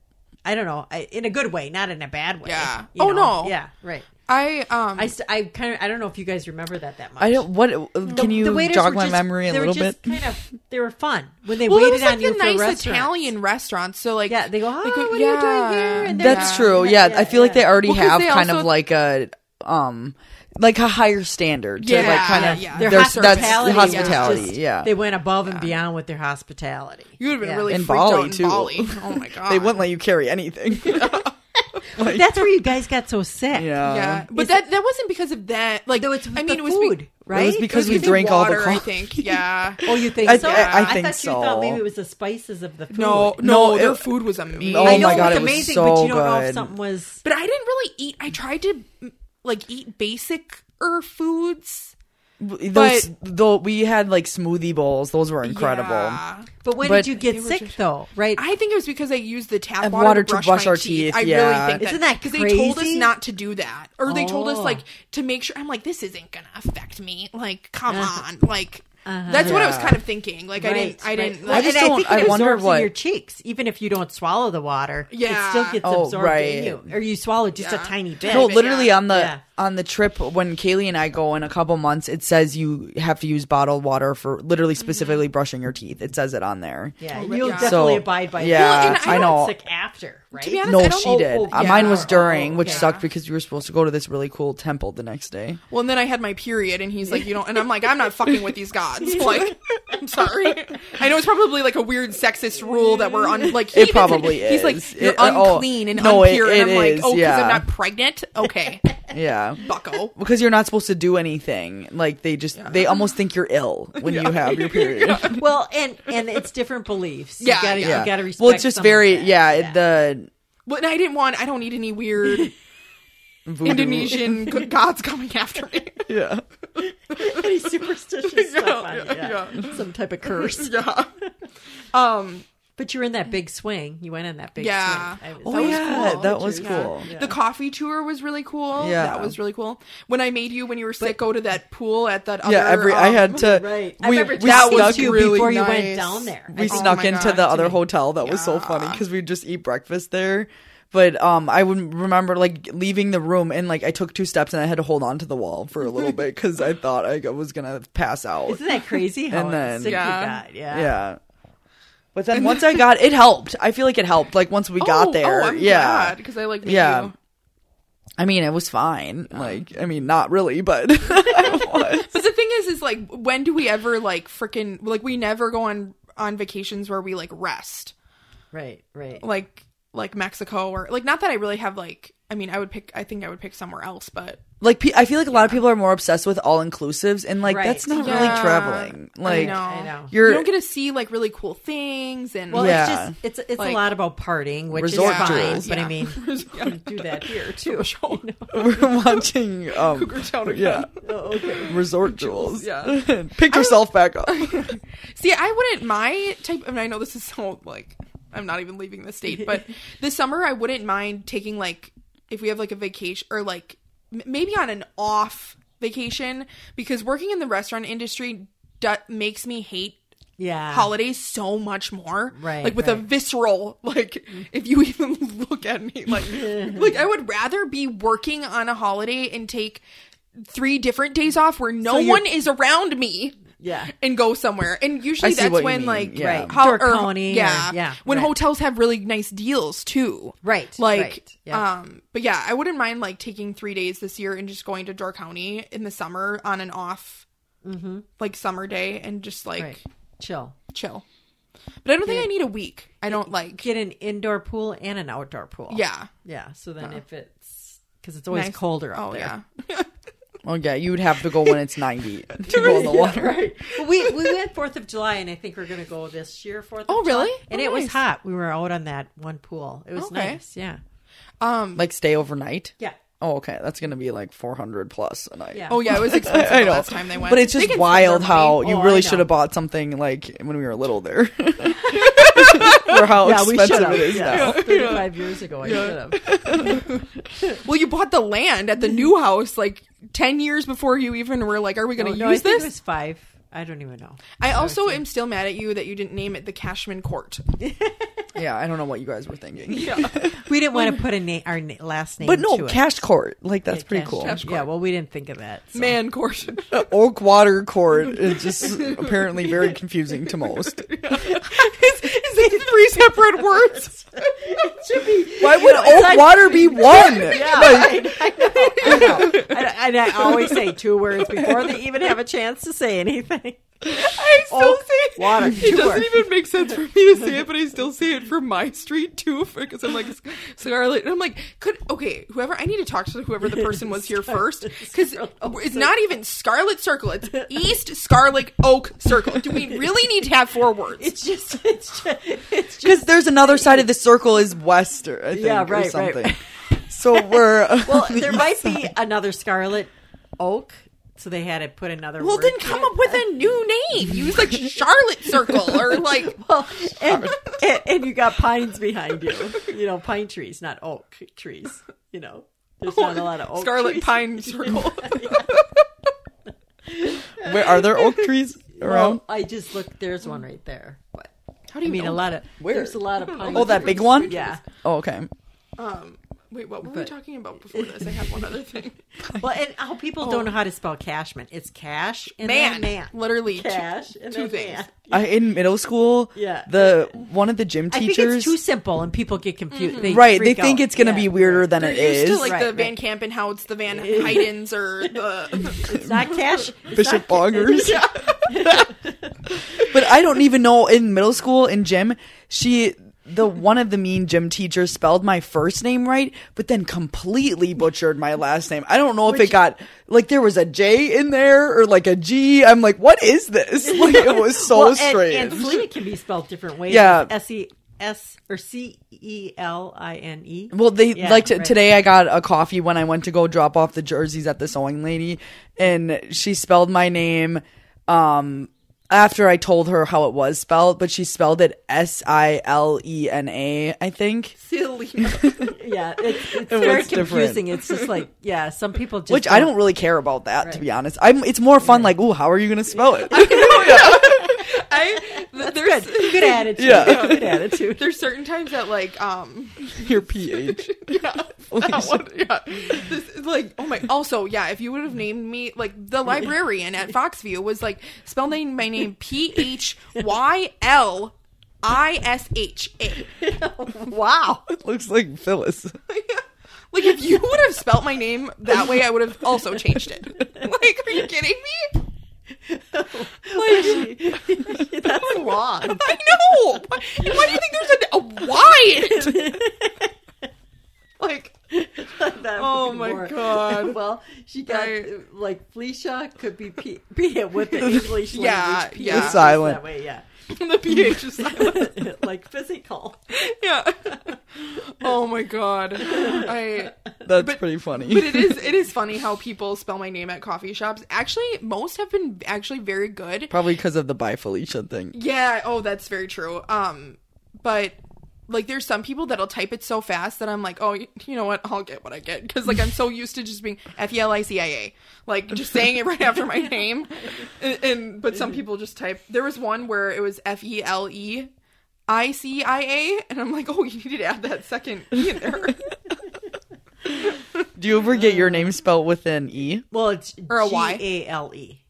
[SPEAKER 2] I don't know, I- in a good way, not in a bad way.
[SPEAKER 1] Yeah.
[SPEAKER 2] you
[SPEAKER 1] Oh,
[SPEAKER 2] know?
[SPEAKER 1] no.
[SPEAKER 2] Yeah, right.
[SPEAKER 1] I um
[SPEAKER 2] I, st- I kind of I don't know if you guys remember that that much.
[SPEAKER 3] I don't what uh, can you
[SPEAKER 2] waiters
[SPEAKER 3] jog
[SPEAKER 2] were
[SPEAKER 3] my
[SPEAKER 2] just-
[SPEAKER 3] memory a
[SPEAKER 2] they were
[SPEAKER 3] little
[SPEAKER 2] just
[SPEAKER 3] bit?
[SPEAKER 2] Kind of, they were fun when they
[SPEAKER 1] well, it
[SPEAKER 2] waited
[SPEAKER 1] was like
[SPEAKER 2] on you
[SPEAKER 1] the
[SPEAKER 2] for
[SPEAKER 1] nice
[SPEAKER 2] restaurants.
[SPEAKER 1] Italian restaurants. So like,
[SPEAKER 2] Yeah, they go. Oh,
[SPEAKER 1] like,
[SPEAKER 2] what are you
[SPEAKER 1] yeah.
[SPEAKER 2] doing here? And they're
[SPEAKER 3] That's
[SPEAKER 2] just-
[SPEAKER 3] true. Yeah, I feel like they already
[SPEAKER 1] Well, 'cause
[SPEAKER 3] have
[SPEAKER 1] they
[SPEAKER 3] kind of
[SPEAKER 1] also-
[SPEAKER 3] like a um like a higher standard to like
[SPEAKER 1] Yeah,
[SPEAKER 3] kind of
[SPEAKER 1] yeah.
[SPEAKER 2] Their
[SPEAKER 3] there's- that's
[SPEAKER 2] hospitality, was
[SPEAKER 3] hospitality,
[SPEAKER 2] just-
[SPEAKER 3] yeah.
[SPEAKER 2] they went above and beyond with their hospitality.
[SPEAKER 1] you would have been
[SPEAKER 2] Yeah.
[SPEAKER 1] really
[SPEAKER 3] In
[SPEAKER 1] freaked out
[SPEAKER 3] Bali,
[SPEAKER 1] in
[SPEAKER 3] too.
[SPEAKER 1] Bali. Oh my god,
[SPEAKER 3] they wouldn't let you carry anything.
[SPEAKER 2] But that's where you guys got so sick.
[SPEAKER 3] uh,
[SPEAKER 1] Yeah, but
[SPEAKER 2] Is
[SPEAKER 1] that that wasn't because of that. Like,
[SPEAKER 2] No, it's
[SPEAKER 1] I mean,
[SPEAKER 2] the
[SPEAKER 1] it was
[SPEAKER 2] food,
[SPEAKER 1] be-
[SPEAKER 2] right?
[SPEAKER 3] It was because we
[SPEAKER 1] be
[SPEAKER 3] drank all the
[SPEAKER 1] water, I
[SPEAKER 3] coffee.
[SPEAKER 1] think. Yeah.
[SPEAKER 2] Oh, you think
[SPEAKER 3] I-
[SPEAKER 2] so?
[SPEAKER 3] I- I think
[SPEAKER 2] thought You thought
[SPEAKER 3] so.
[SPEAKER 2] maybe it was the spices of the food.
[SPEAKER 1] No, no,
[SPEAKER 3] No,
[SPEAKER 1] their
[SPEAKER 3] it-
[SPEAKER 1] food was amazing.
[SPEAKER 3] Oh
[SPEAKER 2] I know
[SPEAKER 3] my
[SPEAKER 2] it
[SPEAKER 3] God,
[SPEAKER 2] was
[SPEAKER 3] it was
[SPEAKER 2] amazing,
[SPEAKER 3] so
[SPEAKER 2] but you don't know if
[SPEAKER 3] good.
[SPEAKER 2] something was.
[SPEAKER 1] But I didn't really eat. I tried to mm, like eat basic er foods.
[SPEAKER 3] those though we had like smoothie bowls, those were incredible.
[SPEAKER 1] Yeah.
[SPEAKER 2] But when
[SPEAKER 3] But
[SPEAKER 2] did you get
[SPEAKER 1] they were
[SPEAKER 2] sick
[SPEAKER 1] just-
[SPEAKER 2] though? Right?
[SPEAKER 1] I think it was because I used the tap
[SPEAKER 3] And
[SPEAKER 1] water,
[SPEAKER 3] water
[SPEAKER 1] to brush, my our teeth. I
[SPEAKER 3] yeah.
[SPEAKER 1] really think
[SPEAKER 2] Isn't that
[SPEAKER 1] because they told us
[SPEAKER 2] crazy?
[SPEAKER 1] not to do that, or they told us
[SPEAKER 2] Oh.
[SPEAKER 1] like to make sure. I'm like, this isn't gonna affect me. Like, come on, like that's what I was
[SPEAKER 3] Yeah.
[SPEAKER 1] kind of thinking. Like, I didn't, I
[SPEAKER 2] Uh-huh. right.
[SPEAKER 1] didn't.
[SPEAKER 2] Well,
[SPEAKER 1] Like,
[SPEAKER 3] I just
[SPEAKER 2] and
[SPEAKER 3] don't-
[SPEAKER 2] I, think
[SPEAKER 3] I
[SPEAKER 2] it
[SPEAKER 3] wonder
[SPEAKER 2] absorbs
[SPEAKER 3] what-
[SPEAKER 2] in your cheeks, even if you don't swallow the water. it
[SPEAKER 1] Yeah.
[SPEAKER 2] still gets
[SPEAKER 3] Oh,
[SPEAKER 2] absorbed in
[SPEAKER 3] right.
[SPEAKER 2] you, or you swallow just
[SPEAKER 1] Yeah.
[SPEAKER 2] a tiny bit.
[SPEAKER 3] No,
[SPEAKER 1] but
[SPEAKER 3] literally
[SPEAKER 1] yeah.
[SPEAKER 3] on the
[SPEAKER 2] Yeah.
[SPEAKER 3] on the trip when Kaylee and I go in a couple months, it says you have to use bottled water for literally specifically brushing your teeth. It says it on there.
[SPEAKER 2] Mm-hmm. yeah,
[SPEAKER 1] Oh,
[SPEAKER 2] you'll
[SPEAKER 1] yeah.
[SPEAKER 2] definitely
[SPEAKER 3] So,
[SPEAKER 2] abide by.
[SPEAKER 3] yeah,
[SPEAKER 2] Well, and
[SPEAKER 1] I
[SPEAKER 2] you
[SPEAKER 3] know.
[SPEAKER 2] got Sick after, right?
[SPEAKER 1] be honest, I
[SPEAKER 3] No,
[SPEAKER 1] don't-
[SPEAKER 3] she
[SPEAKER 1] oh,
[SPEAKER 3] did.
[SPEAKER 2] oh,
[SPEAKER 3] Uh,
[SPEAKER 2] yeah.
[SPEAKER 3] Mine was
[SPEAKER 2] Oh,
[SPEAKER 3] during, which
[SPEAKER 1] okay.
[SPEAKER 3] sucked because you were supposed to go to this really cool temple the next day.
[SPEAKER 1] well, and then I had my period, and he's like, you don't. And I'm like, I'm not fucking with these gods. Like, I'm sorry. I know it's probably like a weird sexist rule that we're on. Like, he
[SPEAKER 3] It
[SPEAKER 1] even-
[SPEAKER 3] probably
[SPEAKER 1] He's
[SPEAKER 3] is.
[SPEAKER 1] like, you're
[SPEAKER 3] It- oh,
[SPEAKER 1] unclean and
[SPEAKER 3] no, it-
[SPEAKER 1] unpure, and
[SPEAKER 3] it
[SPEAKER 1] I'm
[SPEAKER 3] is,
[SPEAKER 1] like, oh, because
[SPEAKER 3] yeah.
[SPEAKER 1] I'm not pregnant. Okay,
[SPEAKER 3] Yeah.
[SPEAKER 1] bucko.
[SPEAKER 3] Because you're not supposed to do anything. Like they just they almost think you're ill when you have your period.
[SPEAKER 2] Well, and and it's different beliefs.
[SPEAKER 1] Yeah,
[SPEAKER 2] you gotta,
[SPEAKER 1] yeah.
[SPEAKER 2] You gotta respect.
[SPEAKER 3] well, it's just
[SPEAKER 2] some of
[SPEAKER 3] very
[SPEAKER 2] that.
[SPEAKER 3] yeah, it the
[SPEAKER 1] Well, and I didn't want. I don't need any weird
[SPEAKER 3] voodoo.
[SPEAKER 1] Indonesian g- gods coming after me.
[SPEAKER 3] Yeah.
[SPEAKER 2] Pretty superstitious stuff on it,
[SPEAKER 1] yeah,
[SPEAKER 2] yeah. Some type of curse.
[SPEAKER 1] Yeah. Um.
[SPEAKER 2] But you're in that big swing. You went in that big
[SPEAKER 1] Yeah.
[SPEAKER 2] swing. I was-
[SPEAKER 3] Oh
[SPEAKER 1] That was
[SPEAKER 3] yeah,
[SPEAKER 1] cool.
[SPEAKER 3] that was
[SPEAKER 1] Yeah.
[SPEAKER 3] cool.
[SPEAKER 1] The coffee tour was really cool.
[SPEAKER 3] Yeah.
[SPEAKER 1] that was really cool. When I made you when you were sick, go to that pool at that.
[SPEAKER 3] Yeah,
[SPEAKER 1] other,
[SPEAKER 3] every I
[SPEAKER 1] um,
[SPEAKER 3] had to.
[SPEAKER 2] Right. I
[SPEAKER 3] We,
[SPEAKER 2] remember
[SPEAKER 3] we
[SPEAKER 2] texting
[SPEAKER 3] snuck
[SPEAKER 2] you
[SPEAKER 3] really
[SPEAKER 2] before you Oh
[SPEAKER 3] nice.
[SPEAKER 2] went down there.
[SPEAKER 3] We
[SPEAKER 2] I think.
[SPEAKER 3] snuck
[SPEAKER 1] my
[SPEAKER 3] into
[SPEAKER 1] God,
[SPEAKER 3] the
[SPEAKER 1] to
[SPEAKER 3] other
[SPEAKER 1] me.
[SPEAKER 3] hotel that was so funny because we would just eat breakfast there. But um, I would remember like leaving the room and like I took two steps and I had to hold on to the wall for a little bit because I thought I was gonna pass out.
[SPEAKER 2] Isn't that crazy? How
[SPEAKER 3] And then-
[SPEAKER 2] sick
[SPEAKER 1] Yeah.
[SPEAKER 2] you got? Yeah.
[SPEAKER 3] Yeah. But then once I got it helped. I feel like it helped. Like once we got
[SPEAKER 1] oh,
[SPEAKER 3] there,
[SPEAKER 1] Oh, I'm
[SPEAKER 3] yeah,
[SPEAKER 1] because I like made
[SPEAKER 3] yeah.
[SPEAKER 1] you.
[SPEAKER 3] I mean, it was fine. Like, I mean, not really, but it was.
[SPEAKER 1] But the thing is, is like, when do we ever like freaking like we never go on on vacations where we like rest
[SPEAKER 2] Right. Right.
[SPEAKER 1] like like Mexico or like not that I really have like I mean I would pick I think I would pick somewhere else but
[SPEAKER 3] like pe- I feel like a lot of people are more obsessed with all inclusives, and like
[SPEAKER 2] Right.
[SPEAKER 3] that's not
[SPEAKER 1] Yeah.
[SPEAKER 3] really traveling. Like
[SPEAKER 1] I know.
[SPEAKER 2] I know.
[SPEAKER 1] You're,
[SPEAKER 3] You're-
[SPEAKER 1] you do not get to see like really cool things and
[SPEAKER 2] Well,
[SPEAKER 1] like,
[SPEAKER 3] Yeah.
[SPEAKER 2] it's just it's it's
[SPEAKER 1] Like-
[SPEAKER 2] a lot about partying, which
[SPEAKER 3] Resort
[SPEAKER 2] is fine.
[SPEAKER 3] jewels.
[SPEAKER 2] But
[SPEAKER 1] Yeah.
[SPEAKER 2] I mean,
[SPEAKER 1] Yeah.
[SPEAKER 2] we do that here too.
[SPEAKER 3] we're watching um,
[SPEAKER 1] Cougar Town again.
[SPEAKER 3] yeah, Oh,
[SPEAKER 2] okay.
[SPEAKER 3] resort jewels.
[SPEAKER 1] yeah.
[SPEAKER 3] Pick yourself back up.
[SPEAKER 1] See, I wouldn't my type. I mean, I know this is so like I'm not even leaving the state, but this summer I wouldn't mind taking like if we have like a vacation or like m- maybe on an off vacation because working in the restaurant industry do- makes me hate
[SPEAKER 2] Yeah.
[SPEAKER 1] holidays so much more.
[SPEAKER 2] Right,
[SPEAKER 1] Like with a
[SPEAKER 2] right.
[SPEAKER 1] visceral like if you even look at me like like I would rather be working on a holiday and take three different days off where no
[SPEAKER 2] you're-
[SPEAKER 1] one is around me
[SPEAKER 2] Yeah.
[SPEAKER 1] and go somewhere. And
[SPEAKER 3] I
[SPEAKER 1] usually
[SPEAKER 3] see
[SPEAKER 1] that's
[SPEAKER 3] what you
[SPEAKER 1] when
[SPEAKER 3] mean,
[SPEAKER 1] like
[SPEAKER 3] yeah. Right.
[SPEAKER 1] how-
[SPEAKER 2] Door county or- yeah,
[SPEAKER 1] when
[SPEAKER 2] right.
[SPEAKER 1] hotels have really nice deals too.
[SPEAKER 2] Right,
[SPEAKER 1] Like
[SPEAKER 2] right, yeah.
[SPEAKER 1] um but yeah, I wouldn't mind like taking 3 days this year and just going to Door County in the summer on an off like summer day and just like
[SPEAKER 2] Mm-hmm. Right. Chill.
[SPEAKER 1] chill. But I don't think I need a week. I don't like
[SPEAKER 2] Get an indoor pool and an outdoor pool.
[SPEAKER 1] yeah.
[SPEAKER 2] Yeah. So then if it's because it's always
[SPEAKER 1] Nice.
[SPEAKER 2] colder out
[SPEAKER 1] Oh
[SPEAKER 2] there.
[SPEAKER 1] yeah.
[SPEAKER 3] Oh yeah, you would have to go when it's ninety to go in the water.
[SPEAKER 2] right. we we went Fourth of July, and I think we're going to go this year Fourth.
[SPEAKER 1] Oh,
[SPEAKER 2] of July.
[SPEAKER 1] really?
[SPEAKER 2] And
[SPEAKER 1] Oh,
[SPEAKER 2] it was
[SPEAKER 1] nice.
[SPEAKER 2] hot. We were out on that one pool. It was
[SPEAKER 1] Okay.
[SPEAKER 2] nice. Yeah.
[SPEAKER 1] Um
[SPEAKER 3] Like stay overnight.
[SPEAKER 2] Yeah.
[SPEAKER 3] Oh okay, that's gonna be like four hundred plus a night.
[SPEAKER 2] Yeah.
[SPEAKER 1] oh yeah, it was expensive
[SPEAKER 3] I
[SPEAKER 1] the
[SPEAKER 3] know.
[SPEAKER 1] last time they went.
[SPEAKER 3] But it's
[SPEAKER 1] They
[SPEAKER 3] just
[SPEAKER 1] can
[SPEAKER 3] wild
[SPEAKER 1] save their
[SPEAKER 3] how
[SPEAKER 1] money.
[SPEAKER 3] you
[SPEAKER 2] Oh, I
[SPEAKER 3] really should
[SPEAKER 2] know.
[SPEAKER 3] have bought something like when we were little there. For how expensive it is now.
[SPEAKER 2] Thirty-five years ago, I should have.
[SPEAKER 1] Well, you bought the land at the new house like 10 years before you even were like, are we going to
[SPEAKER 2] Oh, no, I
[SPEAKER 1] use
[SPEAKER 2] think
[SPEAKER 1] this?
[SPEAKER 2] it was five. I don't even know.
[SPEAKER 1] I also am still mad at you that you didn't name it the Cashman Court.
[SPEAKER 3] Yeah, I don't know what you guys were thinking.
[SPEAKER 2] We didn't want to put a name, our na- last name,
[SPEAKER 3] But no,
[SPEAKER 2] to it.
[SPEAKER 3] cash court. Like that's pretty
[SPEAKER 2] Cash-
[SPEAKER 3] cool.
[SPEAKER 1] Cash
[SPEAKER 2] Yeah, well, we didn't think of that. so.
[SPEAKER 1] Man Court.
[SPEAKER 3] Oak water court is just apparently very confusing to most.
[SPEAKER 1] is, is it three separate words?
[SPEAKER 2] it should be.
[SPEAKER 3] Why would oak
[SPEAKER 2] like-
[SPEAKER 3] water be one?
[SPEAKER 2] Yeah,
[SPEAKER 3] Like,
[SPEAKER 2] I know. And, I- and I always say two words before they even have a chance to say anything.
[SPEAKER 1] I still
[SPEAKER 2] Oak
[SPEAKER 1] say
[SPEAKER 2] Oh, water,
[SPEAKER 1] It doesn't
[SPEAKER 2] Court.
[SPEAKER 1] even make sense for me to say it, but I still say it for my street too because I'm like "Sc- Scarlet, and I'm like, could okay, whoever I need to talk to whoever the person was here first because it's not even Scarlet Circle, it's East Scarlet Oak Circle. Do we really need to have four words?
[SPEAKER 2] It's just, it's just, it's just.
[SPEAKER 3] Because there's another side of the circle is west, or, I think,
[SPEAKER 2] Yeah,
[SPEAKER 3] or
[SPEAKER 2] right, right,
[SPEAKER 3] something. So we're uh,
[SPEAKER 2] Well, there might be another Scarlet Oak, so they had to put another.
[SPEAKER 1] Well,
[SPEAKER 2] word
[SPEAKER 1] then
[SPEAKER 2] to
[SPEAKER 1] come
[SPEAKER 2] it.
[SPEAKER 1] up with a new name. Use like Charlotte Circle or like.
[SPEAKER 2] Well, and, and, and you got pines behind you. You know, pine trees, not oak trees. You know, there's not a lot of oak
[SPEAKER 1] Scarlet
[SPEAKER 2] trees.
[SPEAKER 1] Pine Circle.
[SPEAKER 3] Wait, are there oak trees around?
[SPEAKER 2] Well, I just looked. There's one right there. But
[SPEAKER 1] How do
[SPEAKER 2] I
[SPEAKER 1] you
[SPEAKER 2] mean,
[SPEAKER 1] know
[SPEAKER 2] a lot of
[SPEAKER 3] Where?
[SPEAKER 2] there's a lot of pine.
[SPEAKER 3] oh, that big one.
[SPEAKER 2] Yeah.
[SPEAKER 3] Oh, okay.
[SPEAKER 1] Um, wait, what were we
[SPEAKER 2] But-
[SPEAKER 1] talking about before this? I have one other thing.
[SPEAKER 2] Well, and how people don't know how to spell Cashman. It's cash and
[SPEAKER 1] Oh. Man,
[SPEAKER 2] then man.
[SPEAKER 1] literally two-
[SPEAKER 2] cash and
[SPEAKER 1] two
[SPEAKER 2] then
[SPEAKER 1] things.
[SPEAKER 2] man.
[SPEAKER 3] I, in middle school,
[SPEAKER 2] Yeah.
[SPEAKER 3] the one of the gym
[SPEAKER 2] I
[SPEAKER 3] teachers,
[SPEAKER 2] think it's too simple, and people get confused.
[SPEAKER 1] Mm-hmm.
[SPEAKER 2] They
[SPEAKER 3] right? They
[SPEAKER 2] freak
[SPEAKER 3] think
[SPEAKER 2] out.
[SPEAKER 3] it's gonna
[SPEAKER 2] Yeah.
[SPEAKER 3] be weirder than
[SPEAKER 1] They're
[SPEAKER 3] it
[SPEAKER 1] used
[SPEAKER 3] is.
[SPEAKER 1] to like
[SPEAKER 2] Right,
[SPEAKER 1] the Van
[SPEAKER 2] right.
[SPEAKER 1] Kampenhouts, the Van Hydens, or the
[SPEAKER 2] It's not cash. it's not-
[SPEAKER 3] Bishop Bongers. but I don't even know. In middle school, in gym, she. The one of the mean gym teachers spelled my first name right, but then completely butchered my last name. I don't know if it got like there was a J in there or like a G. I'm like, what is this? Like it was so
[SPEAKER 2] well,
[SPEAKER 3] strange.
[SPEAKER 2] And, and Selena can be spelled different ways.
[SPEAKER 3] Yeah.
[SPEAKER 2] S E S or C E L I N E.
[SPEAKER 3] Well, they
[SPEAKER 2] Yeah,
[SPEAKER 3] like t-
[SPEAKER 2] right.
[SPEAKER 3] today. I got a coffee when I went to go drop off the jerseys at the sewing lady, and she spelled my name. Um, after I told her how it was spelled, but she spelled it S I L E N A. I think,
[SPEAKER 1] silly.
[SPEAKER 2] Yeah, it's, it's very
[SPEAKER 3] was different.
[SPEAKER 2] confusing. It's just like yeah, some people just
[SPEAKER 3] which I don't really care about that to be honest. I'm. It's more fun. Like, ooh, how are you gonna spell it?
[SPEAKER 1] I th-
[SPEAKER 2] Good,
[SPEAKER 1] there's
[SPEAKER 2] good attitude.
[SPEAKER 3] Yeah.
[SPEAKER 2] good attitude.
[SPEAKER 1] there's certain times that like um
[SPEAKER 3] Your ph.
[SPEAKER 1] yeah, that one, yeah. This is like, oh my. Also, yeah, if you would have named me like the librarian at Foxview was like spell name my name P H Y L I S H A.
[SPEAKER 2] Wow.
[SPEAKER 3] Looks like Phyllis.
[SPEAKER 1] Like if you would have spelt my name that way, I would have also changed it. Like, are you kidding me?
[SPEAKER 2] That's wrong.
[SPEAKER 1] I know. Why, why do you think there's a, a Y in it?
[SPEAKER 2] that
[SPEAKER 1] Oh
[SPEAKER 2] was
[SPEAKER 1] my
[SPEAKER 2] more-
[SPEAKER 1] Oh God.
[SPEAKER 2] Well, She got
[SPEAKER 1] Right.
[SPEAKER 2] like Felicia could be P- be it with the English
[SPEAKER 1] Yeah,
[SPEAKER 2] language.
[SPEAKER 1] yeah.
[SPEAKER 2] PhD
[SPEAKER 3] Silent.
[SPEAKER 2] That way, yeah.
[SPEAKER 1] the pH is silent.
[SPEAKER 2] like physical.
[SPEAKER 1] yeah. oh my god. I
[SPEAKER 3] That's
[SPEAKER 1] But-
[SPEAKER 3] pretty funny.
[SPEAKER 1] but it is it is funny how people spell my name at coffee shops. Actually, most have been actually very good.
[SPEAKER 3] Probably because of the by Felicia thing.
[SPEAKER 1] Yeah, oh that's very true. Um but like there's some people that'll type it so fast that I'm like, "Oh, y- you know what? I'll get what I get" cuz like I'm so used to just being F E L I C I A. Like just saying it right after my name. And, and but some people just type There was one where it was F E L E I C I A and I'm like, "Oh, you need to add that second E in there."
[SPEAKER 3] Do you ever get your name spelled with an E?
[SPEAKER 2] Well, it's
[SPEAKER 1] Or a Y.
[SPEAKER 2] G-A-L-E. E.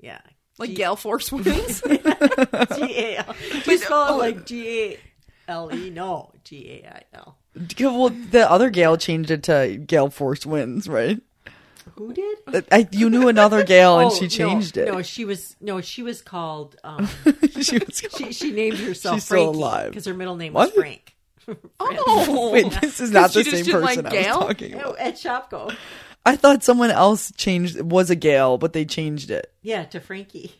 [SPEAKER 2] Yeah.
[SPEAKER 1] like gale force winds.
[SPEAKER 2] G-A-L. You spell
[SPEAKER 1] oh.
[SPEAKER 2] it E. like G-A-L-E? E. No, G-A-I-L.
[SPEAKER 3] Yeah, Well, the other Gail changed it to Gail Force Wins, right?
[SPEAKER 2] Who did?
[SPEAKER 3] I, you knew another Gail and
[SPEAKER 2] Oh,
[SPEAKER 3] Oh, she changed
[SPEAKER 2] no,
[SPEAKER 3] it.
[SPEAKER 2] No, she was no, she was called. Um,
[SPEAKER 3] she was
[SPEAKER 2] she she named herself
[SPEAKER 3] She's still
[SPEAKER 2] Frankie
[SPEAKER 3] alive.
[SPEAKER 2] because her middle name
[SPEAKER 3] What?
[SPEAKER 2] was Frank.
[SPEAKER 1] oh,
[SPEAKER 3] Wait, this is not
[SPEAKER 1] 'Cause she
[SPEAKER 3] the
[SPEAKER 1] just
[SPEAKER 3] same
[SPEAKER 1] didn't like
[SPEAKER 3] person I
[SPEAKER 1] Gail?
[SPEAKER 3] was talking
[SPEAKER 2] Oh,
[SPEAKER 3] about.
[SPEAKER 2] at Shopko.
[SPEAKER 3] I thought someone else changed was a Gail, but they changed it.
[SPEAKER 2] Yeah, to Frankie.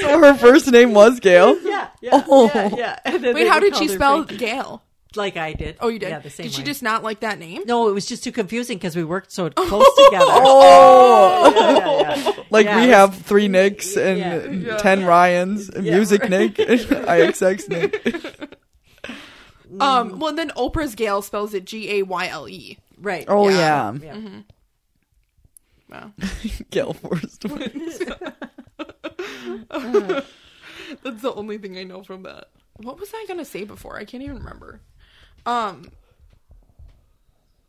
[SPEAKER 3] So her first name was Gail.
[SPEAKER 2] yeah, yeah,
[SPEAKER 3] Oh.
[SPEAKER 2] yeah, yeah. And then
[SPEAKER 1] Wait,
[SPEAKER 2] they
[SPEAKER 1] how
[SPEAKER 2] would
[SPEAKER 1] did
[SPEAKER 2] call
[SPEAKER 1] she
[SPEAKER 2] her
[SPEAKER 1] spell
[SPEAKER 2] Frankie,
[SPEAKER 1] Gail?
[SPEAKER 2] like I did?
[SPEAKER 1] Oh, you did.
[SPEAKER 2] Yeah, the same
[SPEAKER 1] did she
[SPEAKER 2] way.
[SPEAKER 1] just not like that name?
[SPEAKER 2] No, it was just too confusing because we worked so close together.
[SPEAKER 3] Oh,
[SPEAKER 2] Yeah, yeah, yeah.
[SPEAKER 3] like
[SPEAKER 2] Yeah,
[SPEAKER 3] we
[SPEAKER 2] it was-
[SPEAKER 3] have three Nicks and
[SPEAKER 2] Yeah.
[SPEAKER 3] ten Ryans, and
[SPEAKER 2] Yeah,
[SPEAKER 3] Music
[SPEAKER 2] right.
[SPEAKER 3] Nick, and IXX Nick.
[SPEAKER 1] Um, well, then Oprah's Gail spells it G A Y L E.
[SPEAKER 2] Right.
[SPEAKER 3] Oh yeah,
[SPEAKER 1] Yeah.
[SPEAKER 2] yeah.
[SPEAKER 1] Wow,
[SPEAKER 3] Gail Forrest. Wins.
[SPEAKER 1] that's the only thing I know from that. What was I gonna say before? I can't even remember. Um,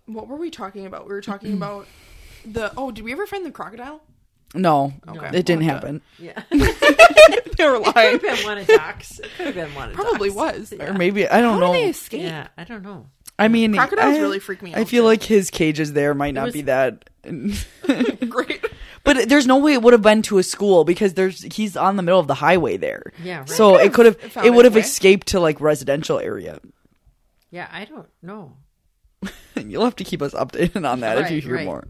[SPEAKER 1] what were we talking about? We were talking about the. Oh, did we ever find the crocodile?
[SPEAKER 3] No,
[SPEAKER 1] Okay.
[SPEAKER 3] it didn't
[SPEAKER 1] Okay.
[SPEAKER 3] happen.
[SPEAKER 2] yeah.
[SPEAKER 1] They were lying.
[SPEAKER 2] Could have been one of Doc's. It Could have been one of
[SPEAKER 1] Probably
[SPEAKER 2] Doc's.
[SPEAKER 1] was.
[SPEAKER 3] Or maybe I don't
[SPEAKER 1] How
[SPEAKER 3] know.
[SPEAKER 1] do they escape?
[SPEAKER 2] Yeah, I don't know.
[SPEAKER 3] I mean,
[SPEAKER 1] Crocodiles
[SPEAKER 3] I-
[SPEAKER 1] really freak me
[SPEAKER 3] I
[SPEAKER 1] out,
[SPEAKER 3] feel
[SPEAKER 1] too.
[SPEAKER 3] like his cages there might not
[SPEAKER 2] was-
[SPEAKER 3] be that.
[SPEAKER 1] Great.
[SPEAKER 3] But there's no way it would have been to a school because there's he's on the middle of the highway there.
[SPEAKER 2] Yeah, right.
[SPEAKER 3] So it could have
[SPEAKER 1] found
[SPEAKER 3] it would
[SPEAKER 1] its
[SPEAKER 3] have
[SPEAKER 1] way.
[SPEAKER 3] escaped to like residential area.
[SPEAKER 2] Yeah, I don't know.
[SPEAKER 3] You'll have to keep us updated on that if you
[SPEAKER 2] Right,
[SPEAKER 3] hear
[SPEAKER 2] right.
[SPEAKER 3] more.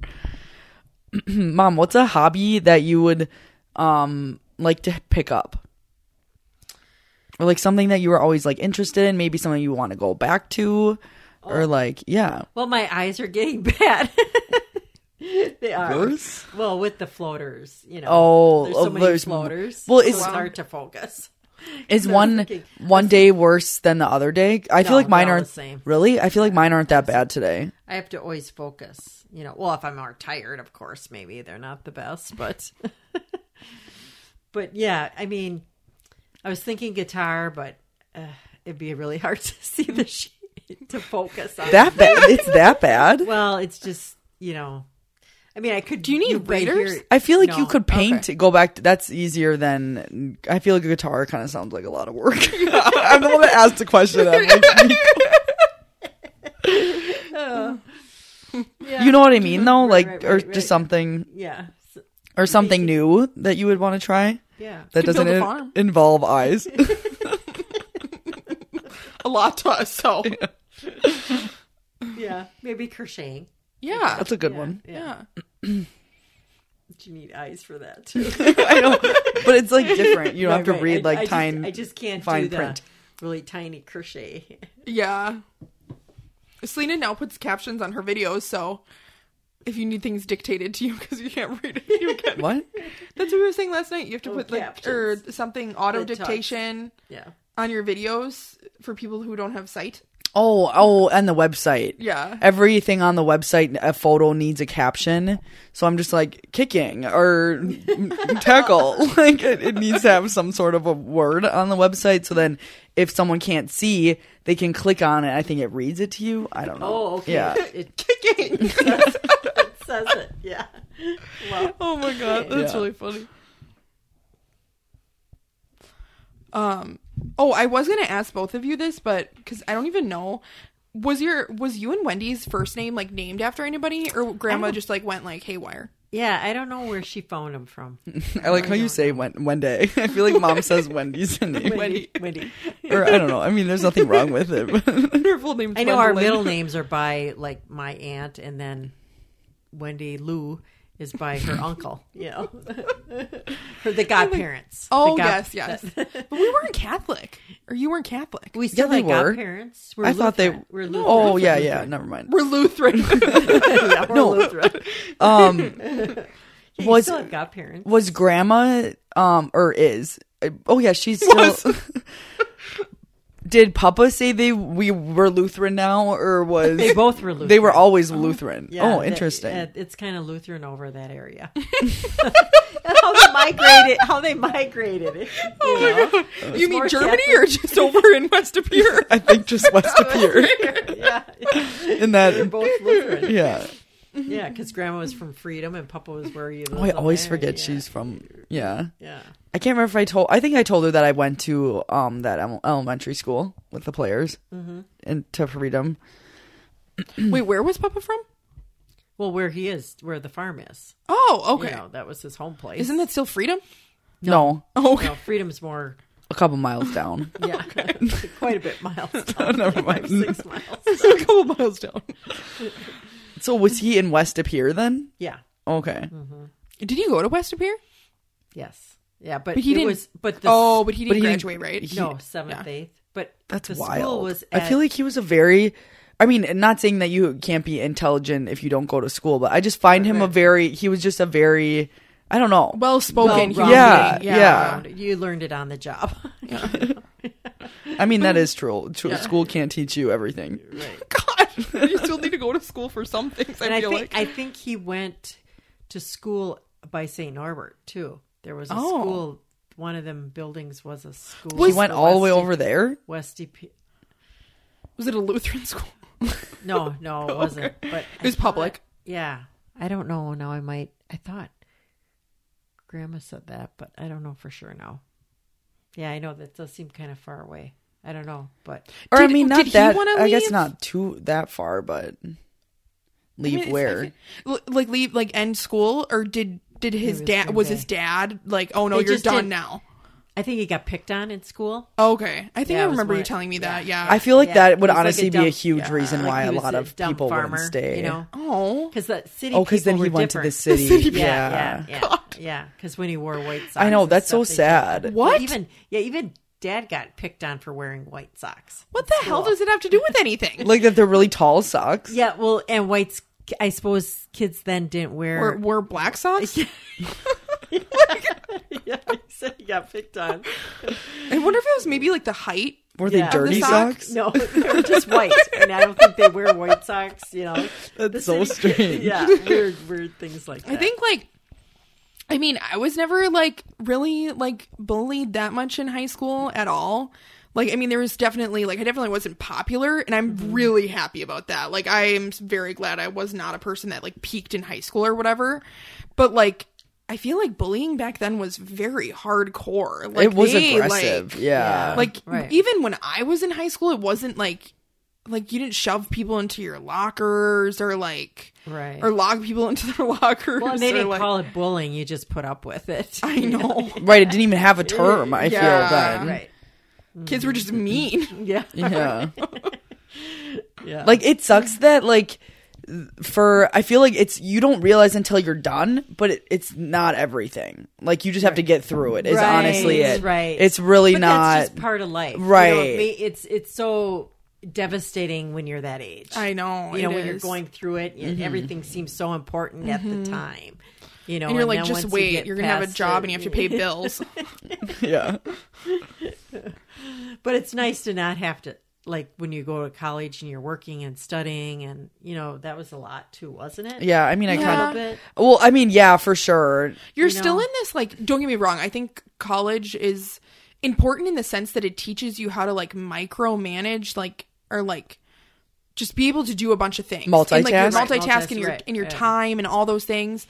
[SPEAKER 3] Mom, what's a hobby that you would um like to pick up? Or like something that you were always like interested in, maybe something you want to go back to or like yeah.
[SPEAKER 2] Well, my eyes are getting bad. they are.
[SPEAKER 3] Yours?
[SPEAKER 2] Well, with the floaters, you know.
[SPEAKER 3] Oh,
[SPEAKER 2] there's
[SPEAKER 3] oh,
[SPEAKER 2] so many
[SPEAKER 3] there's m-
[SPEAKER 2] floaters.
[SPEAKER 3] well,
[SPEAKER 2] Well,
[SPEAKER 3] it's-
[SPEAKER 2] it's, hard to focus.
[SPEAKER 3] Is
[SPEAKER 2] No,
[SPEAKER 3] one
[SPEAKER 2] freaking-
[SPEAKER 3] one day worse than the other day? I feel
[SPEAKER 2] No,
[SPEAKER 3] like mine
[SPEAKER 2] they're all
[SPEAKER 3] aren't
[SPEAKER 2] the same.
[SPEAKER 3] really. I feel like mine aren't that bad today.
[SPEAKER 2] I have to always focus. You know, well, if I'm more tired, of course, maybe they're not the best, but but yeah, I mean, I was thinking guitar, but uh, it'd be really hard to see the sheet to focus on.
[SPEAKER 3] That bad? it's that bad?
[SPEAKER 2] well, it's just you know, I mean, I could. Do
[SPEAKER 1] you need readers?
[SPEAKER 3] I feel like you
[SPEAKER 2] No.
[SPEAKER 3] could paint. Go back. To, that's easier than. I feel like a guitar kind of sounds like a lot of work. I'm the one that asked the question. I'm like, you know what I mean, though. Like,
[SPEAKER 2] Oh. right,
[SPEAKER 3] or
[SPEAKER 2] right, right.
[SPEAKER 3] just something,
[SPEAKER 2] Yeah. So-
[SPEAKER 3] or something new that you would want to try
[SPEAKER 2] yeah.
[SPEAKER 3] that
[SPEAKER 1] Could
[SPEAKER 3] doesn't
[SPEAKER 1] build a
[SPEAKER 3] in-
[SPEAKER 1] farm.
[SPEAKER 3] involve eyes.
[SPEAKER 1] A lot to us. So
[SPEAKER 2] Yeah. Maybe crocheting.
[SPEAKER 1] yeah,
[SPEAKER 3] that's a good one.
[SPEAKER 1] yeah.
[SPEAKER 2] But You need eyes for that too.
[SPEAKER 3] I know, but it's like different. You don't have to
[SPEAKER 2] Right,
[SPEAKER 3] read
[SPEAKER 2] I-
[SPEAKER 3] like
[SPEAKER 2] I just-
[SPEAKER 3] time.
[SPEAKER 2] I just can't
[SPEAKER 3] fine
[SPEAKER 2] do the
[SPEAKER 3] print.
[SPEAKER 2] really tiny crochet.
[SPEAKER 1] Yeah. Selena now puts captions on her videos, so if you need things dictated to you because you can't read it, you can.
[SPEAKER 3] what?
[SPEAKER 1] That's what we were saying last night. You have to
[SPEAKER 2] Oh,
[SPEAKER 1] put like
[SPEAKER 2] captions.
[SPEAKER 1] or something auto
[SPEAKER 2] The text.
[SPEAKER 1] dictation
[SPEAKER 2] Yeah.
[SPEAKER 1] on your videos for people who don't have sight.
[SPEAKER 3] Oh, oh, and the website.
[SPEAKER 1] Yeah.
[SPEAKER 3] Everything on the website, a photo needs a caption. So I'm just like kicking or tackle. like it, it needs to have some sort of a word on the website. So then if someone can't see, they can click on it. I think it reads it to you. I don't know.
[SPEAKER 2] Oh, okay.
[SPEAKER 3] Yeah.
[SPEAKER 2] It,
[SPEAKER 1] Kicking.
[SPEAKER 2] it says it. Yeah. Well,
[SPEAKER 1] oh my god, that's
[SPEAKER 3] Yeah.
[SPEAKER 1] really funny. Um. Oh, I was gonna ask both of you this, but because I don't even know. Was your was you and Wendy's first name like named after anybody, or grandma just like went like haywire?
[SPEAKER 2] Yeah, I don't know where she phoned him from.
[SPEAKER 3] I like how you say Wen- Wendy. I feel like mom says Wendy's in name.
[SPEAKER 2] Wendy. Wendy.
[SPEAKER 3] Or I don't know. I mean, there's nothing wrong with it. but-
[SPEAKER 1] Her full name's
[SPEAKER 2] I know our
[SPEAKER 1] Gwendolyn.
[SPEAKER 2] middle names are by like my aunt, and then Wendy Lou is by her uncle. You know, Her- the godparents.
[SPEAKER 1] Oh
[SPEAKER 2] the god-
[SPEAKER 1] yes, yes. but we weren't Catholic, or you weren't Catholic.
[SPEAKER 2] We still
[SPEAKER 3] Yeah, they
[SPEAKER 2] had
[SPEAKER 3] were.
[SPEAKER 2] godparents. We're
[SPEAKER 3] I thought they.
[SPEAKER 2] Lutheran. We're Lutheran.
[SPEAKER 3] Oh yeah, yeah. Never mind.
[SPEAKER 1] We're Lutheran.
[SPEAKER 2] yeah, we're
[SPEAKER 3] No.
[SPEAKER 2] Lutheran.
[SPEAKER 3] Um,
[SPEAKER 2] Yeah, you
[SPEAKER 3] Was-
[SPEAKER 2] still have godparents.
[SPEAKER 3] was grandma? Um, or is? I- Oh yeah, she's still. Did Papa say they we were Lutheran now, or was
[SPEAKER 2] They both were Lutheran.
[SPEAKER 3] they were always Lutheran?
[SPEAKER 2] Yeah,
[SPEAKER 3] oh,
[SPEAKER 2] that-
[SPEAKER 3] interesting.
[SPEAKER 2] uh, it's kind of Lutheran over that area. how they migrated? How they migrated? It, you
[SPEAKER 3] Oh
[SPEAKER 2] know?
[SPEAKER 1] you mean
[SPEAKER 2] more
[SPEAKER 1] Germany or just over in West of Pierre?
[SPEAKER 3] I think just West of Pierre
[SPEAKER 2] Yeah,
[SPEAKER 3] in
[SPEAKER 2] they're
[SPEAKER 3] that.
[SPEAKER 2] both Lutheran.
[SPEAKER 3] Yeah.
[SPEAKER 2] Yeah, because Grandma was from Freedom and Papa was where you.
[SPEAKER 3] Oh, I always forget she's from. Yeah.
[SPEAKER 2] Yeah,
[SPEAKER 3] I can't remember if I told. I think I told her that I went to um that ele- elementary school with the players and to freedom.
[SPEAKER 1] Wait, where was Papa from?
[SPEAKER 2] well, where he is, where the farm is.
[SPEAKER 1] Oh,
[SPEAKER 2] You
[SPEAKER 1] okay.
[SPEAKER 2] know, that was his home place.
[SPEAKER 1] Isn't that still freedom?
[SPEAKER 3] No,
[SPEAKER 1] Oh,
[SPEAKER 2] No, Freedom's more.
[SPEAKER 3] a couple miles down.
[SPEAKER 2] Yeah, quite a bit miles.
[SPEAKER 3] Never mind.
[SPEAKER 2] six miles.
[SPEAKER 1] a couple miles down.
[SPEAKER 3] So was he in West up here then?
[SPEAKER 2] Yeah.
[SPEAKER 3] Okay,
[SPEAKER 2] Mm-hmm.
[SPEAKER 1] Did you go to West of Pierre?
[SPEAKER 2] Yes. Yeah, but,
[SPEAKER 1] But he
[SPEAKER 2] it
[SPEAKER 1] didn't-
[SPEAKER 2] was. But the,
[SPEAKER 1] Oh, but he
[SPEAKER 3] But
[SPEAKER 1] didn't
[SPEAKER 3] he didn't-
[SPEAKER 1] graduate, right?
[SPEAKER 2] no seventh eighth. But
[SPEAKER 3] that's
[SPEAKER 2] the
[SPEAKER 3] wild.
[SPEAKER 2] School was
[SPEAKER 3] I feel
[SPEAKER 2] at-
[SPEAKER 3] like he was a very. I mean, not saying that you can't be intelligent if you don't go to school, but I just find him a very. He was just a very. I don't know.
[SPEAKER 1] Well spoken.
[SPEAKER 2] Well-rounded.
[SPEAKER 3] Yeah,
[SPEAKER 1] yeah.
[SPEAKER 3] yeah.
[SPEAKER 2] You learned it on the job.
[SPEAKER 3] I mean, that is true. Tru- School can't teach you everything.
[SPEAKER 1] God, you still need to go to school for some things. I
[SPEAKER 2] and I
[SPEAKER 1] feel
[SPEAKER 2] think
[SPEAKER 1] like
[SPEAKER 2] I think he went to school by St. Norbert too. There was a
[SPEAKER 1] Oh.
[SPEAKER 2] school. One of them buildings was a school.
[SPEAKER 3] he went all the way over there.
[SPEAKER 2] West E DP.
[SPEAKER 1] was it a Lutheran school?
[SPEAKER 2] No, no, it wasn't. But
[SPEAKER 1] It was public.
[SPEAKER 2] yeah, I don't know. Now I might. I thought Grandma said that, but I don't know for sure now. Yeah, I know that does seem kind of far away. I don't know, but
[SPEAKER 3] Or I
[SPEAKER 1] Did-
[SPEAKER 3] mean, not
[SPEAKER 1] did he
[SPEAKER 3] that.
[SPEAKER 1] wanna
[SPEAKER 3] I guess
[SPEAKER 1] leave?
[SPEAKER 3] not too that far, but
[SPEAKER 1] I
[SPEAKER 3] leave
[SPEAKER 1] mean, it's-
[SPEAKER 3] where?
[SPEAKER 1] L- like leave like end school or did did his
[SPEAKER 2] was
[SPEAKER 1] dad
[SPEAKER 2] Green
[SPEAKER 1] was
[SPEAKER 2] Bay.
[SPEAKER 1] his dad like oh no
[SPEAKER 2] They
[SPEAKER 1] you're
[SPEAKER 2] just
[SPEAKER 1] done
[SPEAKER 2] didn't-
[SPEAKER 1] now
[SPEAKER 2] I think he got picked on in school.
[SPEAKER 1] okay I think
[SPEAKER 2] Yeah, it
[SPEAKER 1] I
[SPEAKER 2] was
[SPEAKER 1] remember
[SPEAKER 2] one
[SPEAKER 1] you
[SPEAKER 2] of-
[SPEAKER 1] telling me that yeah,
[SPEAKER 3] I feel like
[SPEAKER 2] Yeah,
[SPEAKER 3] that
[SPEAKER 2] he
[SPEAKER 3] would
[SPEAKER 2] was like
[SPEAKER 3] honestly
[SPEAKER 2] a
[SPEAKER 3] be a
[SPEAKER 2] dumb-
[SPEAKER 3] huge reason
[SPEAKER 2] Like,
[SPEAKER 3] why
[SPEAKER 2] he
[SPEAKER 3] a
[SPEAKER 2] was
[SPEAKER 3] lot of
[SPEAKER 2] dumb
[SPEAKER 3] people
[SPEAKER 2] farmer,
[SPEAKER 3] wouldn't stay.
[SPEAKER 2] You know,
[SPEAKER 1] oh
[SPEAKER 2] because the city.
[SPEAKER 3] Oh, because then
[SPEAKER 2] people
[SPEAKER 3] he
[SPEAKER 2] were
[SPEAKER 3] went
[SPEAKER 2] different.
[SPEAKER 3] to the city.
[SPEAKER 2] yeah,
[SPEAKER 3] yeah.
[SPEAKER 2] yeah, yeah,
[SPEAKER 1] God.
[SPEAKER 2] yeah. Because when he wore white socks,
[SPEAKER 3] I know
[SPEAKER 2] and
[SPEAKER 3] that's so
[SPEAKER 2] stuff, they kept-
[SPEAKER 3] sad.
[SPEAKER 1] What?
[SPEAKER 2] Yeah, even yeah, even Dad got picked on for wearing white socks.
[SPEAKER 1] what the hell does it have to do with anything
[SPEAKER 3] Like that, they're really tall socks.
[SPEAKER 2] Yeah, well, and whites. I suppose kids then didn't wear.
[SPEAKER 1] were, were black socks
[SPEAKER 2] yeah, he said he got picked on.
[SPEAKER 1] I wonder if it was maybe like the height
[SPEAKER 3] Were they
[SPEAKER 2] Yeah.
[SPEAKER 3] dirty
[SPEAKER 1] The sock?
[SPEAKER 3] socks?
[SPEAKER 2] No, they were just white, and I don't think they wear white socks. You know,
[SPEAKER 3] That's so strange.
[SPEAKER 2] yeah, weird, weird things like that.
[SPEAKER 1] I think like I mean, I was never like really like bullied that much in high school at all. Like I mean, there was definitely like I definitely wasn't popular and I'm
[SPEAKER 3] Mm-hmm.
[SPEAKER 1] really happy about that. Like I am very glad I was not a person that like peaked in high school or whatever. But like I feel like bullying back then was very hardcore. Like
[SPEAKER 3] it was
[SPEAKER 1] they,
[SPEAKER 3] aggressive.
[SPEAKER 1] Like,
[SPEAKER 3] yeah.
[SPEAKER 1] like
[SPEAKER 2] Right.
[SPEAKER 1] even when I was in high school, it wasn't like like you didn't shove people into your lockers or like
[SPEAKER 2] Right.
[SPEAKER 1] or log people into their lockers.
[SPEAKER 2] Well, and they
[SPEAKER 1] or,
[SPEAKER 2] didn't
[SPEAKER 1] like,
[SPEAKER 2] call it bullying. You just put up with it.
[SPEAKER 1] I know
[SPEAKER 3] right. It didn't even have a term. I
[SPEAKER 1] Yeah.
[SPEAKER 3] feel then.
[SPEAKER 2] Right.
[SPEAKER 1] kids were just mean.
[SPEAKER 2] Yeah.
[SPEAKER 3] Yeah.
[SPEAKER 2] Yeah.
[SPEAKER 3] Like it sucks that like for I feel like it's you don't realize until you're done, but it, it's not everything. Like you just have to get through it. Is
[SPEAKER 2] Right,
[SPEAKER 3] honestly it.
[SPEAKER 2] right.
[SPEAKER 3] It's really
[SPEAKER 2] but
[SPEAKER 3] not.
[SPEAKER 2] that's just part of life. You know,
[SPEAKER 3] Right.
[SPEAKER 2] ma- it's it's so devastating when you're that age.
[SPEAKER 1] I know,
[SPEAKER 2] You know,
[SPEAKER 1] it
[SPEAKER 2] when you're
[SPEAKER 1] is. Mm-hmm.
[SPEAKER 2] going through it, and everything seems so important at the
[SPEAKER 3] Mm-hmm.
[SPEAKER 2] time. You know,
[SPEAKER 1] And you're like,
[SPEAKER 2] then
[SPEAKER 1] just
[SPEAKER 2] once you
[SPEAKER 1] wait,
[SPEAKER 2] get
[SPEAKER 1] you're gonna have a
[SPEAKER 2] past
[SPEAKER 1] job
[SPEAKER 2] it-
[SPEAKER 1] and you have to pay bills.
[SPEAKER 3] yeah.
[SPEAKER 2] But it's nice to not have to like when you go to college and you're working and studying, and you know that was a lot too, wasn't it?
[SPEAKER 3] Yeah. I mean, I
[SPEAKER 2] a
[SPEAKER 1] Yeah.
[SPEAKER 2] little
[SPEAKER 3] kind
[SPEAKER 2] bit.
[SPEAKER 3] of. Well, I mean, yeah, for sure.
[SPEAKER 1] You're
[SPEAKER 2] know?
[SPEAKER 1] still in this like don't get me wrong, I think college is important in the sense that it teaches you how to like micromanage like or like just be able to do a bunch of things. And, like,
[SPEAKER 3] Multitask.
[SPEAKER 1] you're
[SPEAKER 3] Right,
[SPEAKER 1] multitasking
[SPEAKER 2] multitask,
[SPEAKER 1] your
[SPEAKER 2] right,
[SPEAKER 1] in your
[SPEAKER 2] yeah.
[SPEAKER 1] time and all those things.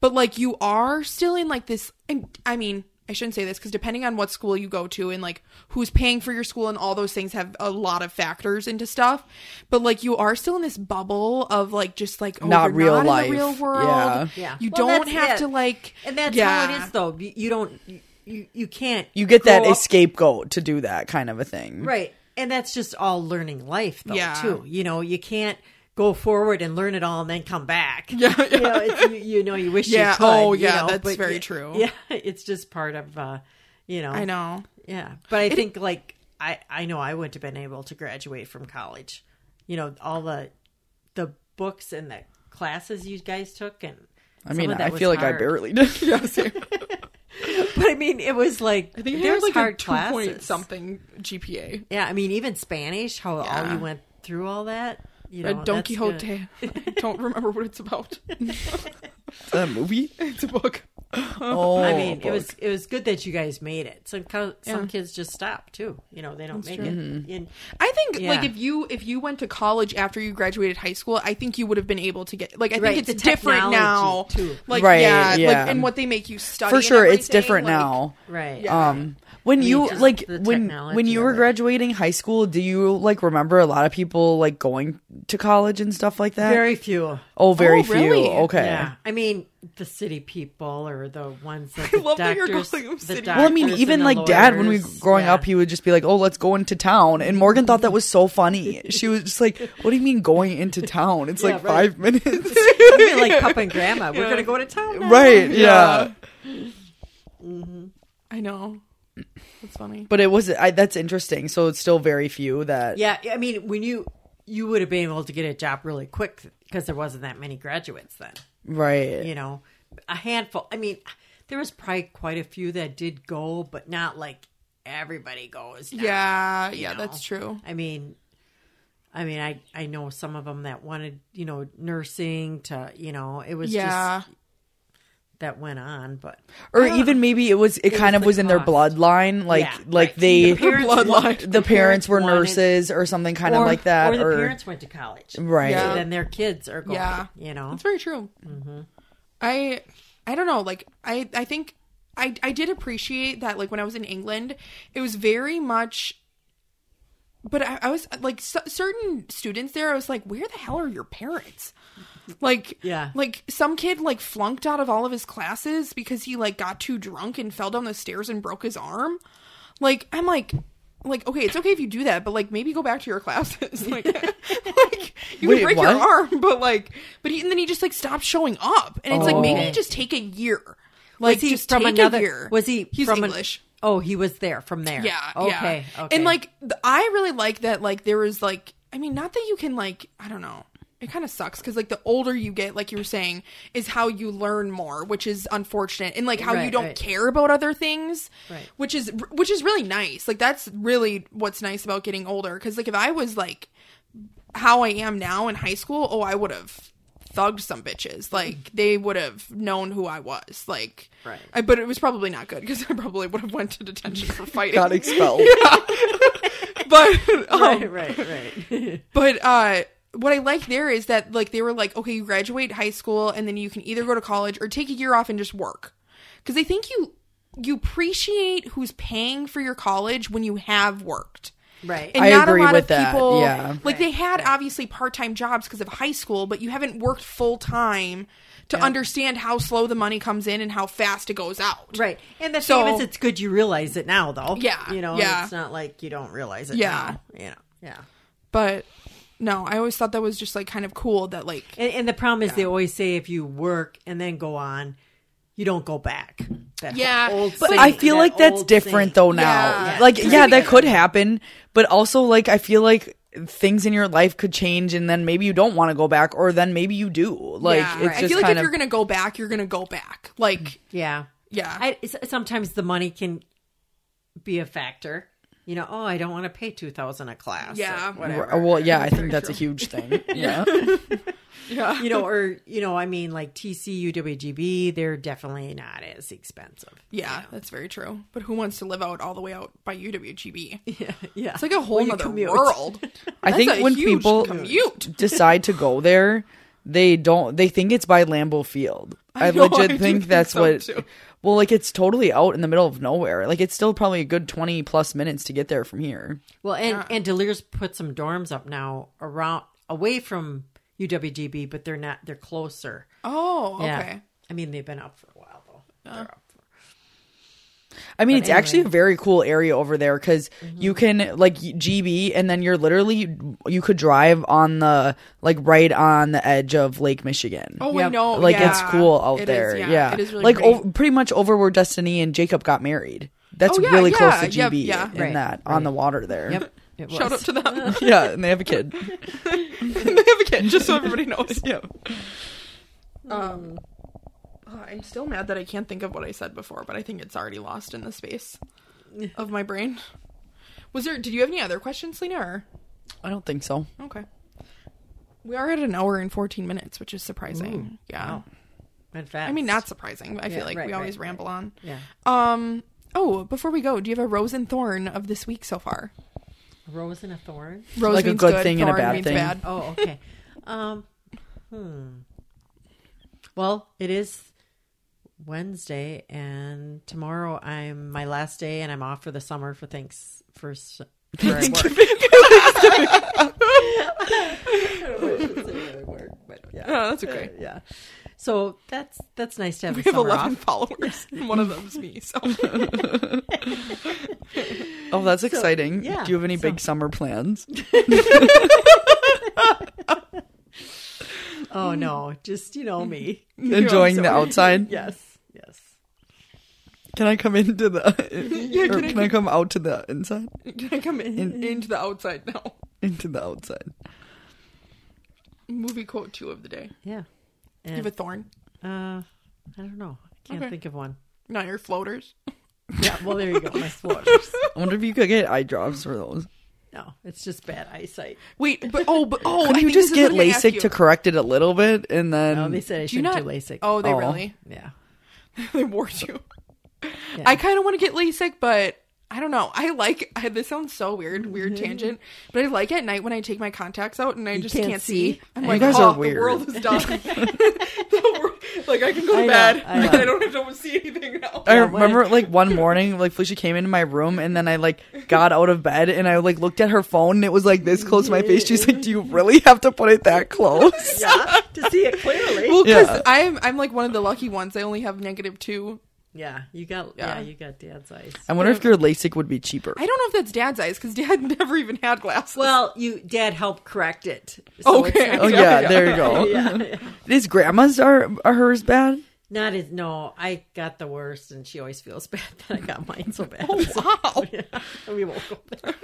[SPEAKER 1] But like you are still in like this and I mean, I shouldn't say this because depending on what school you go to and like who's paying for your school and all those things have a lot of factors into stuff. But like you are still in this bubble of like just like oh,
[SPEAKER 3] Not
[SPEAKER 1] we're
[SPEAKER 3] real
[SPEAKER 1] in the
[SPEAKER 3] life.
[SPEAKER 1] real world.
[SPEAKER 3] Yeah.
[SPEAKER 2] Yeah.
[SPEAKER 1] you
[SPEAKER 2] Well,
[SPEAKER 1] don't
[SPEAKER 2] that's
[SPEAKER 1] have
[SPEAKER 2] it.
[SPEAKER 1] to like
[SPEAKER 2] And that's
[SPEAKER 1] yeah.
[SPEAKER 2] how it is, though. You, you don't, you- you, you can't.
[SPEAKER 3] You get that
[SPEAKER 2] grow up-
[SPEAKER 3] scapegoat to do that kind of a thing.
[SPEAKER 2] Right. And that's just all learning life, though,
[SPEAKER 1] Yeah.
[SPEAKER 2] too. You know, you can't go forward and learn it all and then come back. Yeah. You know, it's, you, you, know you wish
[SPEAKER 1] Yeah.
[SPEAKER 2] you could.
[SPEAKER 1] Oh,
[SPEAKER 2] you
[SPEAKER 1] yeah,
[SPEAKER 2] know,
[SPEAKER 1] that's
[SPEAKER 2] but
[SPEAKER 1] very
[SPEAKER 2] yeah-
[SPEAKER 1] true.
[SPEAKER 2] Yeah. It's just part of, uh, you know.
[SPEAKER 1] I know.
[SPEAKER 2] Yeah. But I think, like, I, I know I wouldn't have been able to graduate from college. You know, all the the books and the classes you guys took. and
[SPEAKER 3] I mean,
[SPEAKER 2] that
[SPEAKER 3] I
[SPEAKER 2] was
[SPEAKER 3] feel like I
[SPEAKER 2] hard.
[SPEAKER 3] barely did. yeah,
[SPEAKER 2] But I mean, it was like
[SPEAKER 1] I think it
[SPEAKER 2] there's
[SPEAKER 1] was like
[SPEAKER 2] hard
[SPEAKER 1] a two point
[SPEAKER 2] classes.
[SPEAKER 1] something GPA.
[SPEAKER 2] Yeah, I mean, even Spanish, how all
[SPEAKER 1] Yeah.
[SPEAKER 2] you went through all that. You know,
[SPEAKER 1] A Don
[SPEAKER 2] Oh, that's gonna-
[SPEAKER 1] Quixote. I don't remember what it's about.
[SPEAKER 3] that movie?
[SPEAKER 1] It's a book.
[SPEAKER 3] Oh,
[SPEAKER 2] I mean, it was
[SPEAKER 3] book.
[SPEAKER 2] it was good that you guys made it. Some co- some kids just stop too. You know, they don't make it.
[SPEAKER 3] Mm-hmm.
[SPEAKER 2] And-
[SPEAKER 1] I think
[SPEAKER 2] Yeah.
[SPEAKER 1] like if you if you went to college after you graduated high school, I think you would have been able to get like I
[SPEAKER 2] Right,
[SPEAKER 1] think it's
[SPEAKER 2] the
[SPEAKER 1] different
[SPEAKER 2] technology,
[SPEAKER 1] now.
[SPEAKER 2] too.
[SPEAKER 1] Like
[SPEAKER 3] Right,
[SPEAKER 1] yeah,
[SPEAKER 3] yeah.
[SPEAKER 1] like and what they make you study
[SPEAKER 3] for
[SPEAKER 1] and
[SPEAKER 3] sure it's
[SPEAKER 1] everything,
[SPEAKER 3] different
[SPEAKER 1] like-
[SPEAKER 3] now.
[SPEAKER 2] right.
[SPEAKER 3] Um, when you
[SPEAKER 2] just
[SPEAKER 3] like
[SPEAKER 2] the
[SPEAKER 3] when when
[SPEAKER 2] technology
[SPEAKER 3] you were
[SPEAKER 2] of it.
[SPEAKER 3] graduating high school, do you like remember a lot of people like going to college and stuff like that?
[SPEAKER 2] Very few.
[SPEAKER 3] oh, very
[SPEAKER 1] Oh, really?
[SPEAKER 3] few. Okay.
[SPEAKER 2] Yeah. I mean, the city people or the ones that
[SPEAKER 1] I
[SPEAKER 2] the
[SPEAKER 1] love that you're
[SPEAKER 2] doctors,
[SPEAKER 1] calling them
[SPEAKER 2] the
[SPEAKER 1] city
[SPEAKER 2] doctors
[SPEAKER 3] Well, I mean,
[SPEAKER 2] and
[SPEAKER 3] even
[SPEAKER 2] the
[SPEAKER 3] like dad, when we were
[SPEAKER 2] lawyers.
[SPEAKER 3] growing
[SPEAKER 2] Yeah.
[SPEAKER 3] up, he would just be like, "Oh, let's go into town," and Morgan thought that was so funny. She was just like, "What do you mean going into town? It's like
[SPEAKER 2] Yeah, right.
[SPEAKER 3] five minutes,
[SPEAKER 2] I mean, like Papa and Grandma, we're gonna go to town, now.
[SPEAKER 3] right? Yeah.
[SPEAKER 1] I know. That's funny.
[SPEAKER 3] But it was I, that's interesting. So it's still very few that.
[SPEAKER 2] Yeah, I mean, when you you would have been able to get a job really quick because there wasn't that many graduates then.
[SPEAKER 3] Right.
[SPEAKER 2] you know, a handful. I mean, there was probably quite a few that did go, but not like everybody goes. now,
[SPEAKER 1] yeah,
[SPEAKER 2] you
[SPEAKER 1] yeah,
[SPEAKER 2] know.
[SPEAKER 1] that's true.
[SPEAKER 2] I mean, I mean, I I know some of them that wanted, you know, nursing to, you know, it was
[SPEAKER 1] Yeah.
[SPEAKER 2] just that went on, but
[SPEAKER 3] Or even maybe it was. It,
[SPEAKER 2] was
[SPEAKER 3] kind of
[SPEAKER 2] the
[SPEAKER 3] was in their
[SPEAKER 2] cost.
[SPEAKER 3] bloodline. Like
[SPEAKER 2] Yeah,
[SPEAKER 3] like
[SPEAKER 2] right.
[SPEAKER 3] they
[SPEAKER 2] The parents
[SPEAKER 3] bloodline.
[SPEAKER 2] wanted-
[SPEAKER 3] the,
[SPEAKER 2] the
[SPEAKER 3] parents
[SPEAKER 2] parents
[SPEAKER 3] were
[SPEAKER 2] wanted-
[SPEAKER 3] nurses or something kind of
[SPEAKER 2] Or-
[SPEAKER 3] like that.
[SPEAKER 2] or
[SPEAKER 3] Or,
[SPEAKER 2] the parents went to college,
[SPEAKER 3] right.
[SPEAKER 1] Yeah.
[SPEAKER 2] So then their kids are going,
[SPEAKER 1] Yeah.
[SPEAKER 2] you know, Mm-hmm.
[SPEAKER 1] That's very true. I I don't know. Like I I think I I did appreciate that. Like when I was in England, it was very much. But I, I was like c- certain students there. I was like, where the hell are your parents? Like
[SPEAKER 2] Yeah.
[SPEAKER 1] like some kid like flunked out of all of his classes because he like got too drunk and fell down the stairs and broke his arm. Like I'm like. Like okay, it's okay if you do that, but like maybe go back to your classes. Like, like you
[SPEAKER 3] Wait,
[SPEAKER 1] can break
[SPEAKER 3] what?
[SPEAKER 1] your arm, but like, but he, and then he just like stopped showing up, and it's like
[SPEAKER 3] Oh.
[SPEAKER 1] maybe just take a year. Like
[SPEAKER 2] was he
[SPEAKER 1] just
[SPEAKER 2] from
[SPEAKER 1] take
[SPEAKER 2] another?
[SPEAKER 1] a year.
[SPEAKER 2] Was he
[SPEAKER 1] He's
[SPEAKER 2] from an-
[SPEAKER 1] English.
[SPEAKER 2] oh, he was there from there.
[SPEAKER 1] yeah.
[SPEAKER 2] Okay.
[SPEAKER 1] yeah.
[SPEAKER 2] Okay.
[SPEAKER 1] And like, th- I really like that. Like, there was like, I mean, not that you can like, I don't know. It kind of sucks because like the older you get, like you were saying, is how you learn more, which is unfortunate, and like how you
[SPEAKER 2] Right,
[SPEAKER 1] don't
[SPEAKER 2] right.
[SPEAKER 1] care about other things,
[SPEAKER 2] Right.
[SPEAKER 1] which is which is really nice. Like that's really what's nice about getting older. Because like if I was like how I am now in high school, oh, I would have thugged some bitches. Like they would have known who I was. Like,
[SPEAKER 2] Mm. Right.
[SPEAKER 1] I, but it was probably not good because I probably would have went to detention for fighting.
[SPEAKER 3] got expelled.
[SPEAKER 1] But um,
[SPEAKER 2] right, right, right.
[SPEAKER 1] but uh, what I like there is that like they were like, okay, you graduate high school and then you can either go to college or take a year off and just work, because I think you you appreciate who's paying for your college when you have worked.
[SPEAKER 2] right.
[SPEAKER 1] And
[SPEAKER 3] I
[SPEAKER 1] not
[SPEAKER 3] agree
[SPEAKER 1] a lot
[SPEAKER 3] with
[SPEAKER 1] of
[SPEAKER 3] that,
[SPEAKER 1] people,
[SPEAKER 3] yeah.
[SPEAKER 1] Like they had obviously part time jobs because of high school, but you haven't worked full time to understand how slow the money comes in and how fast it goes out.
[SPEAKER 2] Right. And the
[SPEAKER 1] So-
[SPEAKER 2] thing is, it's good you realize it now, though.
[SPEAKER 1] Yeah,
[SPEAKER 2] You know,
[SPEAKER 1] yeah.
[SPEAKER 2] it's not like you don't realize it
[SPEAKER 1] Yeah.
[SPEAKER 2] now. You know, yeah.
[SPEAKER 1] But no, I always thought that was just like kind of cool that like
[SPEAKER 2] And, and the problem is, they always say if you work and then go on, you don't go back. That
[SPEAKER 1] Yeah,
[SPEAKER 2] whole old
[SPEAKER 1] but
[SPEAKER 2] saying,
[SPEAKER 3] I feel
[SPEAKER 2] that
[SPEAKER 3] like that's
[SPEAKER 2] old
[SPEAKER 3] different
[SPEAKER 2] saying.
[SPEAKER 3] though now.
[SPEAKER 1] Yeah.
[SPEAKER 3] Like yeah, that could happen, but also like I feel like things in your life could change and then maybe you don't want to go back or then maybe you do. Like
[SPEAKER 1] yeah.
[SPEAKER 3] it's
[SPEAKER 1] I
[SPEAKER 3] just
[SPEAKER 1] feel like if
[SPEAKER 3] kind
[SPEAKER 1] you're
[SPEAKER 3] of Mm-hmm.
[SPEAKER 1] gonna go back, you're gonna go back. Like
[SPEAKER 2] Yeah.
[SPEAKER 1] yeah,
[SPEAKER 2] I, s- sometimes the money can be a factor. You know, oh, I don't want to pay 2000 a class. or
[SPEAKER 1] Yeah.
[SPEAKER 2] whatever.
[SPEAKER 3] well, yeah, I think that's a huge thing. Yeah.
[SPEAKER 1] yeah.
[SPEAKER 2] You know, or, you know, I mean, like TCU, WGB, they're definitely not as expensive.
[SPEAKER 1] Yeah, that's very true. But who wants to live out all the way out by UWGB? It's
[SPEAKER 2] Yeah. Yeah. It's
[SPEAKER 1] like a whole
[SPEAKER 2] you
[SPEAKER 1] other
[SPEAKER 2] commute.
[SPEAKER 1] world.
[SPEAKER 3] I
[SPEAKER 1] That's
[SPEAKER 3] think
[SPEAKER 1] a
[SPEAKER 3] when
[SPEAKER 1] huge
[SPEAKER 3] people
[SPEAKER 1] commute.
[SPEAKER 3] decide to go there, They don't. They think it's by Lambeau Field. I,
[SPEAKER 1] I know, I
[SPEAKER 3] legit
[SPEAKER 1] do
[SPEAKER 3] think,
[SPEAKER 1] think
[SPEAKER 3] that's
[SPEAKER 1] so,
[SPEAKER 3] what.
[SPEAKER 1] too.
[SPEAKER 3] Well, like it's totally out in the middle of nowhere. Like it's still probably a good twenty plus minutes to get there from here.
[SPEAKER 2] Well, and and Delir's put some dorms up now around away from UWGB, but they're not. They're closer.
[SPEAKER 1] Oh, okay.
[SPEAKER 2] Yeah. I mean, they've been up for a while though. They're up for-
[SPEAKER 3] I mean, it's actually a very cool area over there because
[SPEAKER 1] Mm-hmm.
[SPEAKER 3] you can like y- GB, and then you're literally you could drive on the like right on the edge of Lake Michigan.
[SPEAKER 1] Oh, I
[SPEAKER 2] Yep.
[SPEAKER 1] know.
[SPEAKER 3] like
[SPEAKER 1] yeah.
[SPEAKER 3] it's cool out
[SPEAKER 1] It is,
[SPEAKER 3] there. yeah.
[SPEAKER 1] it is really
[SPEAKER 3] like oh,
[SPEAKER 1] pretty.
[SPEAKER 3] o- pretty much over where Destiny and Jacob got married. That's
[SPEAKER 1] Oh, yeah,
[SPEAKER 3] really close to
[SPEAKER 1] yeah, yep,
[SPEAKER 3] GB
[SPEAKER 1] yeah.
[SPEAKER 3] in
[SPEAKER 2] Right,
[SPEAKER 3] that on the water there.
[SPEAKER 2] Yep. It was.
[SPEAKER 1] Shout out to them.
[SPEAKER 3] yeah, and they have a kid.
[SPEAKER 1] they have a kid, just so everybody knows.
[SPEAKER 3] yeah.
[SPEAKER 1] Um, uh, I'm still mad that I can't think of what I said before, but I think it's already lost in the space of my brain. Was there? Did you have any other questions, Lena? Or
[SPEAKER 3] I don't think so.
[SPEAKER 1] okay, we are at an hour and 14 minutes, which is surprising. yeah,
[SPEAKER 2] Went fast.
[SPEAKER 1] I mean not surprising. I
[SPEAKER 2] Yeah,
[SPEAKER 1] feel like
[SPEAKER 2] right,
[SPEAKER 1] we always
[SPEAKER 2] right,
[SPEAKER 1] ramble on.
[SPEAKER 2] Yeah.
[SPEAKER 1] Um. Oh, before we go, do you have a rose and thorn of this week so far?
[SPEAKER 2] A rose and a thorn.
[SPEAKER 1] Rose
[SPEAKER 3] Like a
[SPEAKER 1] means
[SPEAKER 3] good thing and a
[SPEAKER 1] thorn
[SPEAKER 3] bad
[SPEAKER 1] means
[SPEAKER 3] thing.
[SPEAKER 1] bad.
[SPEAKER 2] Oh, okay. um, hmm. Well, it is Wednesday, and tomorrow I'm my last day, and I'm off for the summer for thanks for. s- for I work. I don't know if I should say I work, but yeah.
[SPEAKER 1] Oh, that's okay.
[SPEAKER 2] Uh, yeah. So that's that's nice to have.
[SPEAKER 1] We
[SPEAKER 2] a
[SPEAKER 1] have
[SPEAKER 2] summer
[SPEAKER 1] 11
[SPEAKER 2] off.
[SPEAKER 1] followers, and one of them's me. So
[SPEAKER 3] Oh, that's exciting.
[SPEAKER 2] yeah,
[SPEAKER 3] Do you have any
[SPEAKER 2] so-
[SPEAKER 3] big summer plans?
[SPEAKER 2] Oh no, just you know me.
[SPEAKER 3] Enjoying the outside?
[SPEAKER 2] Yes, yes.
[SPEAKER 3] Can I come into the?
[SPEAKER 1] Yeah,
[SPEAKER 3] or
[SPEAKER 1] can I
[SPEAKER 3] can I come out to the inside?
[SPEAKER 1] Can I come in, into the outside now?
[SPEAKER 3] Into the outside.
[SPEAKER 1] Movie quote two of the day.
[SPEAKER 2] Yeah.
[SPEAKER 1] You have
[SPEAKER 2] And,
[SPEAKER 1] a thorn.
[SPEAKER 2] uh, I don't know. I can't
[SPEAKER 1] Okay.
[SPEAKER 2] think of one.
[SPEAKER 1] Not your floaters.
[SPEAKER 2] Yeah. Well, there you go. My floaters.
[SPEAKER 3] I wonder if you could get eye drops for those.
[SPEAKER 2] No, it's just bad eyesight.
[SPEAKER 1] Wait, but oh, but oh,
[SPEAKER 3] Could
[SPEAKER 1] I
[SPEAKER 3] you
[SPEAKER 1] think
[SPEAKER 3] just
[SPEAKER 1] this is
[SPEAKER 3] get
[SPEAKER 1] what I'm gonna ask
[SPEAKER 3] LASIK
[SPEAKER 1] you.
[SPEAKER 3] to correct it a little bit, and then
[SPEAKER 2] No, Oh, they said I
[SPEAKER 1] Do you not
[SPEAKER 2] shouldn't Mm. do LASIK.
[SPEAKER 1] Oh, they
[SPEAKER 3] Oh.
[SPEAKER 1] really?
[SPEAKER 2] yeah.
[SPEAKER 1] they warned you.
[SPEAKER 2] Yeah.
[SPEAKER 1] I kind of want to get LASIK, but I don't know. I like. I, this sounds so weird, weird
[SPEAKER 2] Mm-hmm.
[SPEAKER 1] tangent. But I like at night when I take my contacts out and I just
[SPEAKER 2] can't
[SPEAKER 1] can't, see.
[SPEAKER 2] see.
[SPEAKER 1] I'm
[SPEAKER 3] You
[SPEAKER 1] like,
[SPEAKER 3] guys
[SPEAKER 1] oh,
[SPEAKER 3] are weird."
[SPEAKER 1] the world is done. the world, like I can go to
[SPEAKER 2] I know,
[SPEAKER 1] bed.
[SPEAKER 2] I know.
[SPEAKER 1] and I don't have to see anything now.
[SPEAKER 3] I
[SPEAKER 2] Yeah, when-
[SPEAKER 3] remember like one morning, like Felicia came into my room and then I like got out of bed and I like looked at her phone and it was like this close to my face. She's like, Do you really have to put it that close?
[SPEAKER 2] yeah, to see it clearly.
[SPEAKER 1] Well, because
[SPEAKER 3] Yeah.
[SPEAKER 1] I'm I'm like one of the lucky ones. I only have negative two.
[SPEAKER 2] yeah, you got yeah,
[SPEAKER 1] Yeah.
[SPEAKER 2] you got dad's eyes.
[SPEAKER 3] I wonder if your LASIK would be cheaper.
[SPEAKER 1] I don't know if that's dad's eyes because dad never even had glasses.
[SPEAKER 2] Well, you dad helped correct it. it's
[SPEAKER 1] Okay.
[SPEAKER 3] Oh
[SPEAKER 2] not-
[SPEAKER 3] yeah,
[SPEAKER 1] Yeah.
[SPEAKER 3] there you go.
[SPEAKER 2] yeah, yeah.
[SPEAKER 3] Is grandma's are are hers bad?
[SPEAKER 2] Not as no. I got the worst, and she always feels bad that I got mine so bad. So,
[SPEAKER 1] wow.
[SPEAKER 2] yeah, we won't go there.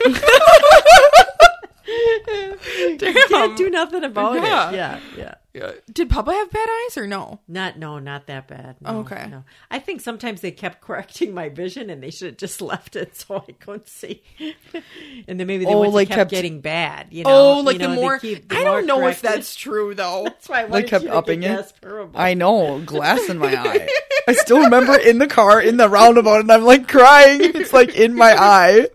[SPEAKER 1] Damn.
[SPEAKER 2] Can't do nothing about
[SPEAKER 1] Yeah.
[SPEAKER 2] it. Yeah, yeah.
[SPEAKER 1] Yeah. Did Papa have bad eyes or no?
[SPEAKER 2] Not no, not that bad. No,
[SPEAKER 1] Okay.
[SPEAKER 2] no. I think sometimes they kept correcting my vision, and they should have just left it so I couldn't see. and then maybe they
[SPEAKER 3] Oh,
[SPEAKER 2] went to
[SPEAKER 3] like
[SPEAKER 2] kept,
[SPEAKER 3] kept-
[SPEAKER 2] getting bad. You know,
[SPEAKER 1] Oh, like
[SPEAKER 2] You know,
[SPEAKER 1] the
[SPEAKER 2] they
[SPEAKER 1] more
[SPEAKER 2] keep- the
[SPEAKER 1] I don't know
[SPEAKER 2] more
[SPEAKER 1] if
[SPEAKER 2] corrected.
[SPEAKER 1] that's true though.
[SPEAKER 2] That's why I
[SPEAKER 3] They
[SPEAKER 2] wanted
[SPEAKER 3] kept
[SPEAKER 2] you to
[SPEAKER 3] upping
[SPEAKER 2] get
[SPEAKER 3] it.
[SPEAKER 2] Gasparilla.
[SPEAKER 3] I know, glass in my eye. I still remember in the car in the roundabout and I'm like crying. It's like in my eye.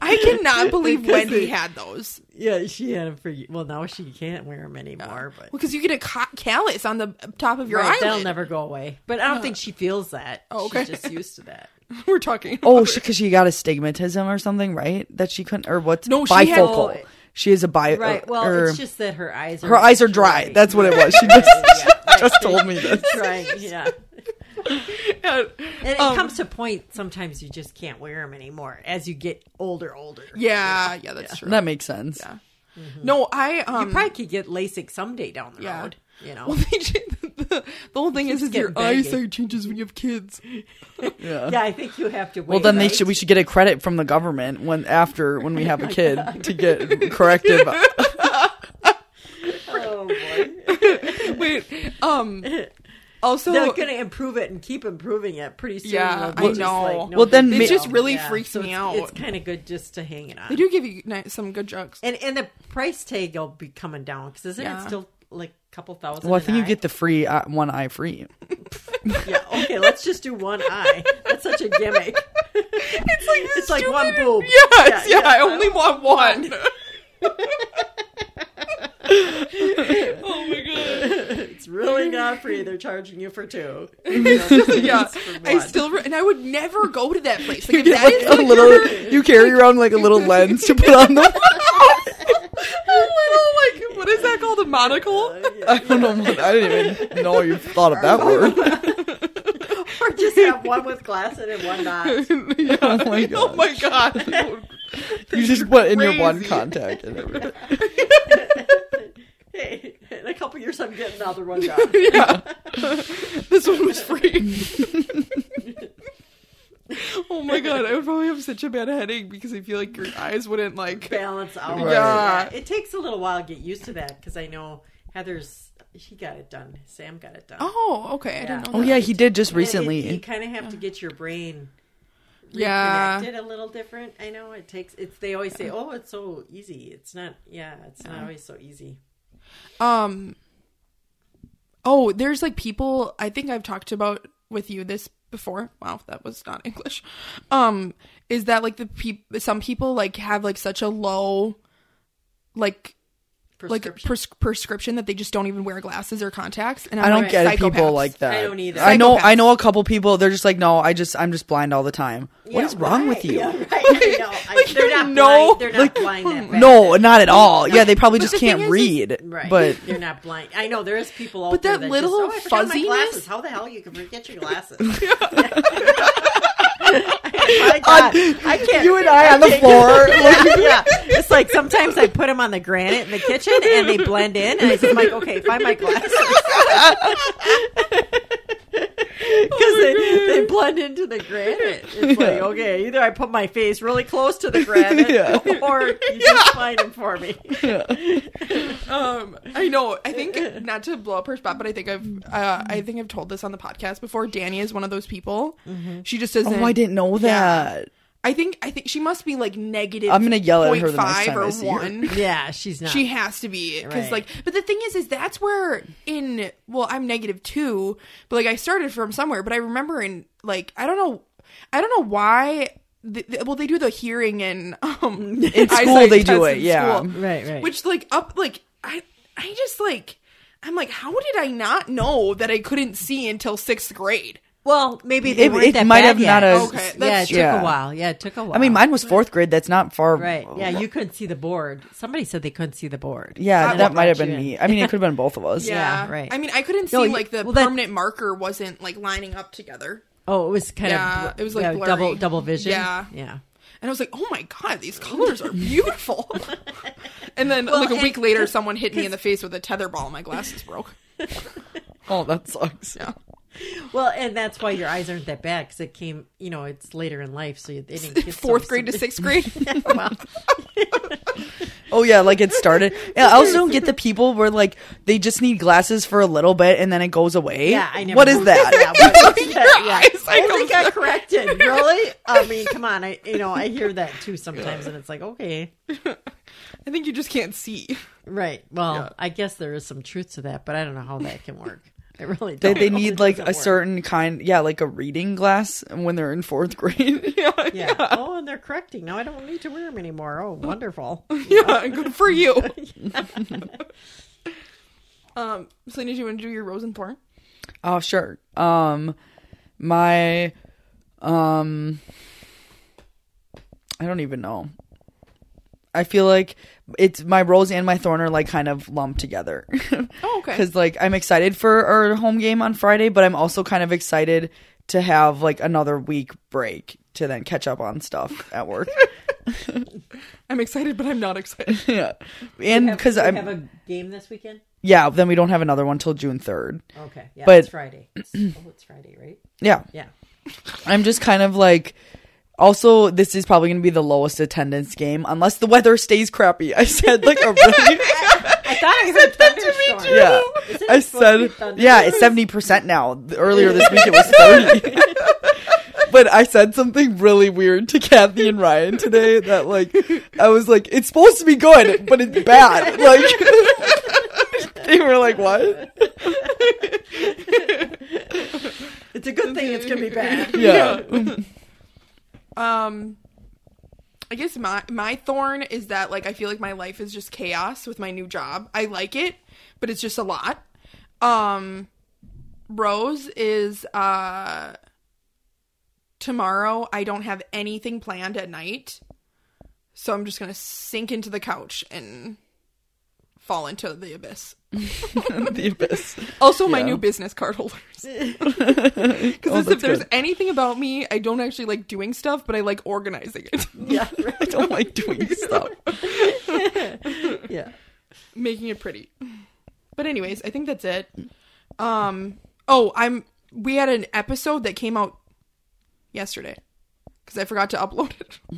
[SPEAKER 1] I cannot believe
[SPEAKER 2] Because
[SPEAKER 1] Wendy
[SPEAKER 2] it-
[SPEAKER 1] had those.
[SPEAKER 2] yeah, she had them for you. Well, now she can't wear them anymore, but
[SPEAKER 1] Well, because you get a ca- callus on the top of your
[SPEAKER 2] Right, they'll
[SPEAKER 1] eyelid.
[SPEAKER 2] never go away. But I don't think she feels that.
[SPEAKER 1] Oh, okay.
[SPEAKER 2] She's just used to that.
[SPEAKER 1] We're talking.
[SPEAKER 3] Oh,
[SPEAKER 1] about-
[SPEAKER 3] because she got astigmatism or something, right? That she couldn't, or what's
[SPEAKER 1] No, she had-
[SPEAKER 3] bifocal. she is a bi. uh,
[SPEAKER 2] Right. Well,
[SPEAKER 3] or-
[SPEAKER 2] it's just that her eyes are
[SPEAKER 3] her eyes are dry. That's what it was. She just just told me this.
[SPEAKER 2] Right. Yeah. And it
[SPEAKER 3] Um,
[SPEAKER 2] comes to a point sometimes you just can't wear them anymore as you get older, older.
[SPEAKER 1] yeah, yeah, that's true.
[SPEAKER 3] That makes sense.
[SPEAKER 1] Yeah. No, I um.
[SPEAKER 2] You probably could get LASIK someday down the
[SPEAKER 1] Yeah.
[SPEAKER 2] road. You know.
[SPEAKER 1] well, they, ch- the, the whole thing is, is your
[SPEAKER 2] getting baggy.
[SPEAKER 1] eyesight changes when you have kids.
[SPEAKER 3] Yeah.
[SPEAKER 2] yeah, I think you have to wait.
[SPEAKER 3] Well, then they
[SPEAKER 2] right?
[SPEAKER 3] should. We should get a credit from the government when after when we have a kid to get corrective.
[SPEAKER 2] Oh, boy.
[SPEAKER 1] Wait, um. Also,
[SPEAKER 2] They're going to improve it and keep improving it pretty soon.
[SPEAKER 1] Yeah,
[SPEAKER 2] they'll
[SPEAKER 1] I
[SPEAKER 2] just,
[SPEAKER 1] know.
[SPEAKER 2] Like, no
[SPEAKER 3] Well, then
[SPEAKER 2] big
[SPEAKER 3] ma- It
[SPEAKER 1] just
[SPEAKER 2] deal.
[SPEAKER 1] really freaks me
[SPEAKER 2] it's,
[SPEAKER 1] out.
[SPEAKER 2] It's kind of good just to hang it on.
[SPEAKER 1] they do give you ni- some good jokes.
[SPEAKER 2] And and the price tag will be coming down because isn't
[SPEAKER 1] Yeah.
[SPEAKER 2] it still like a couple thousand?
[SPEAKER 3] Well, I
[SPEAKER 2] an
[SPEAKER 3] think you
[SPEAKER 2] eye?
[SPEAKER 3] get the free uh, one eye free.
[SPEAKER 2] yeah. Okay, let's just do one eye. That's such a gimmick.
[SPEAKER 1] It's like
[SPEAKER 2] It's like one boob.
[SPEAKER 1] Yes, yeah,
[SPEAKER 2] Yeah, yeah,
[SPEAKER 1] I
[SPEAKER 2] I
[SPEAKER 1] only want one. oh my god.
[SPEAKER 2] it's really not free. They're charging you for two. You know,
[SPEAKER 1] yeah,
[SPEAKER 2] for
[SPEAKER 1] I
[SPEAKER 2] one.
[SPEAKER 1] still re- and I would never go to that place. Like if
[SPEAKER 3] You
[SPEAKER 1] that
[SPEAKER 3] get,
[SPEAKER 1] is
[SPEAKER 3] like a
[SPEAKER 1] like,
[SPEAKER 3] little. You carry around like a little lens to put on the.
[SPEAKER 1] a little like what is that called? A monocle?
[SPEAKER 3] I don't know. What, I didn't even know you thought of that word.
[SPEAKER 2] or just have one with glass in it and one not.
[SPEAKER 1] Yeah.
[SPEAKER 3] Oh my god!
[SPEAKER 1] Oh my god!
[SPEAKER 3] you just put in your one
[SPEAKER 1] Crazy.
[SPEAKER 3] contact and everything.
[SPEAKER 2] Hey, in a couple years, I'm getting another one done.
[SPEAKER 1] yeah. this one was free. oh my god, I would probably have such a bad headache because I feel like your eyes wouldn't like.
[SPEAKER 2] Balance out.
[SPEAKER 3] Right.
[SPEAKER 1] Yeah.
[SPEAKER 2] It takes a little while to get used to that because I know Heather's. She got it done. Sam got it done.
[SPEAKER 1] Oh, okay. I
[SPEAKER 2] Yeah.
[SPEAKER 1] didn't know.
[SPEAKER 3] Oh yeah, he did just
[SPEAKER 2] And it-
[SPEAKER 3] recently.
[SPEAKER 2] you kind of have to get your brain
[SPEAKER 1] Yeah.
[SPEAKER 2] reconnected a little different. I know it takes. It's they always say, "Oh, it's so easy." It's not. Yeah, it's not always so easy.
[SPEAKER 1] Um. Oh, there's like people. I think I've talked about with you this before. Wow, that was not English. Um, is that like the people? Some people like have like such a low, like like
[SPEAKER 2] Prescription.
[SPEAKER 1] pres- prescription that they just don't even wear glasses or contacts. And I'm
[SPEAKER 3] I don't
[SPEAKER 1] like,
[SPEAKER 3] get people
[SPEAKER 1] psychopaths.
[SPEAKER 3] like that.
[SPEAKER 2] I don't either.
[SPEAKER 3] I know. I
[SPEAKER 1] Psychopaths.
[SPEAKER 3] know a couple people. They're just like, no, I just, I'm just blind all the time. what
[SPEAKER 2] Yeah,
[SPEAKER 3] is wrong
[SPEAKER 2] right.
[SPEAKER 3] with you?
[SPEAKER 2] Yeah, right. I know. I-
[SPEAKER 1] Like,
[SPEAKER 2] they're
[SPEAKER 1] you
[SPEAKER 2] not
[SPEAKER 1] know-
[SPEAKER 2] blind. They're not blind that bad.
[SPEAKER 3] No, not at all. Yeah, they probably
[SPEAKER 1] But
[SPEAKER 3] just
[SPEAKER 1] the thing
[SPEAKER 3] can't
[SPEAKER 1] is, is-
[SPEAKER 3] read.
[SPEAKER 2] Right.
[SPEAKER 3] But
[SPEAKER 2] they're not blind. I know there is people out
[SPEAKER 1] But
[SPEAKER 2] there
[SPEAKER 1] that
[SPEAKER 2] that
[SPEAKER 1] little
[SPEAKER 2] just, oh, I forgot my
[SPEAKER 1] fuzziness-
[SPEAKER 2] glasses. How the hell you can forget your glasses? my God. I can't.
[SPEAKER 3] you and I on the floor. like,
[SPEAKER 2] yeah, it's like sometimes I put them on the granite in the kitchen and they blend in, and I say, "Like, okay, find my glasses," because they,
[SPEAKER 3] Oh
[SPEAKER 2] they blend into the granite. It's like okay, either I put my face really close to the granite,
[SPEAKER 3] Yeah.
[SPEAKER 2] or you just find them for me.
[SPEAKER 1] Um, I know. I think not to blow up her spot, but I think I've uh, I think I've told this on the podcast before. Danny is one of those people. She just doesn't.
[SPEAKER 3] oh, I didn't know that.
[SPEAKER 1] I think I think she must be like negative.
[SPEAKER 3] I'm gonna yell at her the next
[SPEAKER 1] 0.5
[SPEAKER 3] time I see her.
[SPEAKER 1] or one.
[SPEAKER 2] Yeah, she's not.
[SPEAKER 1] She has to be because
[SPEAKER 2] Right.
[SPEAKER 1] like, but the thing is, is that's where in well, I'm negative two, but like I started from somewhere. But I remember in like I don't know, I don't know why. The, the- well, they do the hearing and um in
[SPEAKER 3] school they do it, yeah.
[SPEAKER 2] Right, right.
[SPEAKER 1] Which like up like I I just like I'm like how did I not know that I couldn't see until sixth grade?
[SPEAKER 2] well, maybe they
[SPEAKER 3] It-
[SPEAKER 2] weren't
[SPEAKER 3] it
[SPEAKER 2] that
[SPEAKER 3] might
[SPEAKER 2] bad
[SPEAKER 3] have
[SPEAKER 2] yet.
[SPEAKER 3] not a-
[SPEAKER 1] Okay,
[SPEAKER 2] yeah, it
[SPEAKER 1] that's
[SPEAKER 2] took
[SPEAKER 3] yeah.
[SPEAKER 2] a while. Yeah, it took a while.
[SPEAKER 3] I mean, mine was fourth grade. That's not far.
[SPEAKER 2] Right. Yeah, you couldn't see the board. Somebody said they couldn't see the board.
[SPEAKER 3] Yeah,
[SPEAKER 1] I
[SPEAKER 3] that
[SPEAKER 1] won't
[SPEAKER 3] might have
[SPEAKER 2] let
[SPEAKER 3] been
[SPEAKER 2] you in.
[SPEAKER 3] me. I mean, it could have been both of us.
[SPEAKER 2] Yeah, right.
[SPEAKER 1] I mean, I couldn't see
[SPEAKER 2] No, you-
[SPEAKER 1] like the
[SPEAKER 2] well, that-
[SPEAKER 1] permanent marker wasn't like lining up together.
[SPEAKER 2] Oh, it was kind
[SPEAKER 1] Yeah,
[SPEAKER 2] of bl-
[SPEAKER 1] it was, like,
[SPEAKER 2] yeah,
[SPEAKER 1] blurry.
[SPEAKER 2] double double vision.
[SPEAKER 1] Yeah.
[SPEAKER 2] Yeah.
[SPEAKER 1] And I was like, "Oh my god, these colors are beautiful." and then, like a
[SPEAKER 2] and-
[SPEAKER 1] week later, someone hit me in the face with a tether ball. and My glasses broke.
[SPEAKER 3] Oh, that sucks.
[SPEAKER 1] Yeah,
[SPEAKER 2] Well, and that's why your eyes aren't that bad because it came, you know, it's later in life, so it didn't get so
[SPEAKER 1] fourth grade to
[SPEAKER 2] severe.
[SPEAKER 1] sixth grade.
[SPEAKER 2] Well,
[SPEAKER 3] Oh yeah, like it started. Yeah, I also don't get the people where like they just need glasses for a little bit and then it goes away.
[SPEAKER 2] yeah, I never.
[SPEAKER 3] What is that?
[SPEAKER 2] Yeah, what is that?
[SPEAKER 1] eyes,
[SPEAKER 2] Yeah.
[SPEAKER 1] I
[SPEAKER 2] I only
[SPEAKER 1] go-
[SPEAKER 2] got corrected. Really? I mean, come on. I you know I hear that too sometimes, and it's like okay,
[SPEAKER 1] I think you just can't see.
[SPEAKER 2] right. Well,
[SPEAKER 1] Yeah.
[SPEAKER 2] I guess there is some truth to that, but I don't know how that can work. I really
[SPEAKER 3] They,
[SPEAKER 2] don't.
[SPEAKER 3] they
[SPEAKER 2] know.
[SPEAKER 3] need
[SPEAKER 2] It
[SPEAKER 3] like
[SPEAKER 2] doesn't
[SPEAKER 3] a
[SPEAKER 2] work.
[SPEAKER 3] certain kind. Yeah, like a reading glass when they're in fourth grade. yeah,
[SPEAKER 2] Yeah. Oh, and they're correcting. Now I don't need to wear them anymore. Oh, wonderful.
[SPEAKER 1] Yeah, good for you. um, Selena, do you want to do your rose and thorn?
[SPEAKER 3] Oh, sure. Um, my, um, I don't even know. I feel like it's my rose and my thorn are like kind of lumped together.
[SPEAKER 1] Oh, okay.
[SPEAKER 3] Because like I'm excited for our home game on Friday, but I'm also kind of excited to have like another week break to then catch up on stuff at work.
[SPEAKER 1] I'm excited, but I'm not excited.
[SPEAKER 3] yeah, and because I'm
[SPEAKER 2] have a game this weekend.
[SPEAKER 3] yeah, then we don't have another one till June third.
[SPEAKER 2] Okay, yeah,
[SPEAKER 3] But-
[SPEAKER 2] it's Friday. It's- oh, it's Friday, right?
[SPEAKER 3] Yeah,
[SPEAKER 2] Yeah.
[SPEAKER 3] I'm just kind of like. Also, this is probably going to be the lowest attendance game unless the weather stays crappy. I said like a really
[SPEAKER 2] I thought I heard thunderstorm.
[SPEAKER 3] yeah.
[SPEAKER 2] Isn't it
[SPEAKER 3] I
[SPEAKER 2] supposed to be
[SPEAKER 3] said
[SPEAKER 2] thunder?
[SPEAKER 3] yeah, it's seventy percent now. Th- Earlier this week it was thirty. but I said something really weird to Kathy and Ryan today that like I was like it's supposed to be good, but it's bad. Like they were like what?
[SPEAKER 2] It's a good thing it's gonna be bad.
[SPEAKER 3] Yeah.
[SPEAKER 1] Um, I guess my my thorn is that like I feel like my life is just chaos with my new job. I like it, but it's just a lot. Um, Rose is uh tomorrow. I don't have anything planned at night, so I'm just gonna sink into the couch and fall into the abyss.
[SPEAKER 3] the abyss.
[SPEAKER 1] Also, my
[SPEAKER 3] Yeah.
[SPEAKER 1] new business card holders.
[SPEAKER 3] Oh,
[SPEAKER 1] Because if
[SPEAKER 3] that's
[SPEAKER 1] there's
[SPEAKER 3] good.
[SPEAKER 1] anything about me, I don't actually like doing stuff, but I like organizing it,
[SPEAKER 2] Yeah.
[SPEAKER 3] I don't like doing stuff.
[SPEAKER 2] yeah.
[SPEAKER 1] making it pretty. But anyways, I think that's it. Um. Oh, I'm. We had an episode that came out yesterday because I forgot to upload it.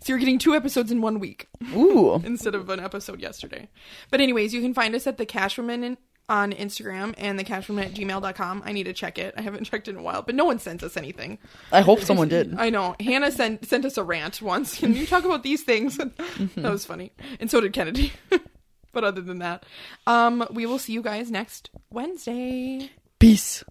[SPEAKER 1] so you're getting two episodes in one week.
[SPEAKER 3] Ooh.
[SPEAKER 1] instead of an episode yesterday. But anyways, you can find us at the Cashwoman in, on Instagram and the Cashwoman at gmail.com. I need to check it. I haven't checked in a while, but no one sends us anything.
[SPEAKER 3] I hope someone did.
[SPEAKER 1] I know. Hannah sent sent us a rant once. Can you talk about these things? That was funny. And so did Kennedy. but other than that, um, we will see you guys next Wednesday.
[SPEAKER 3] Peace.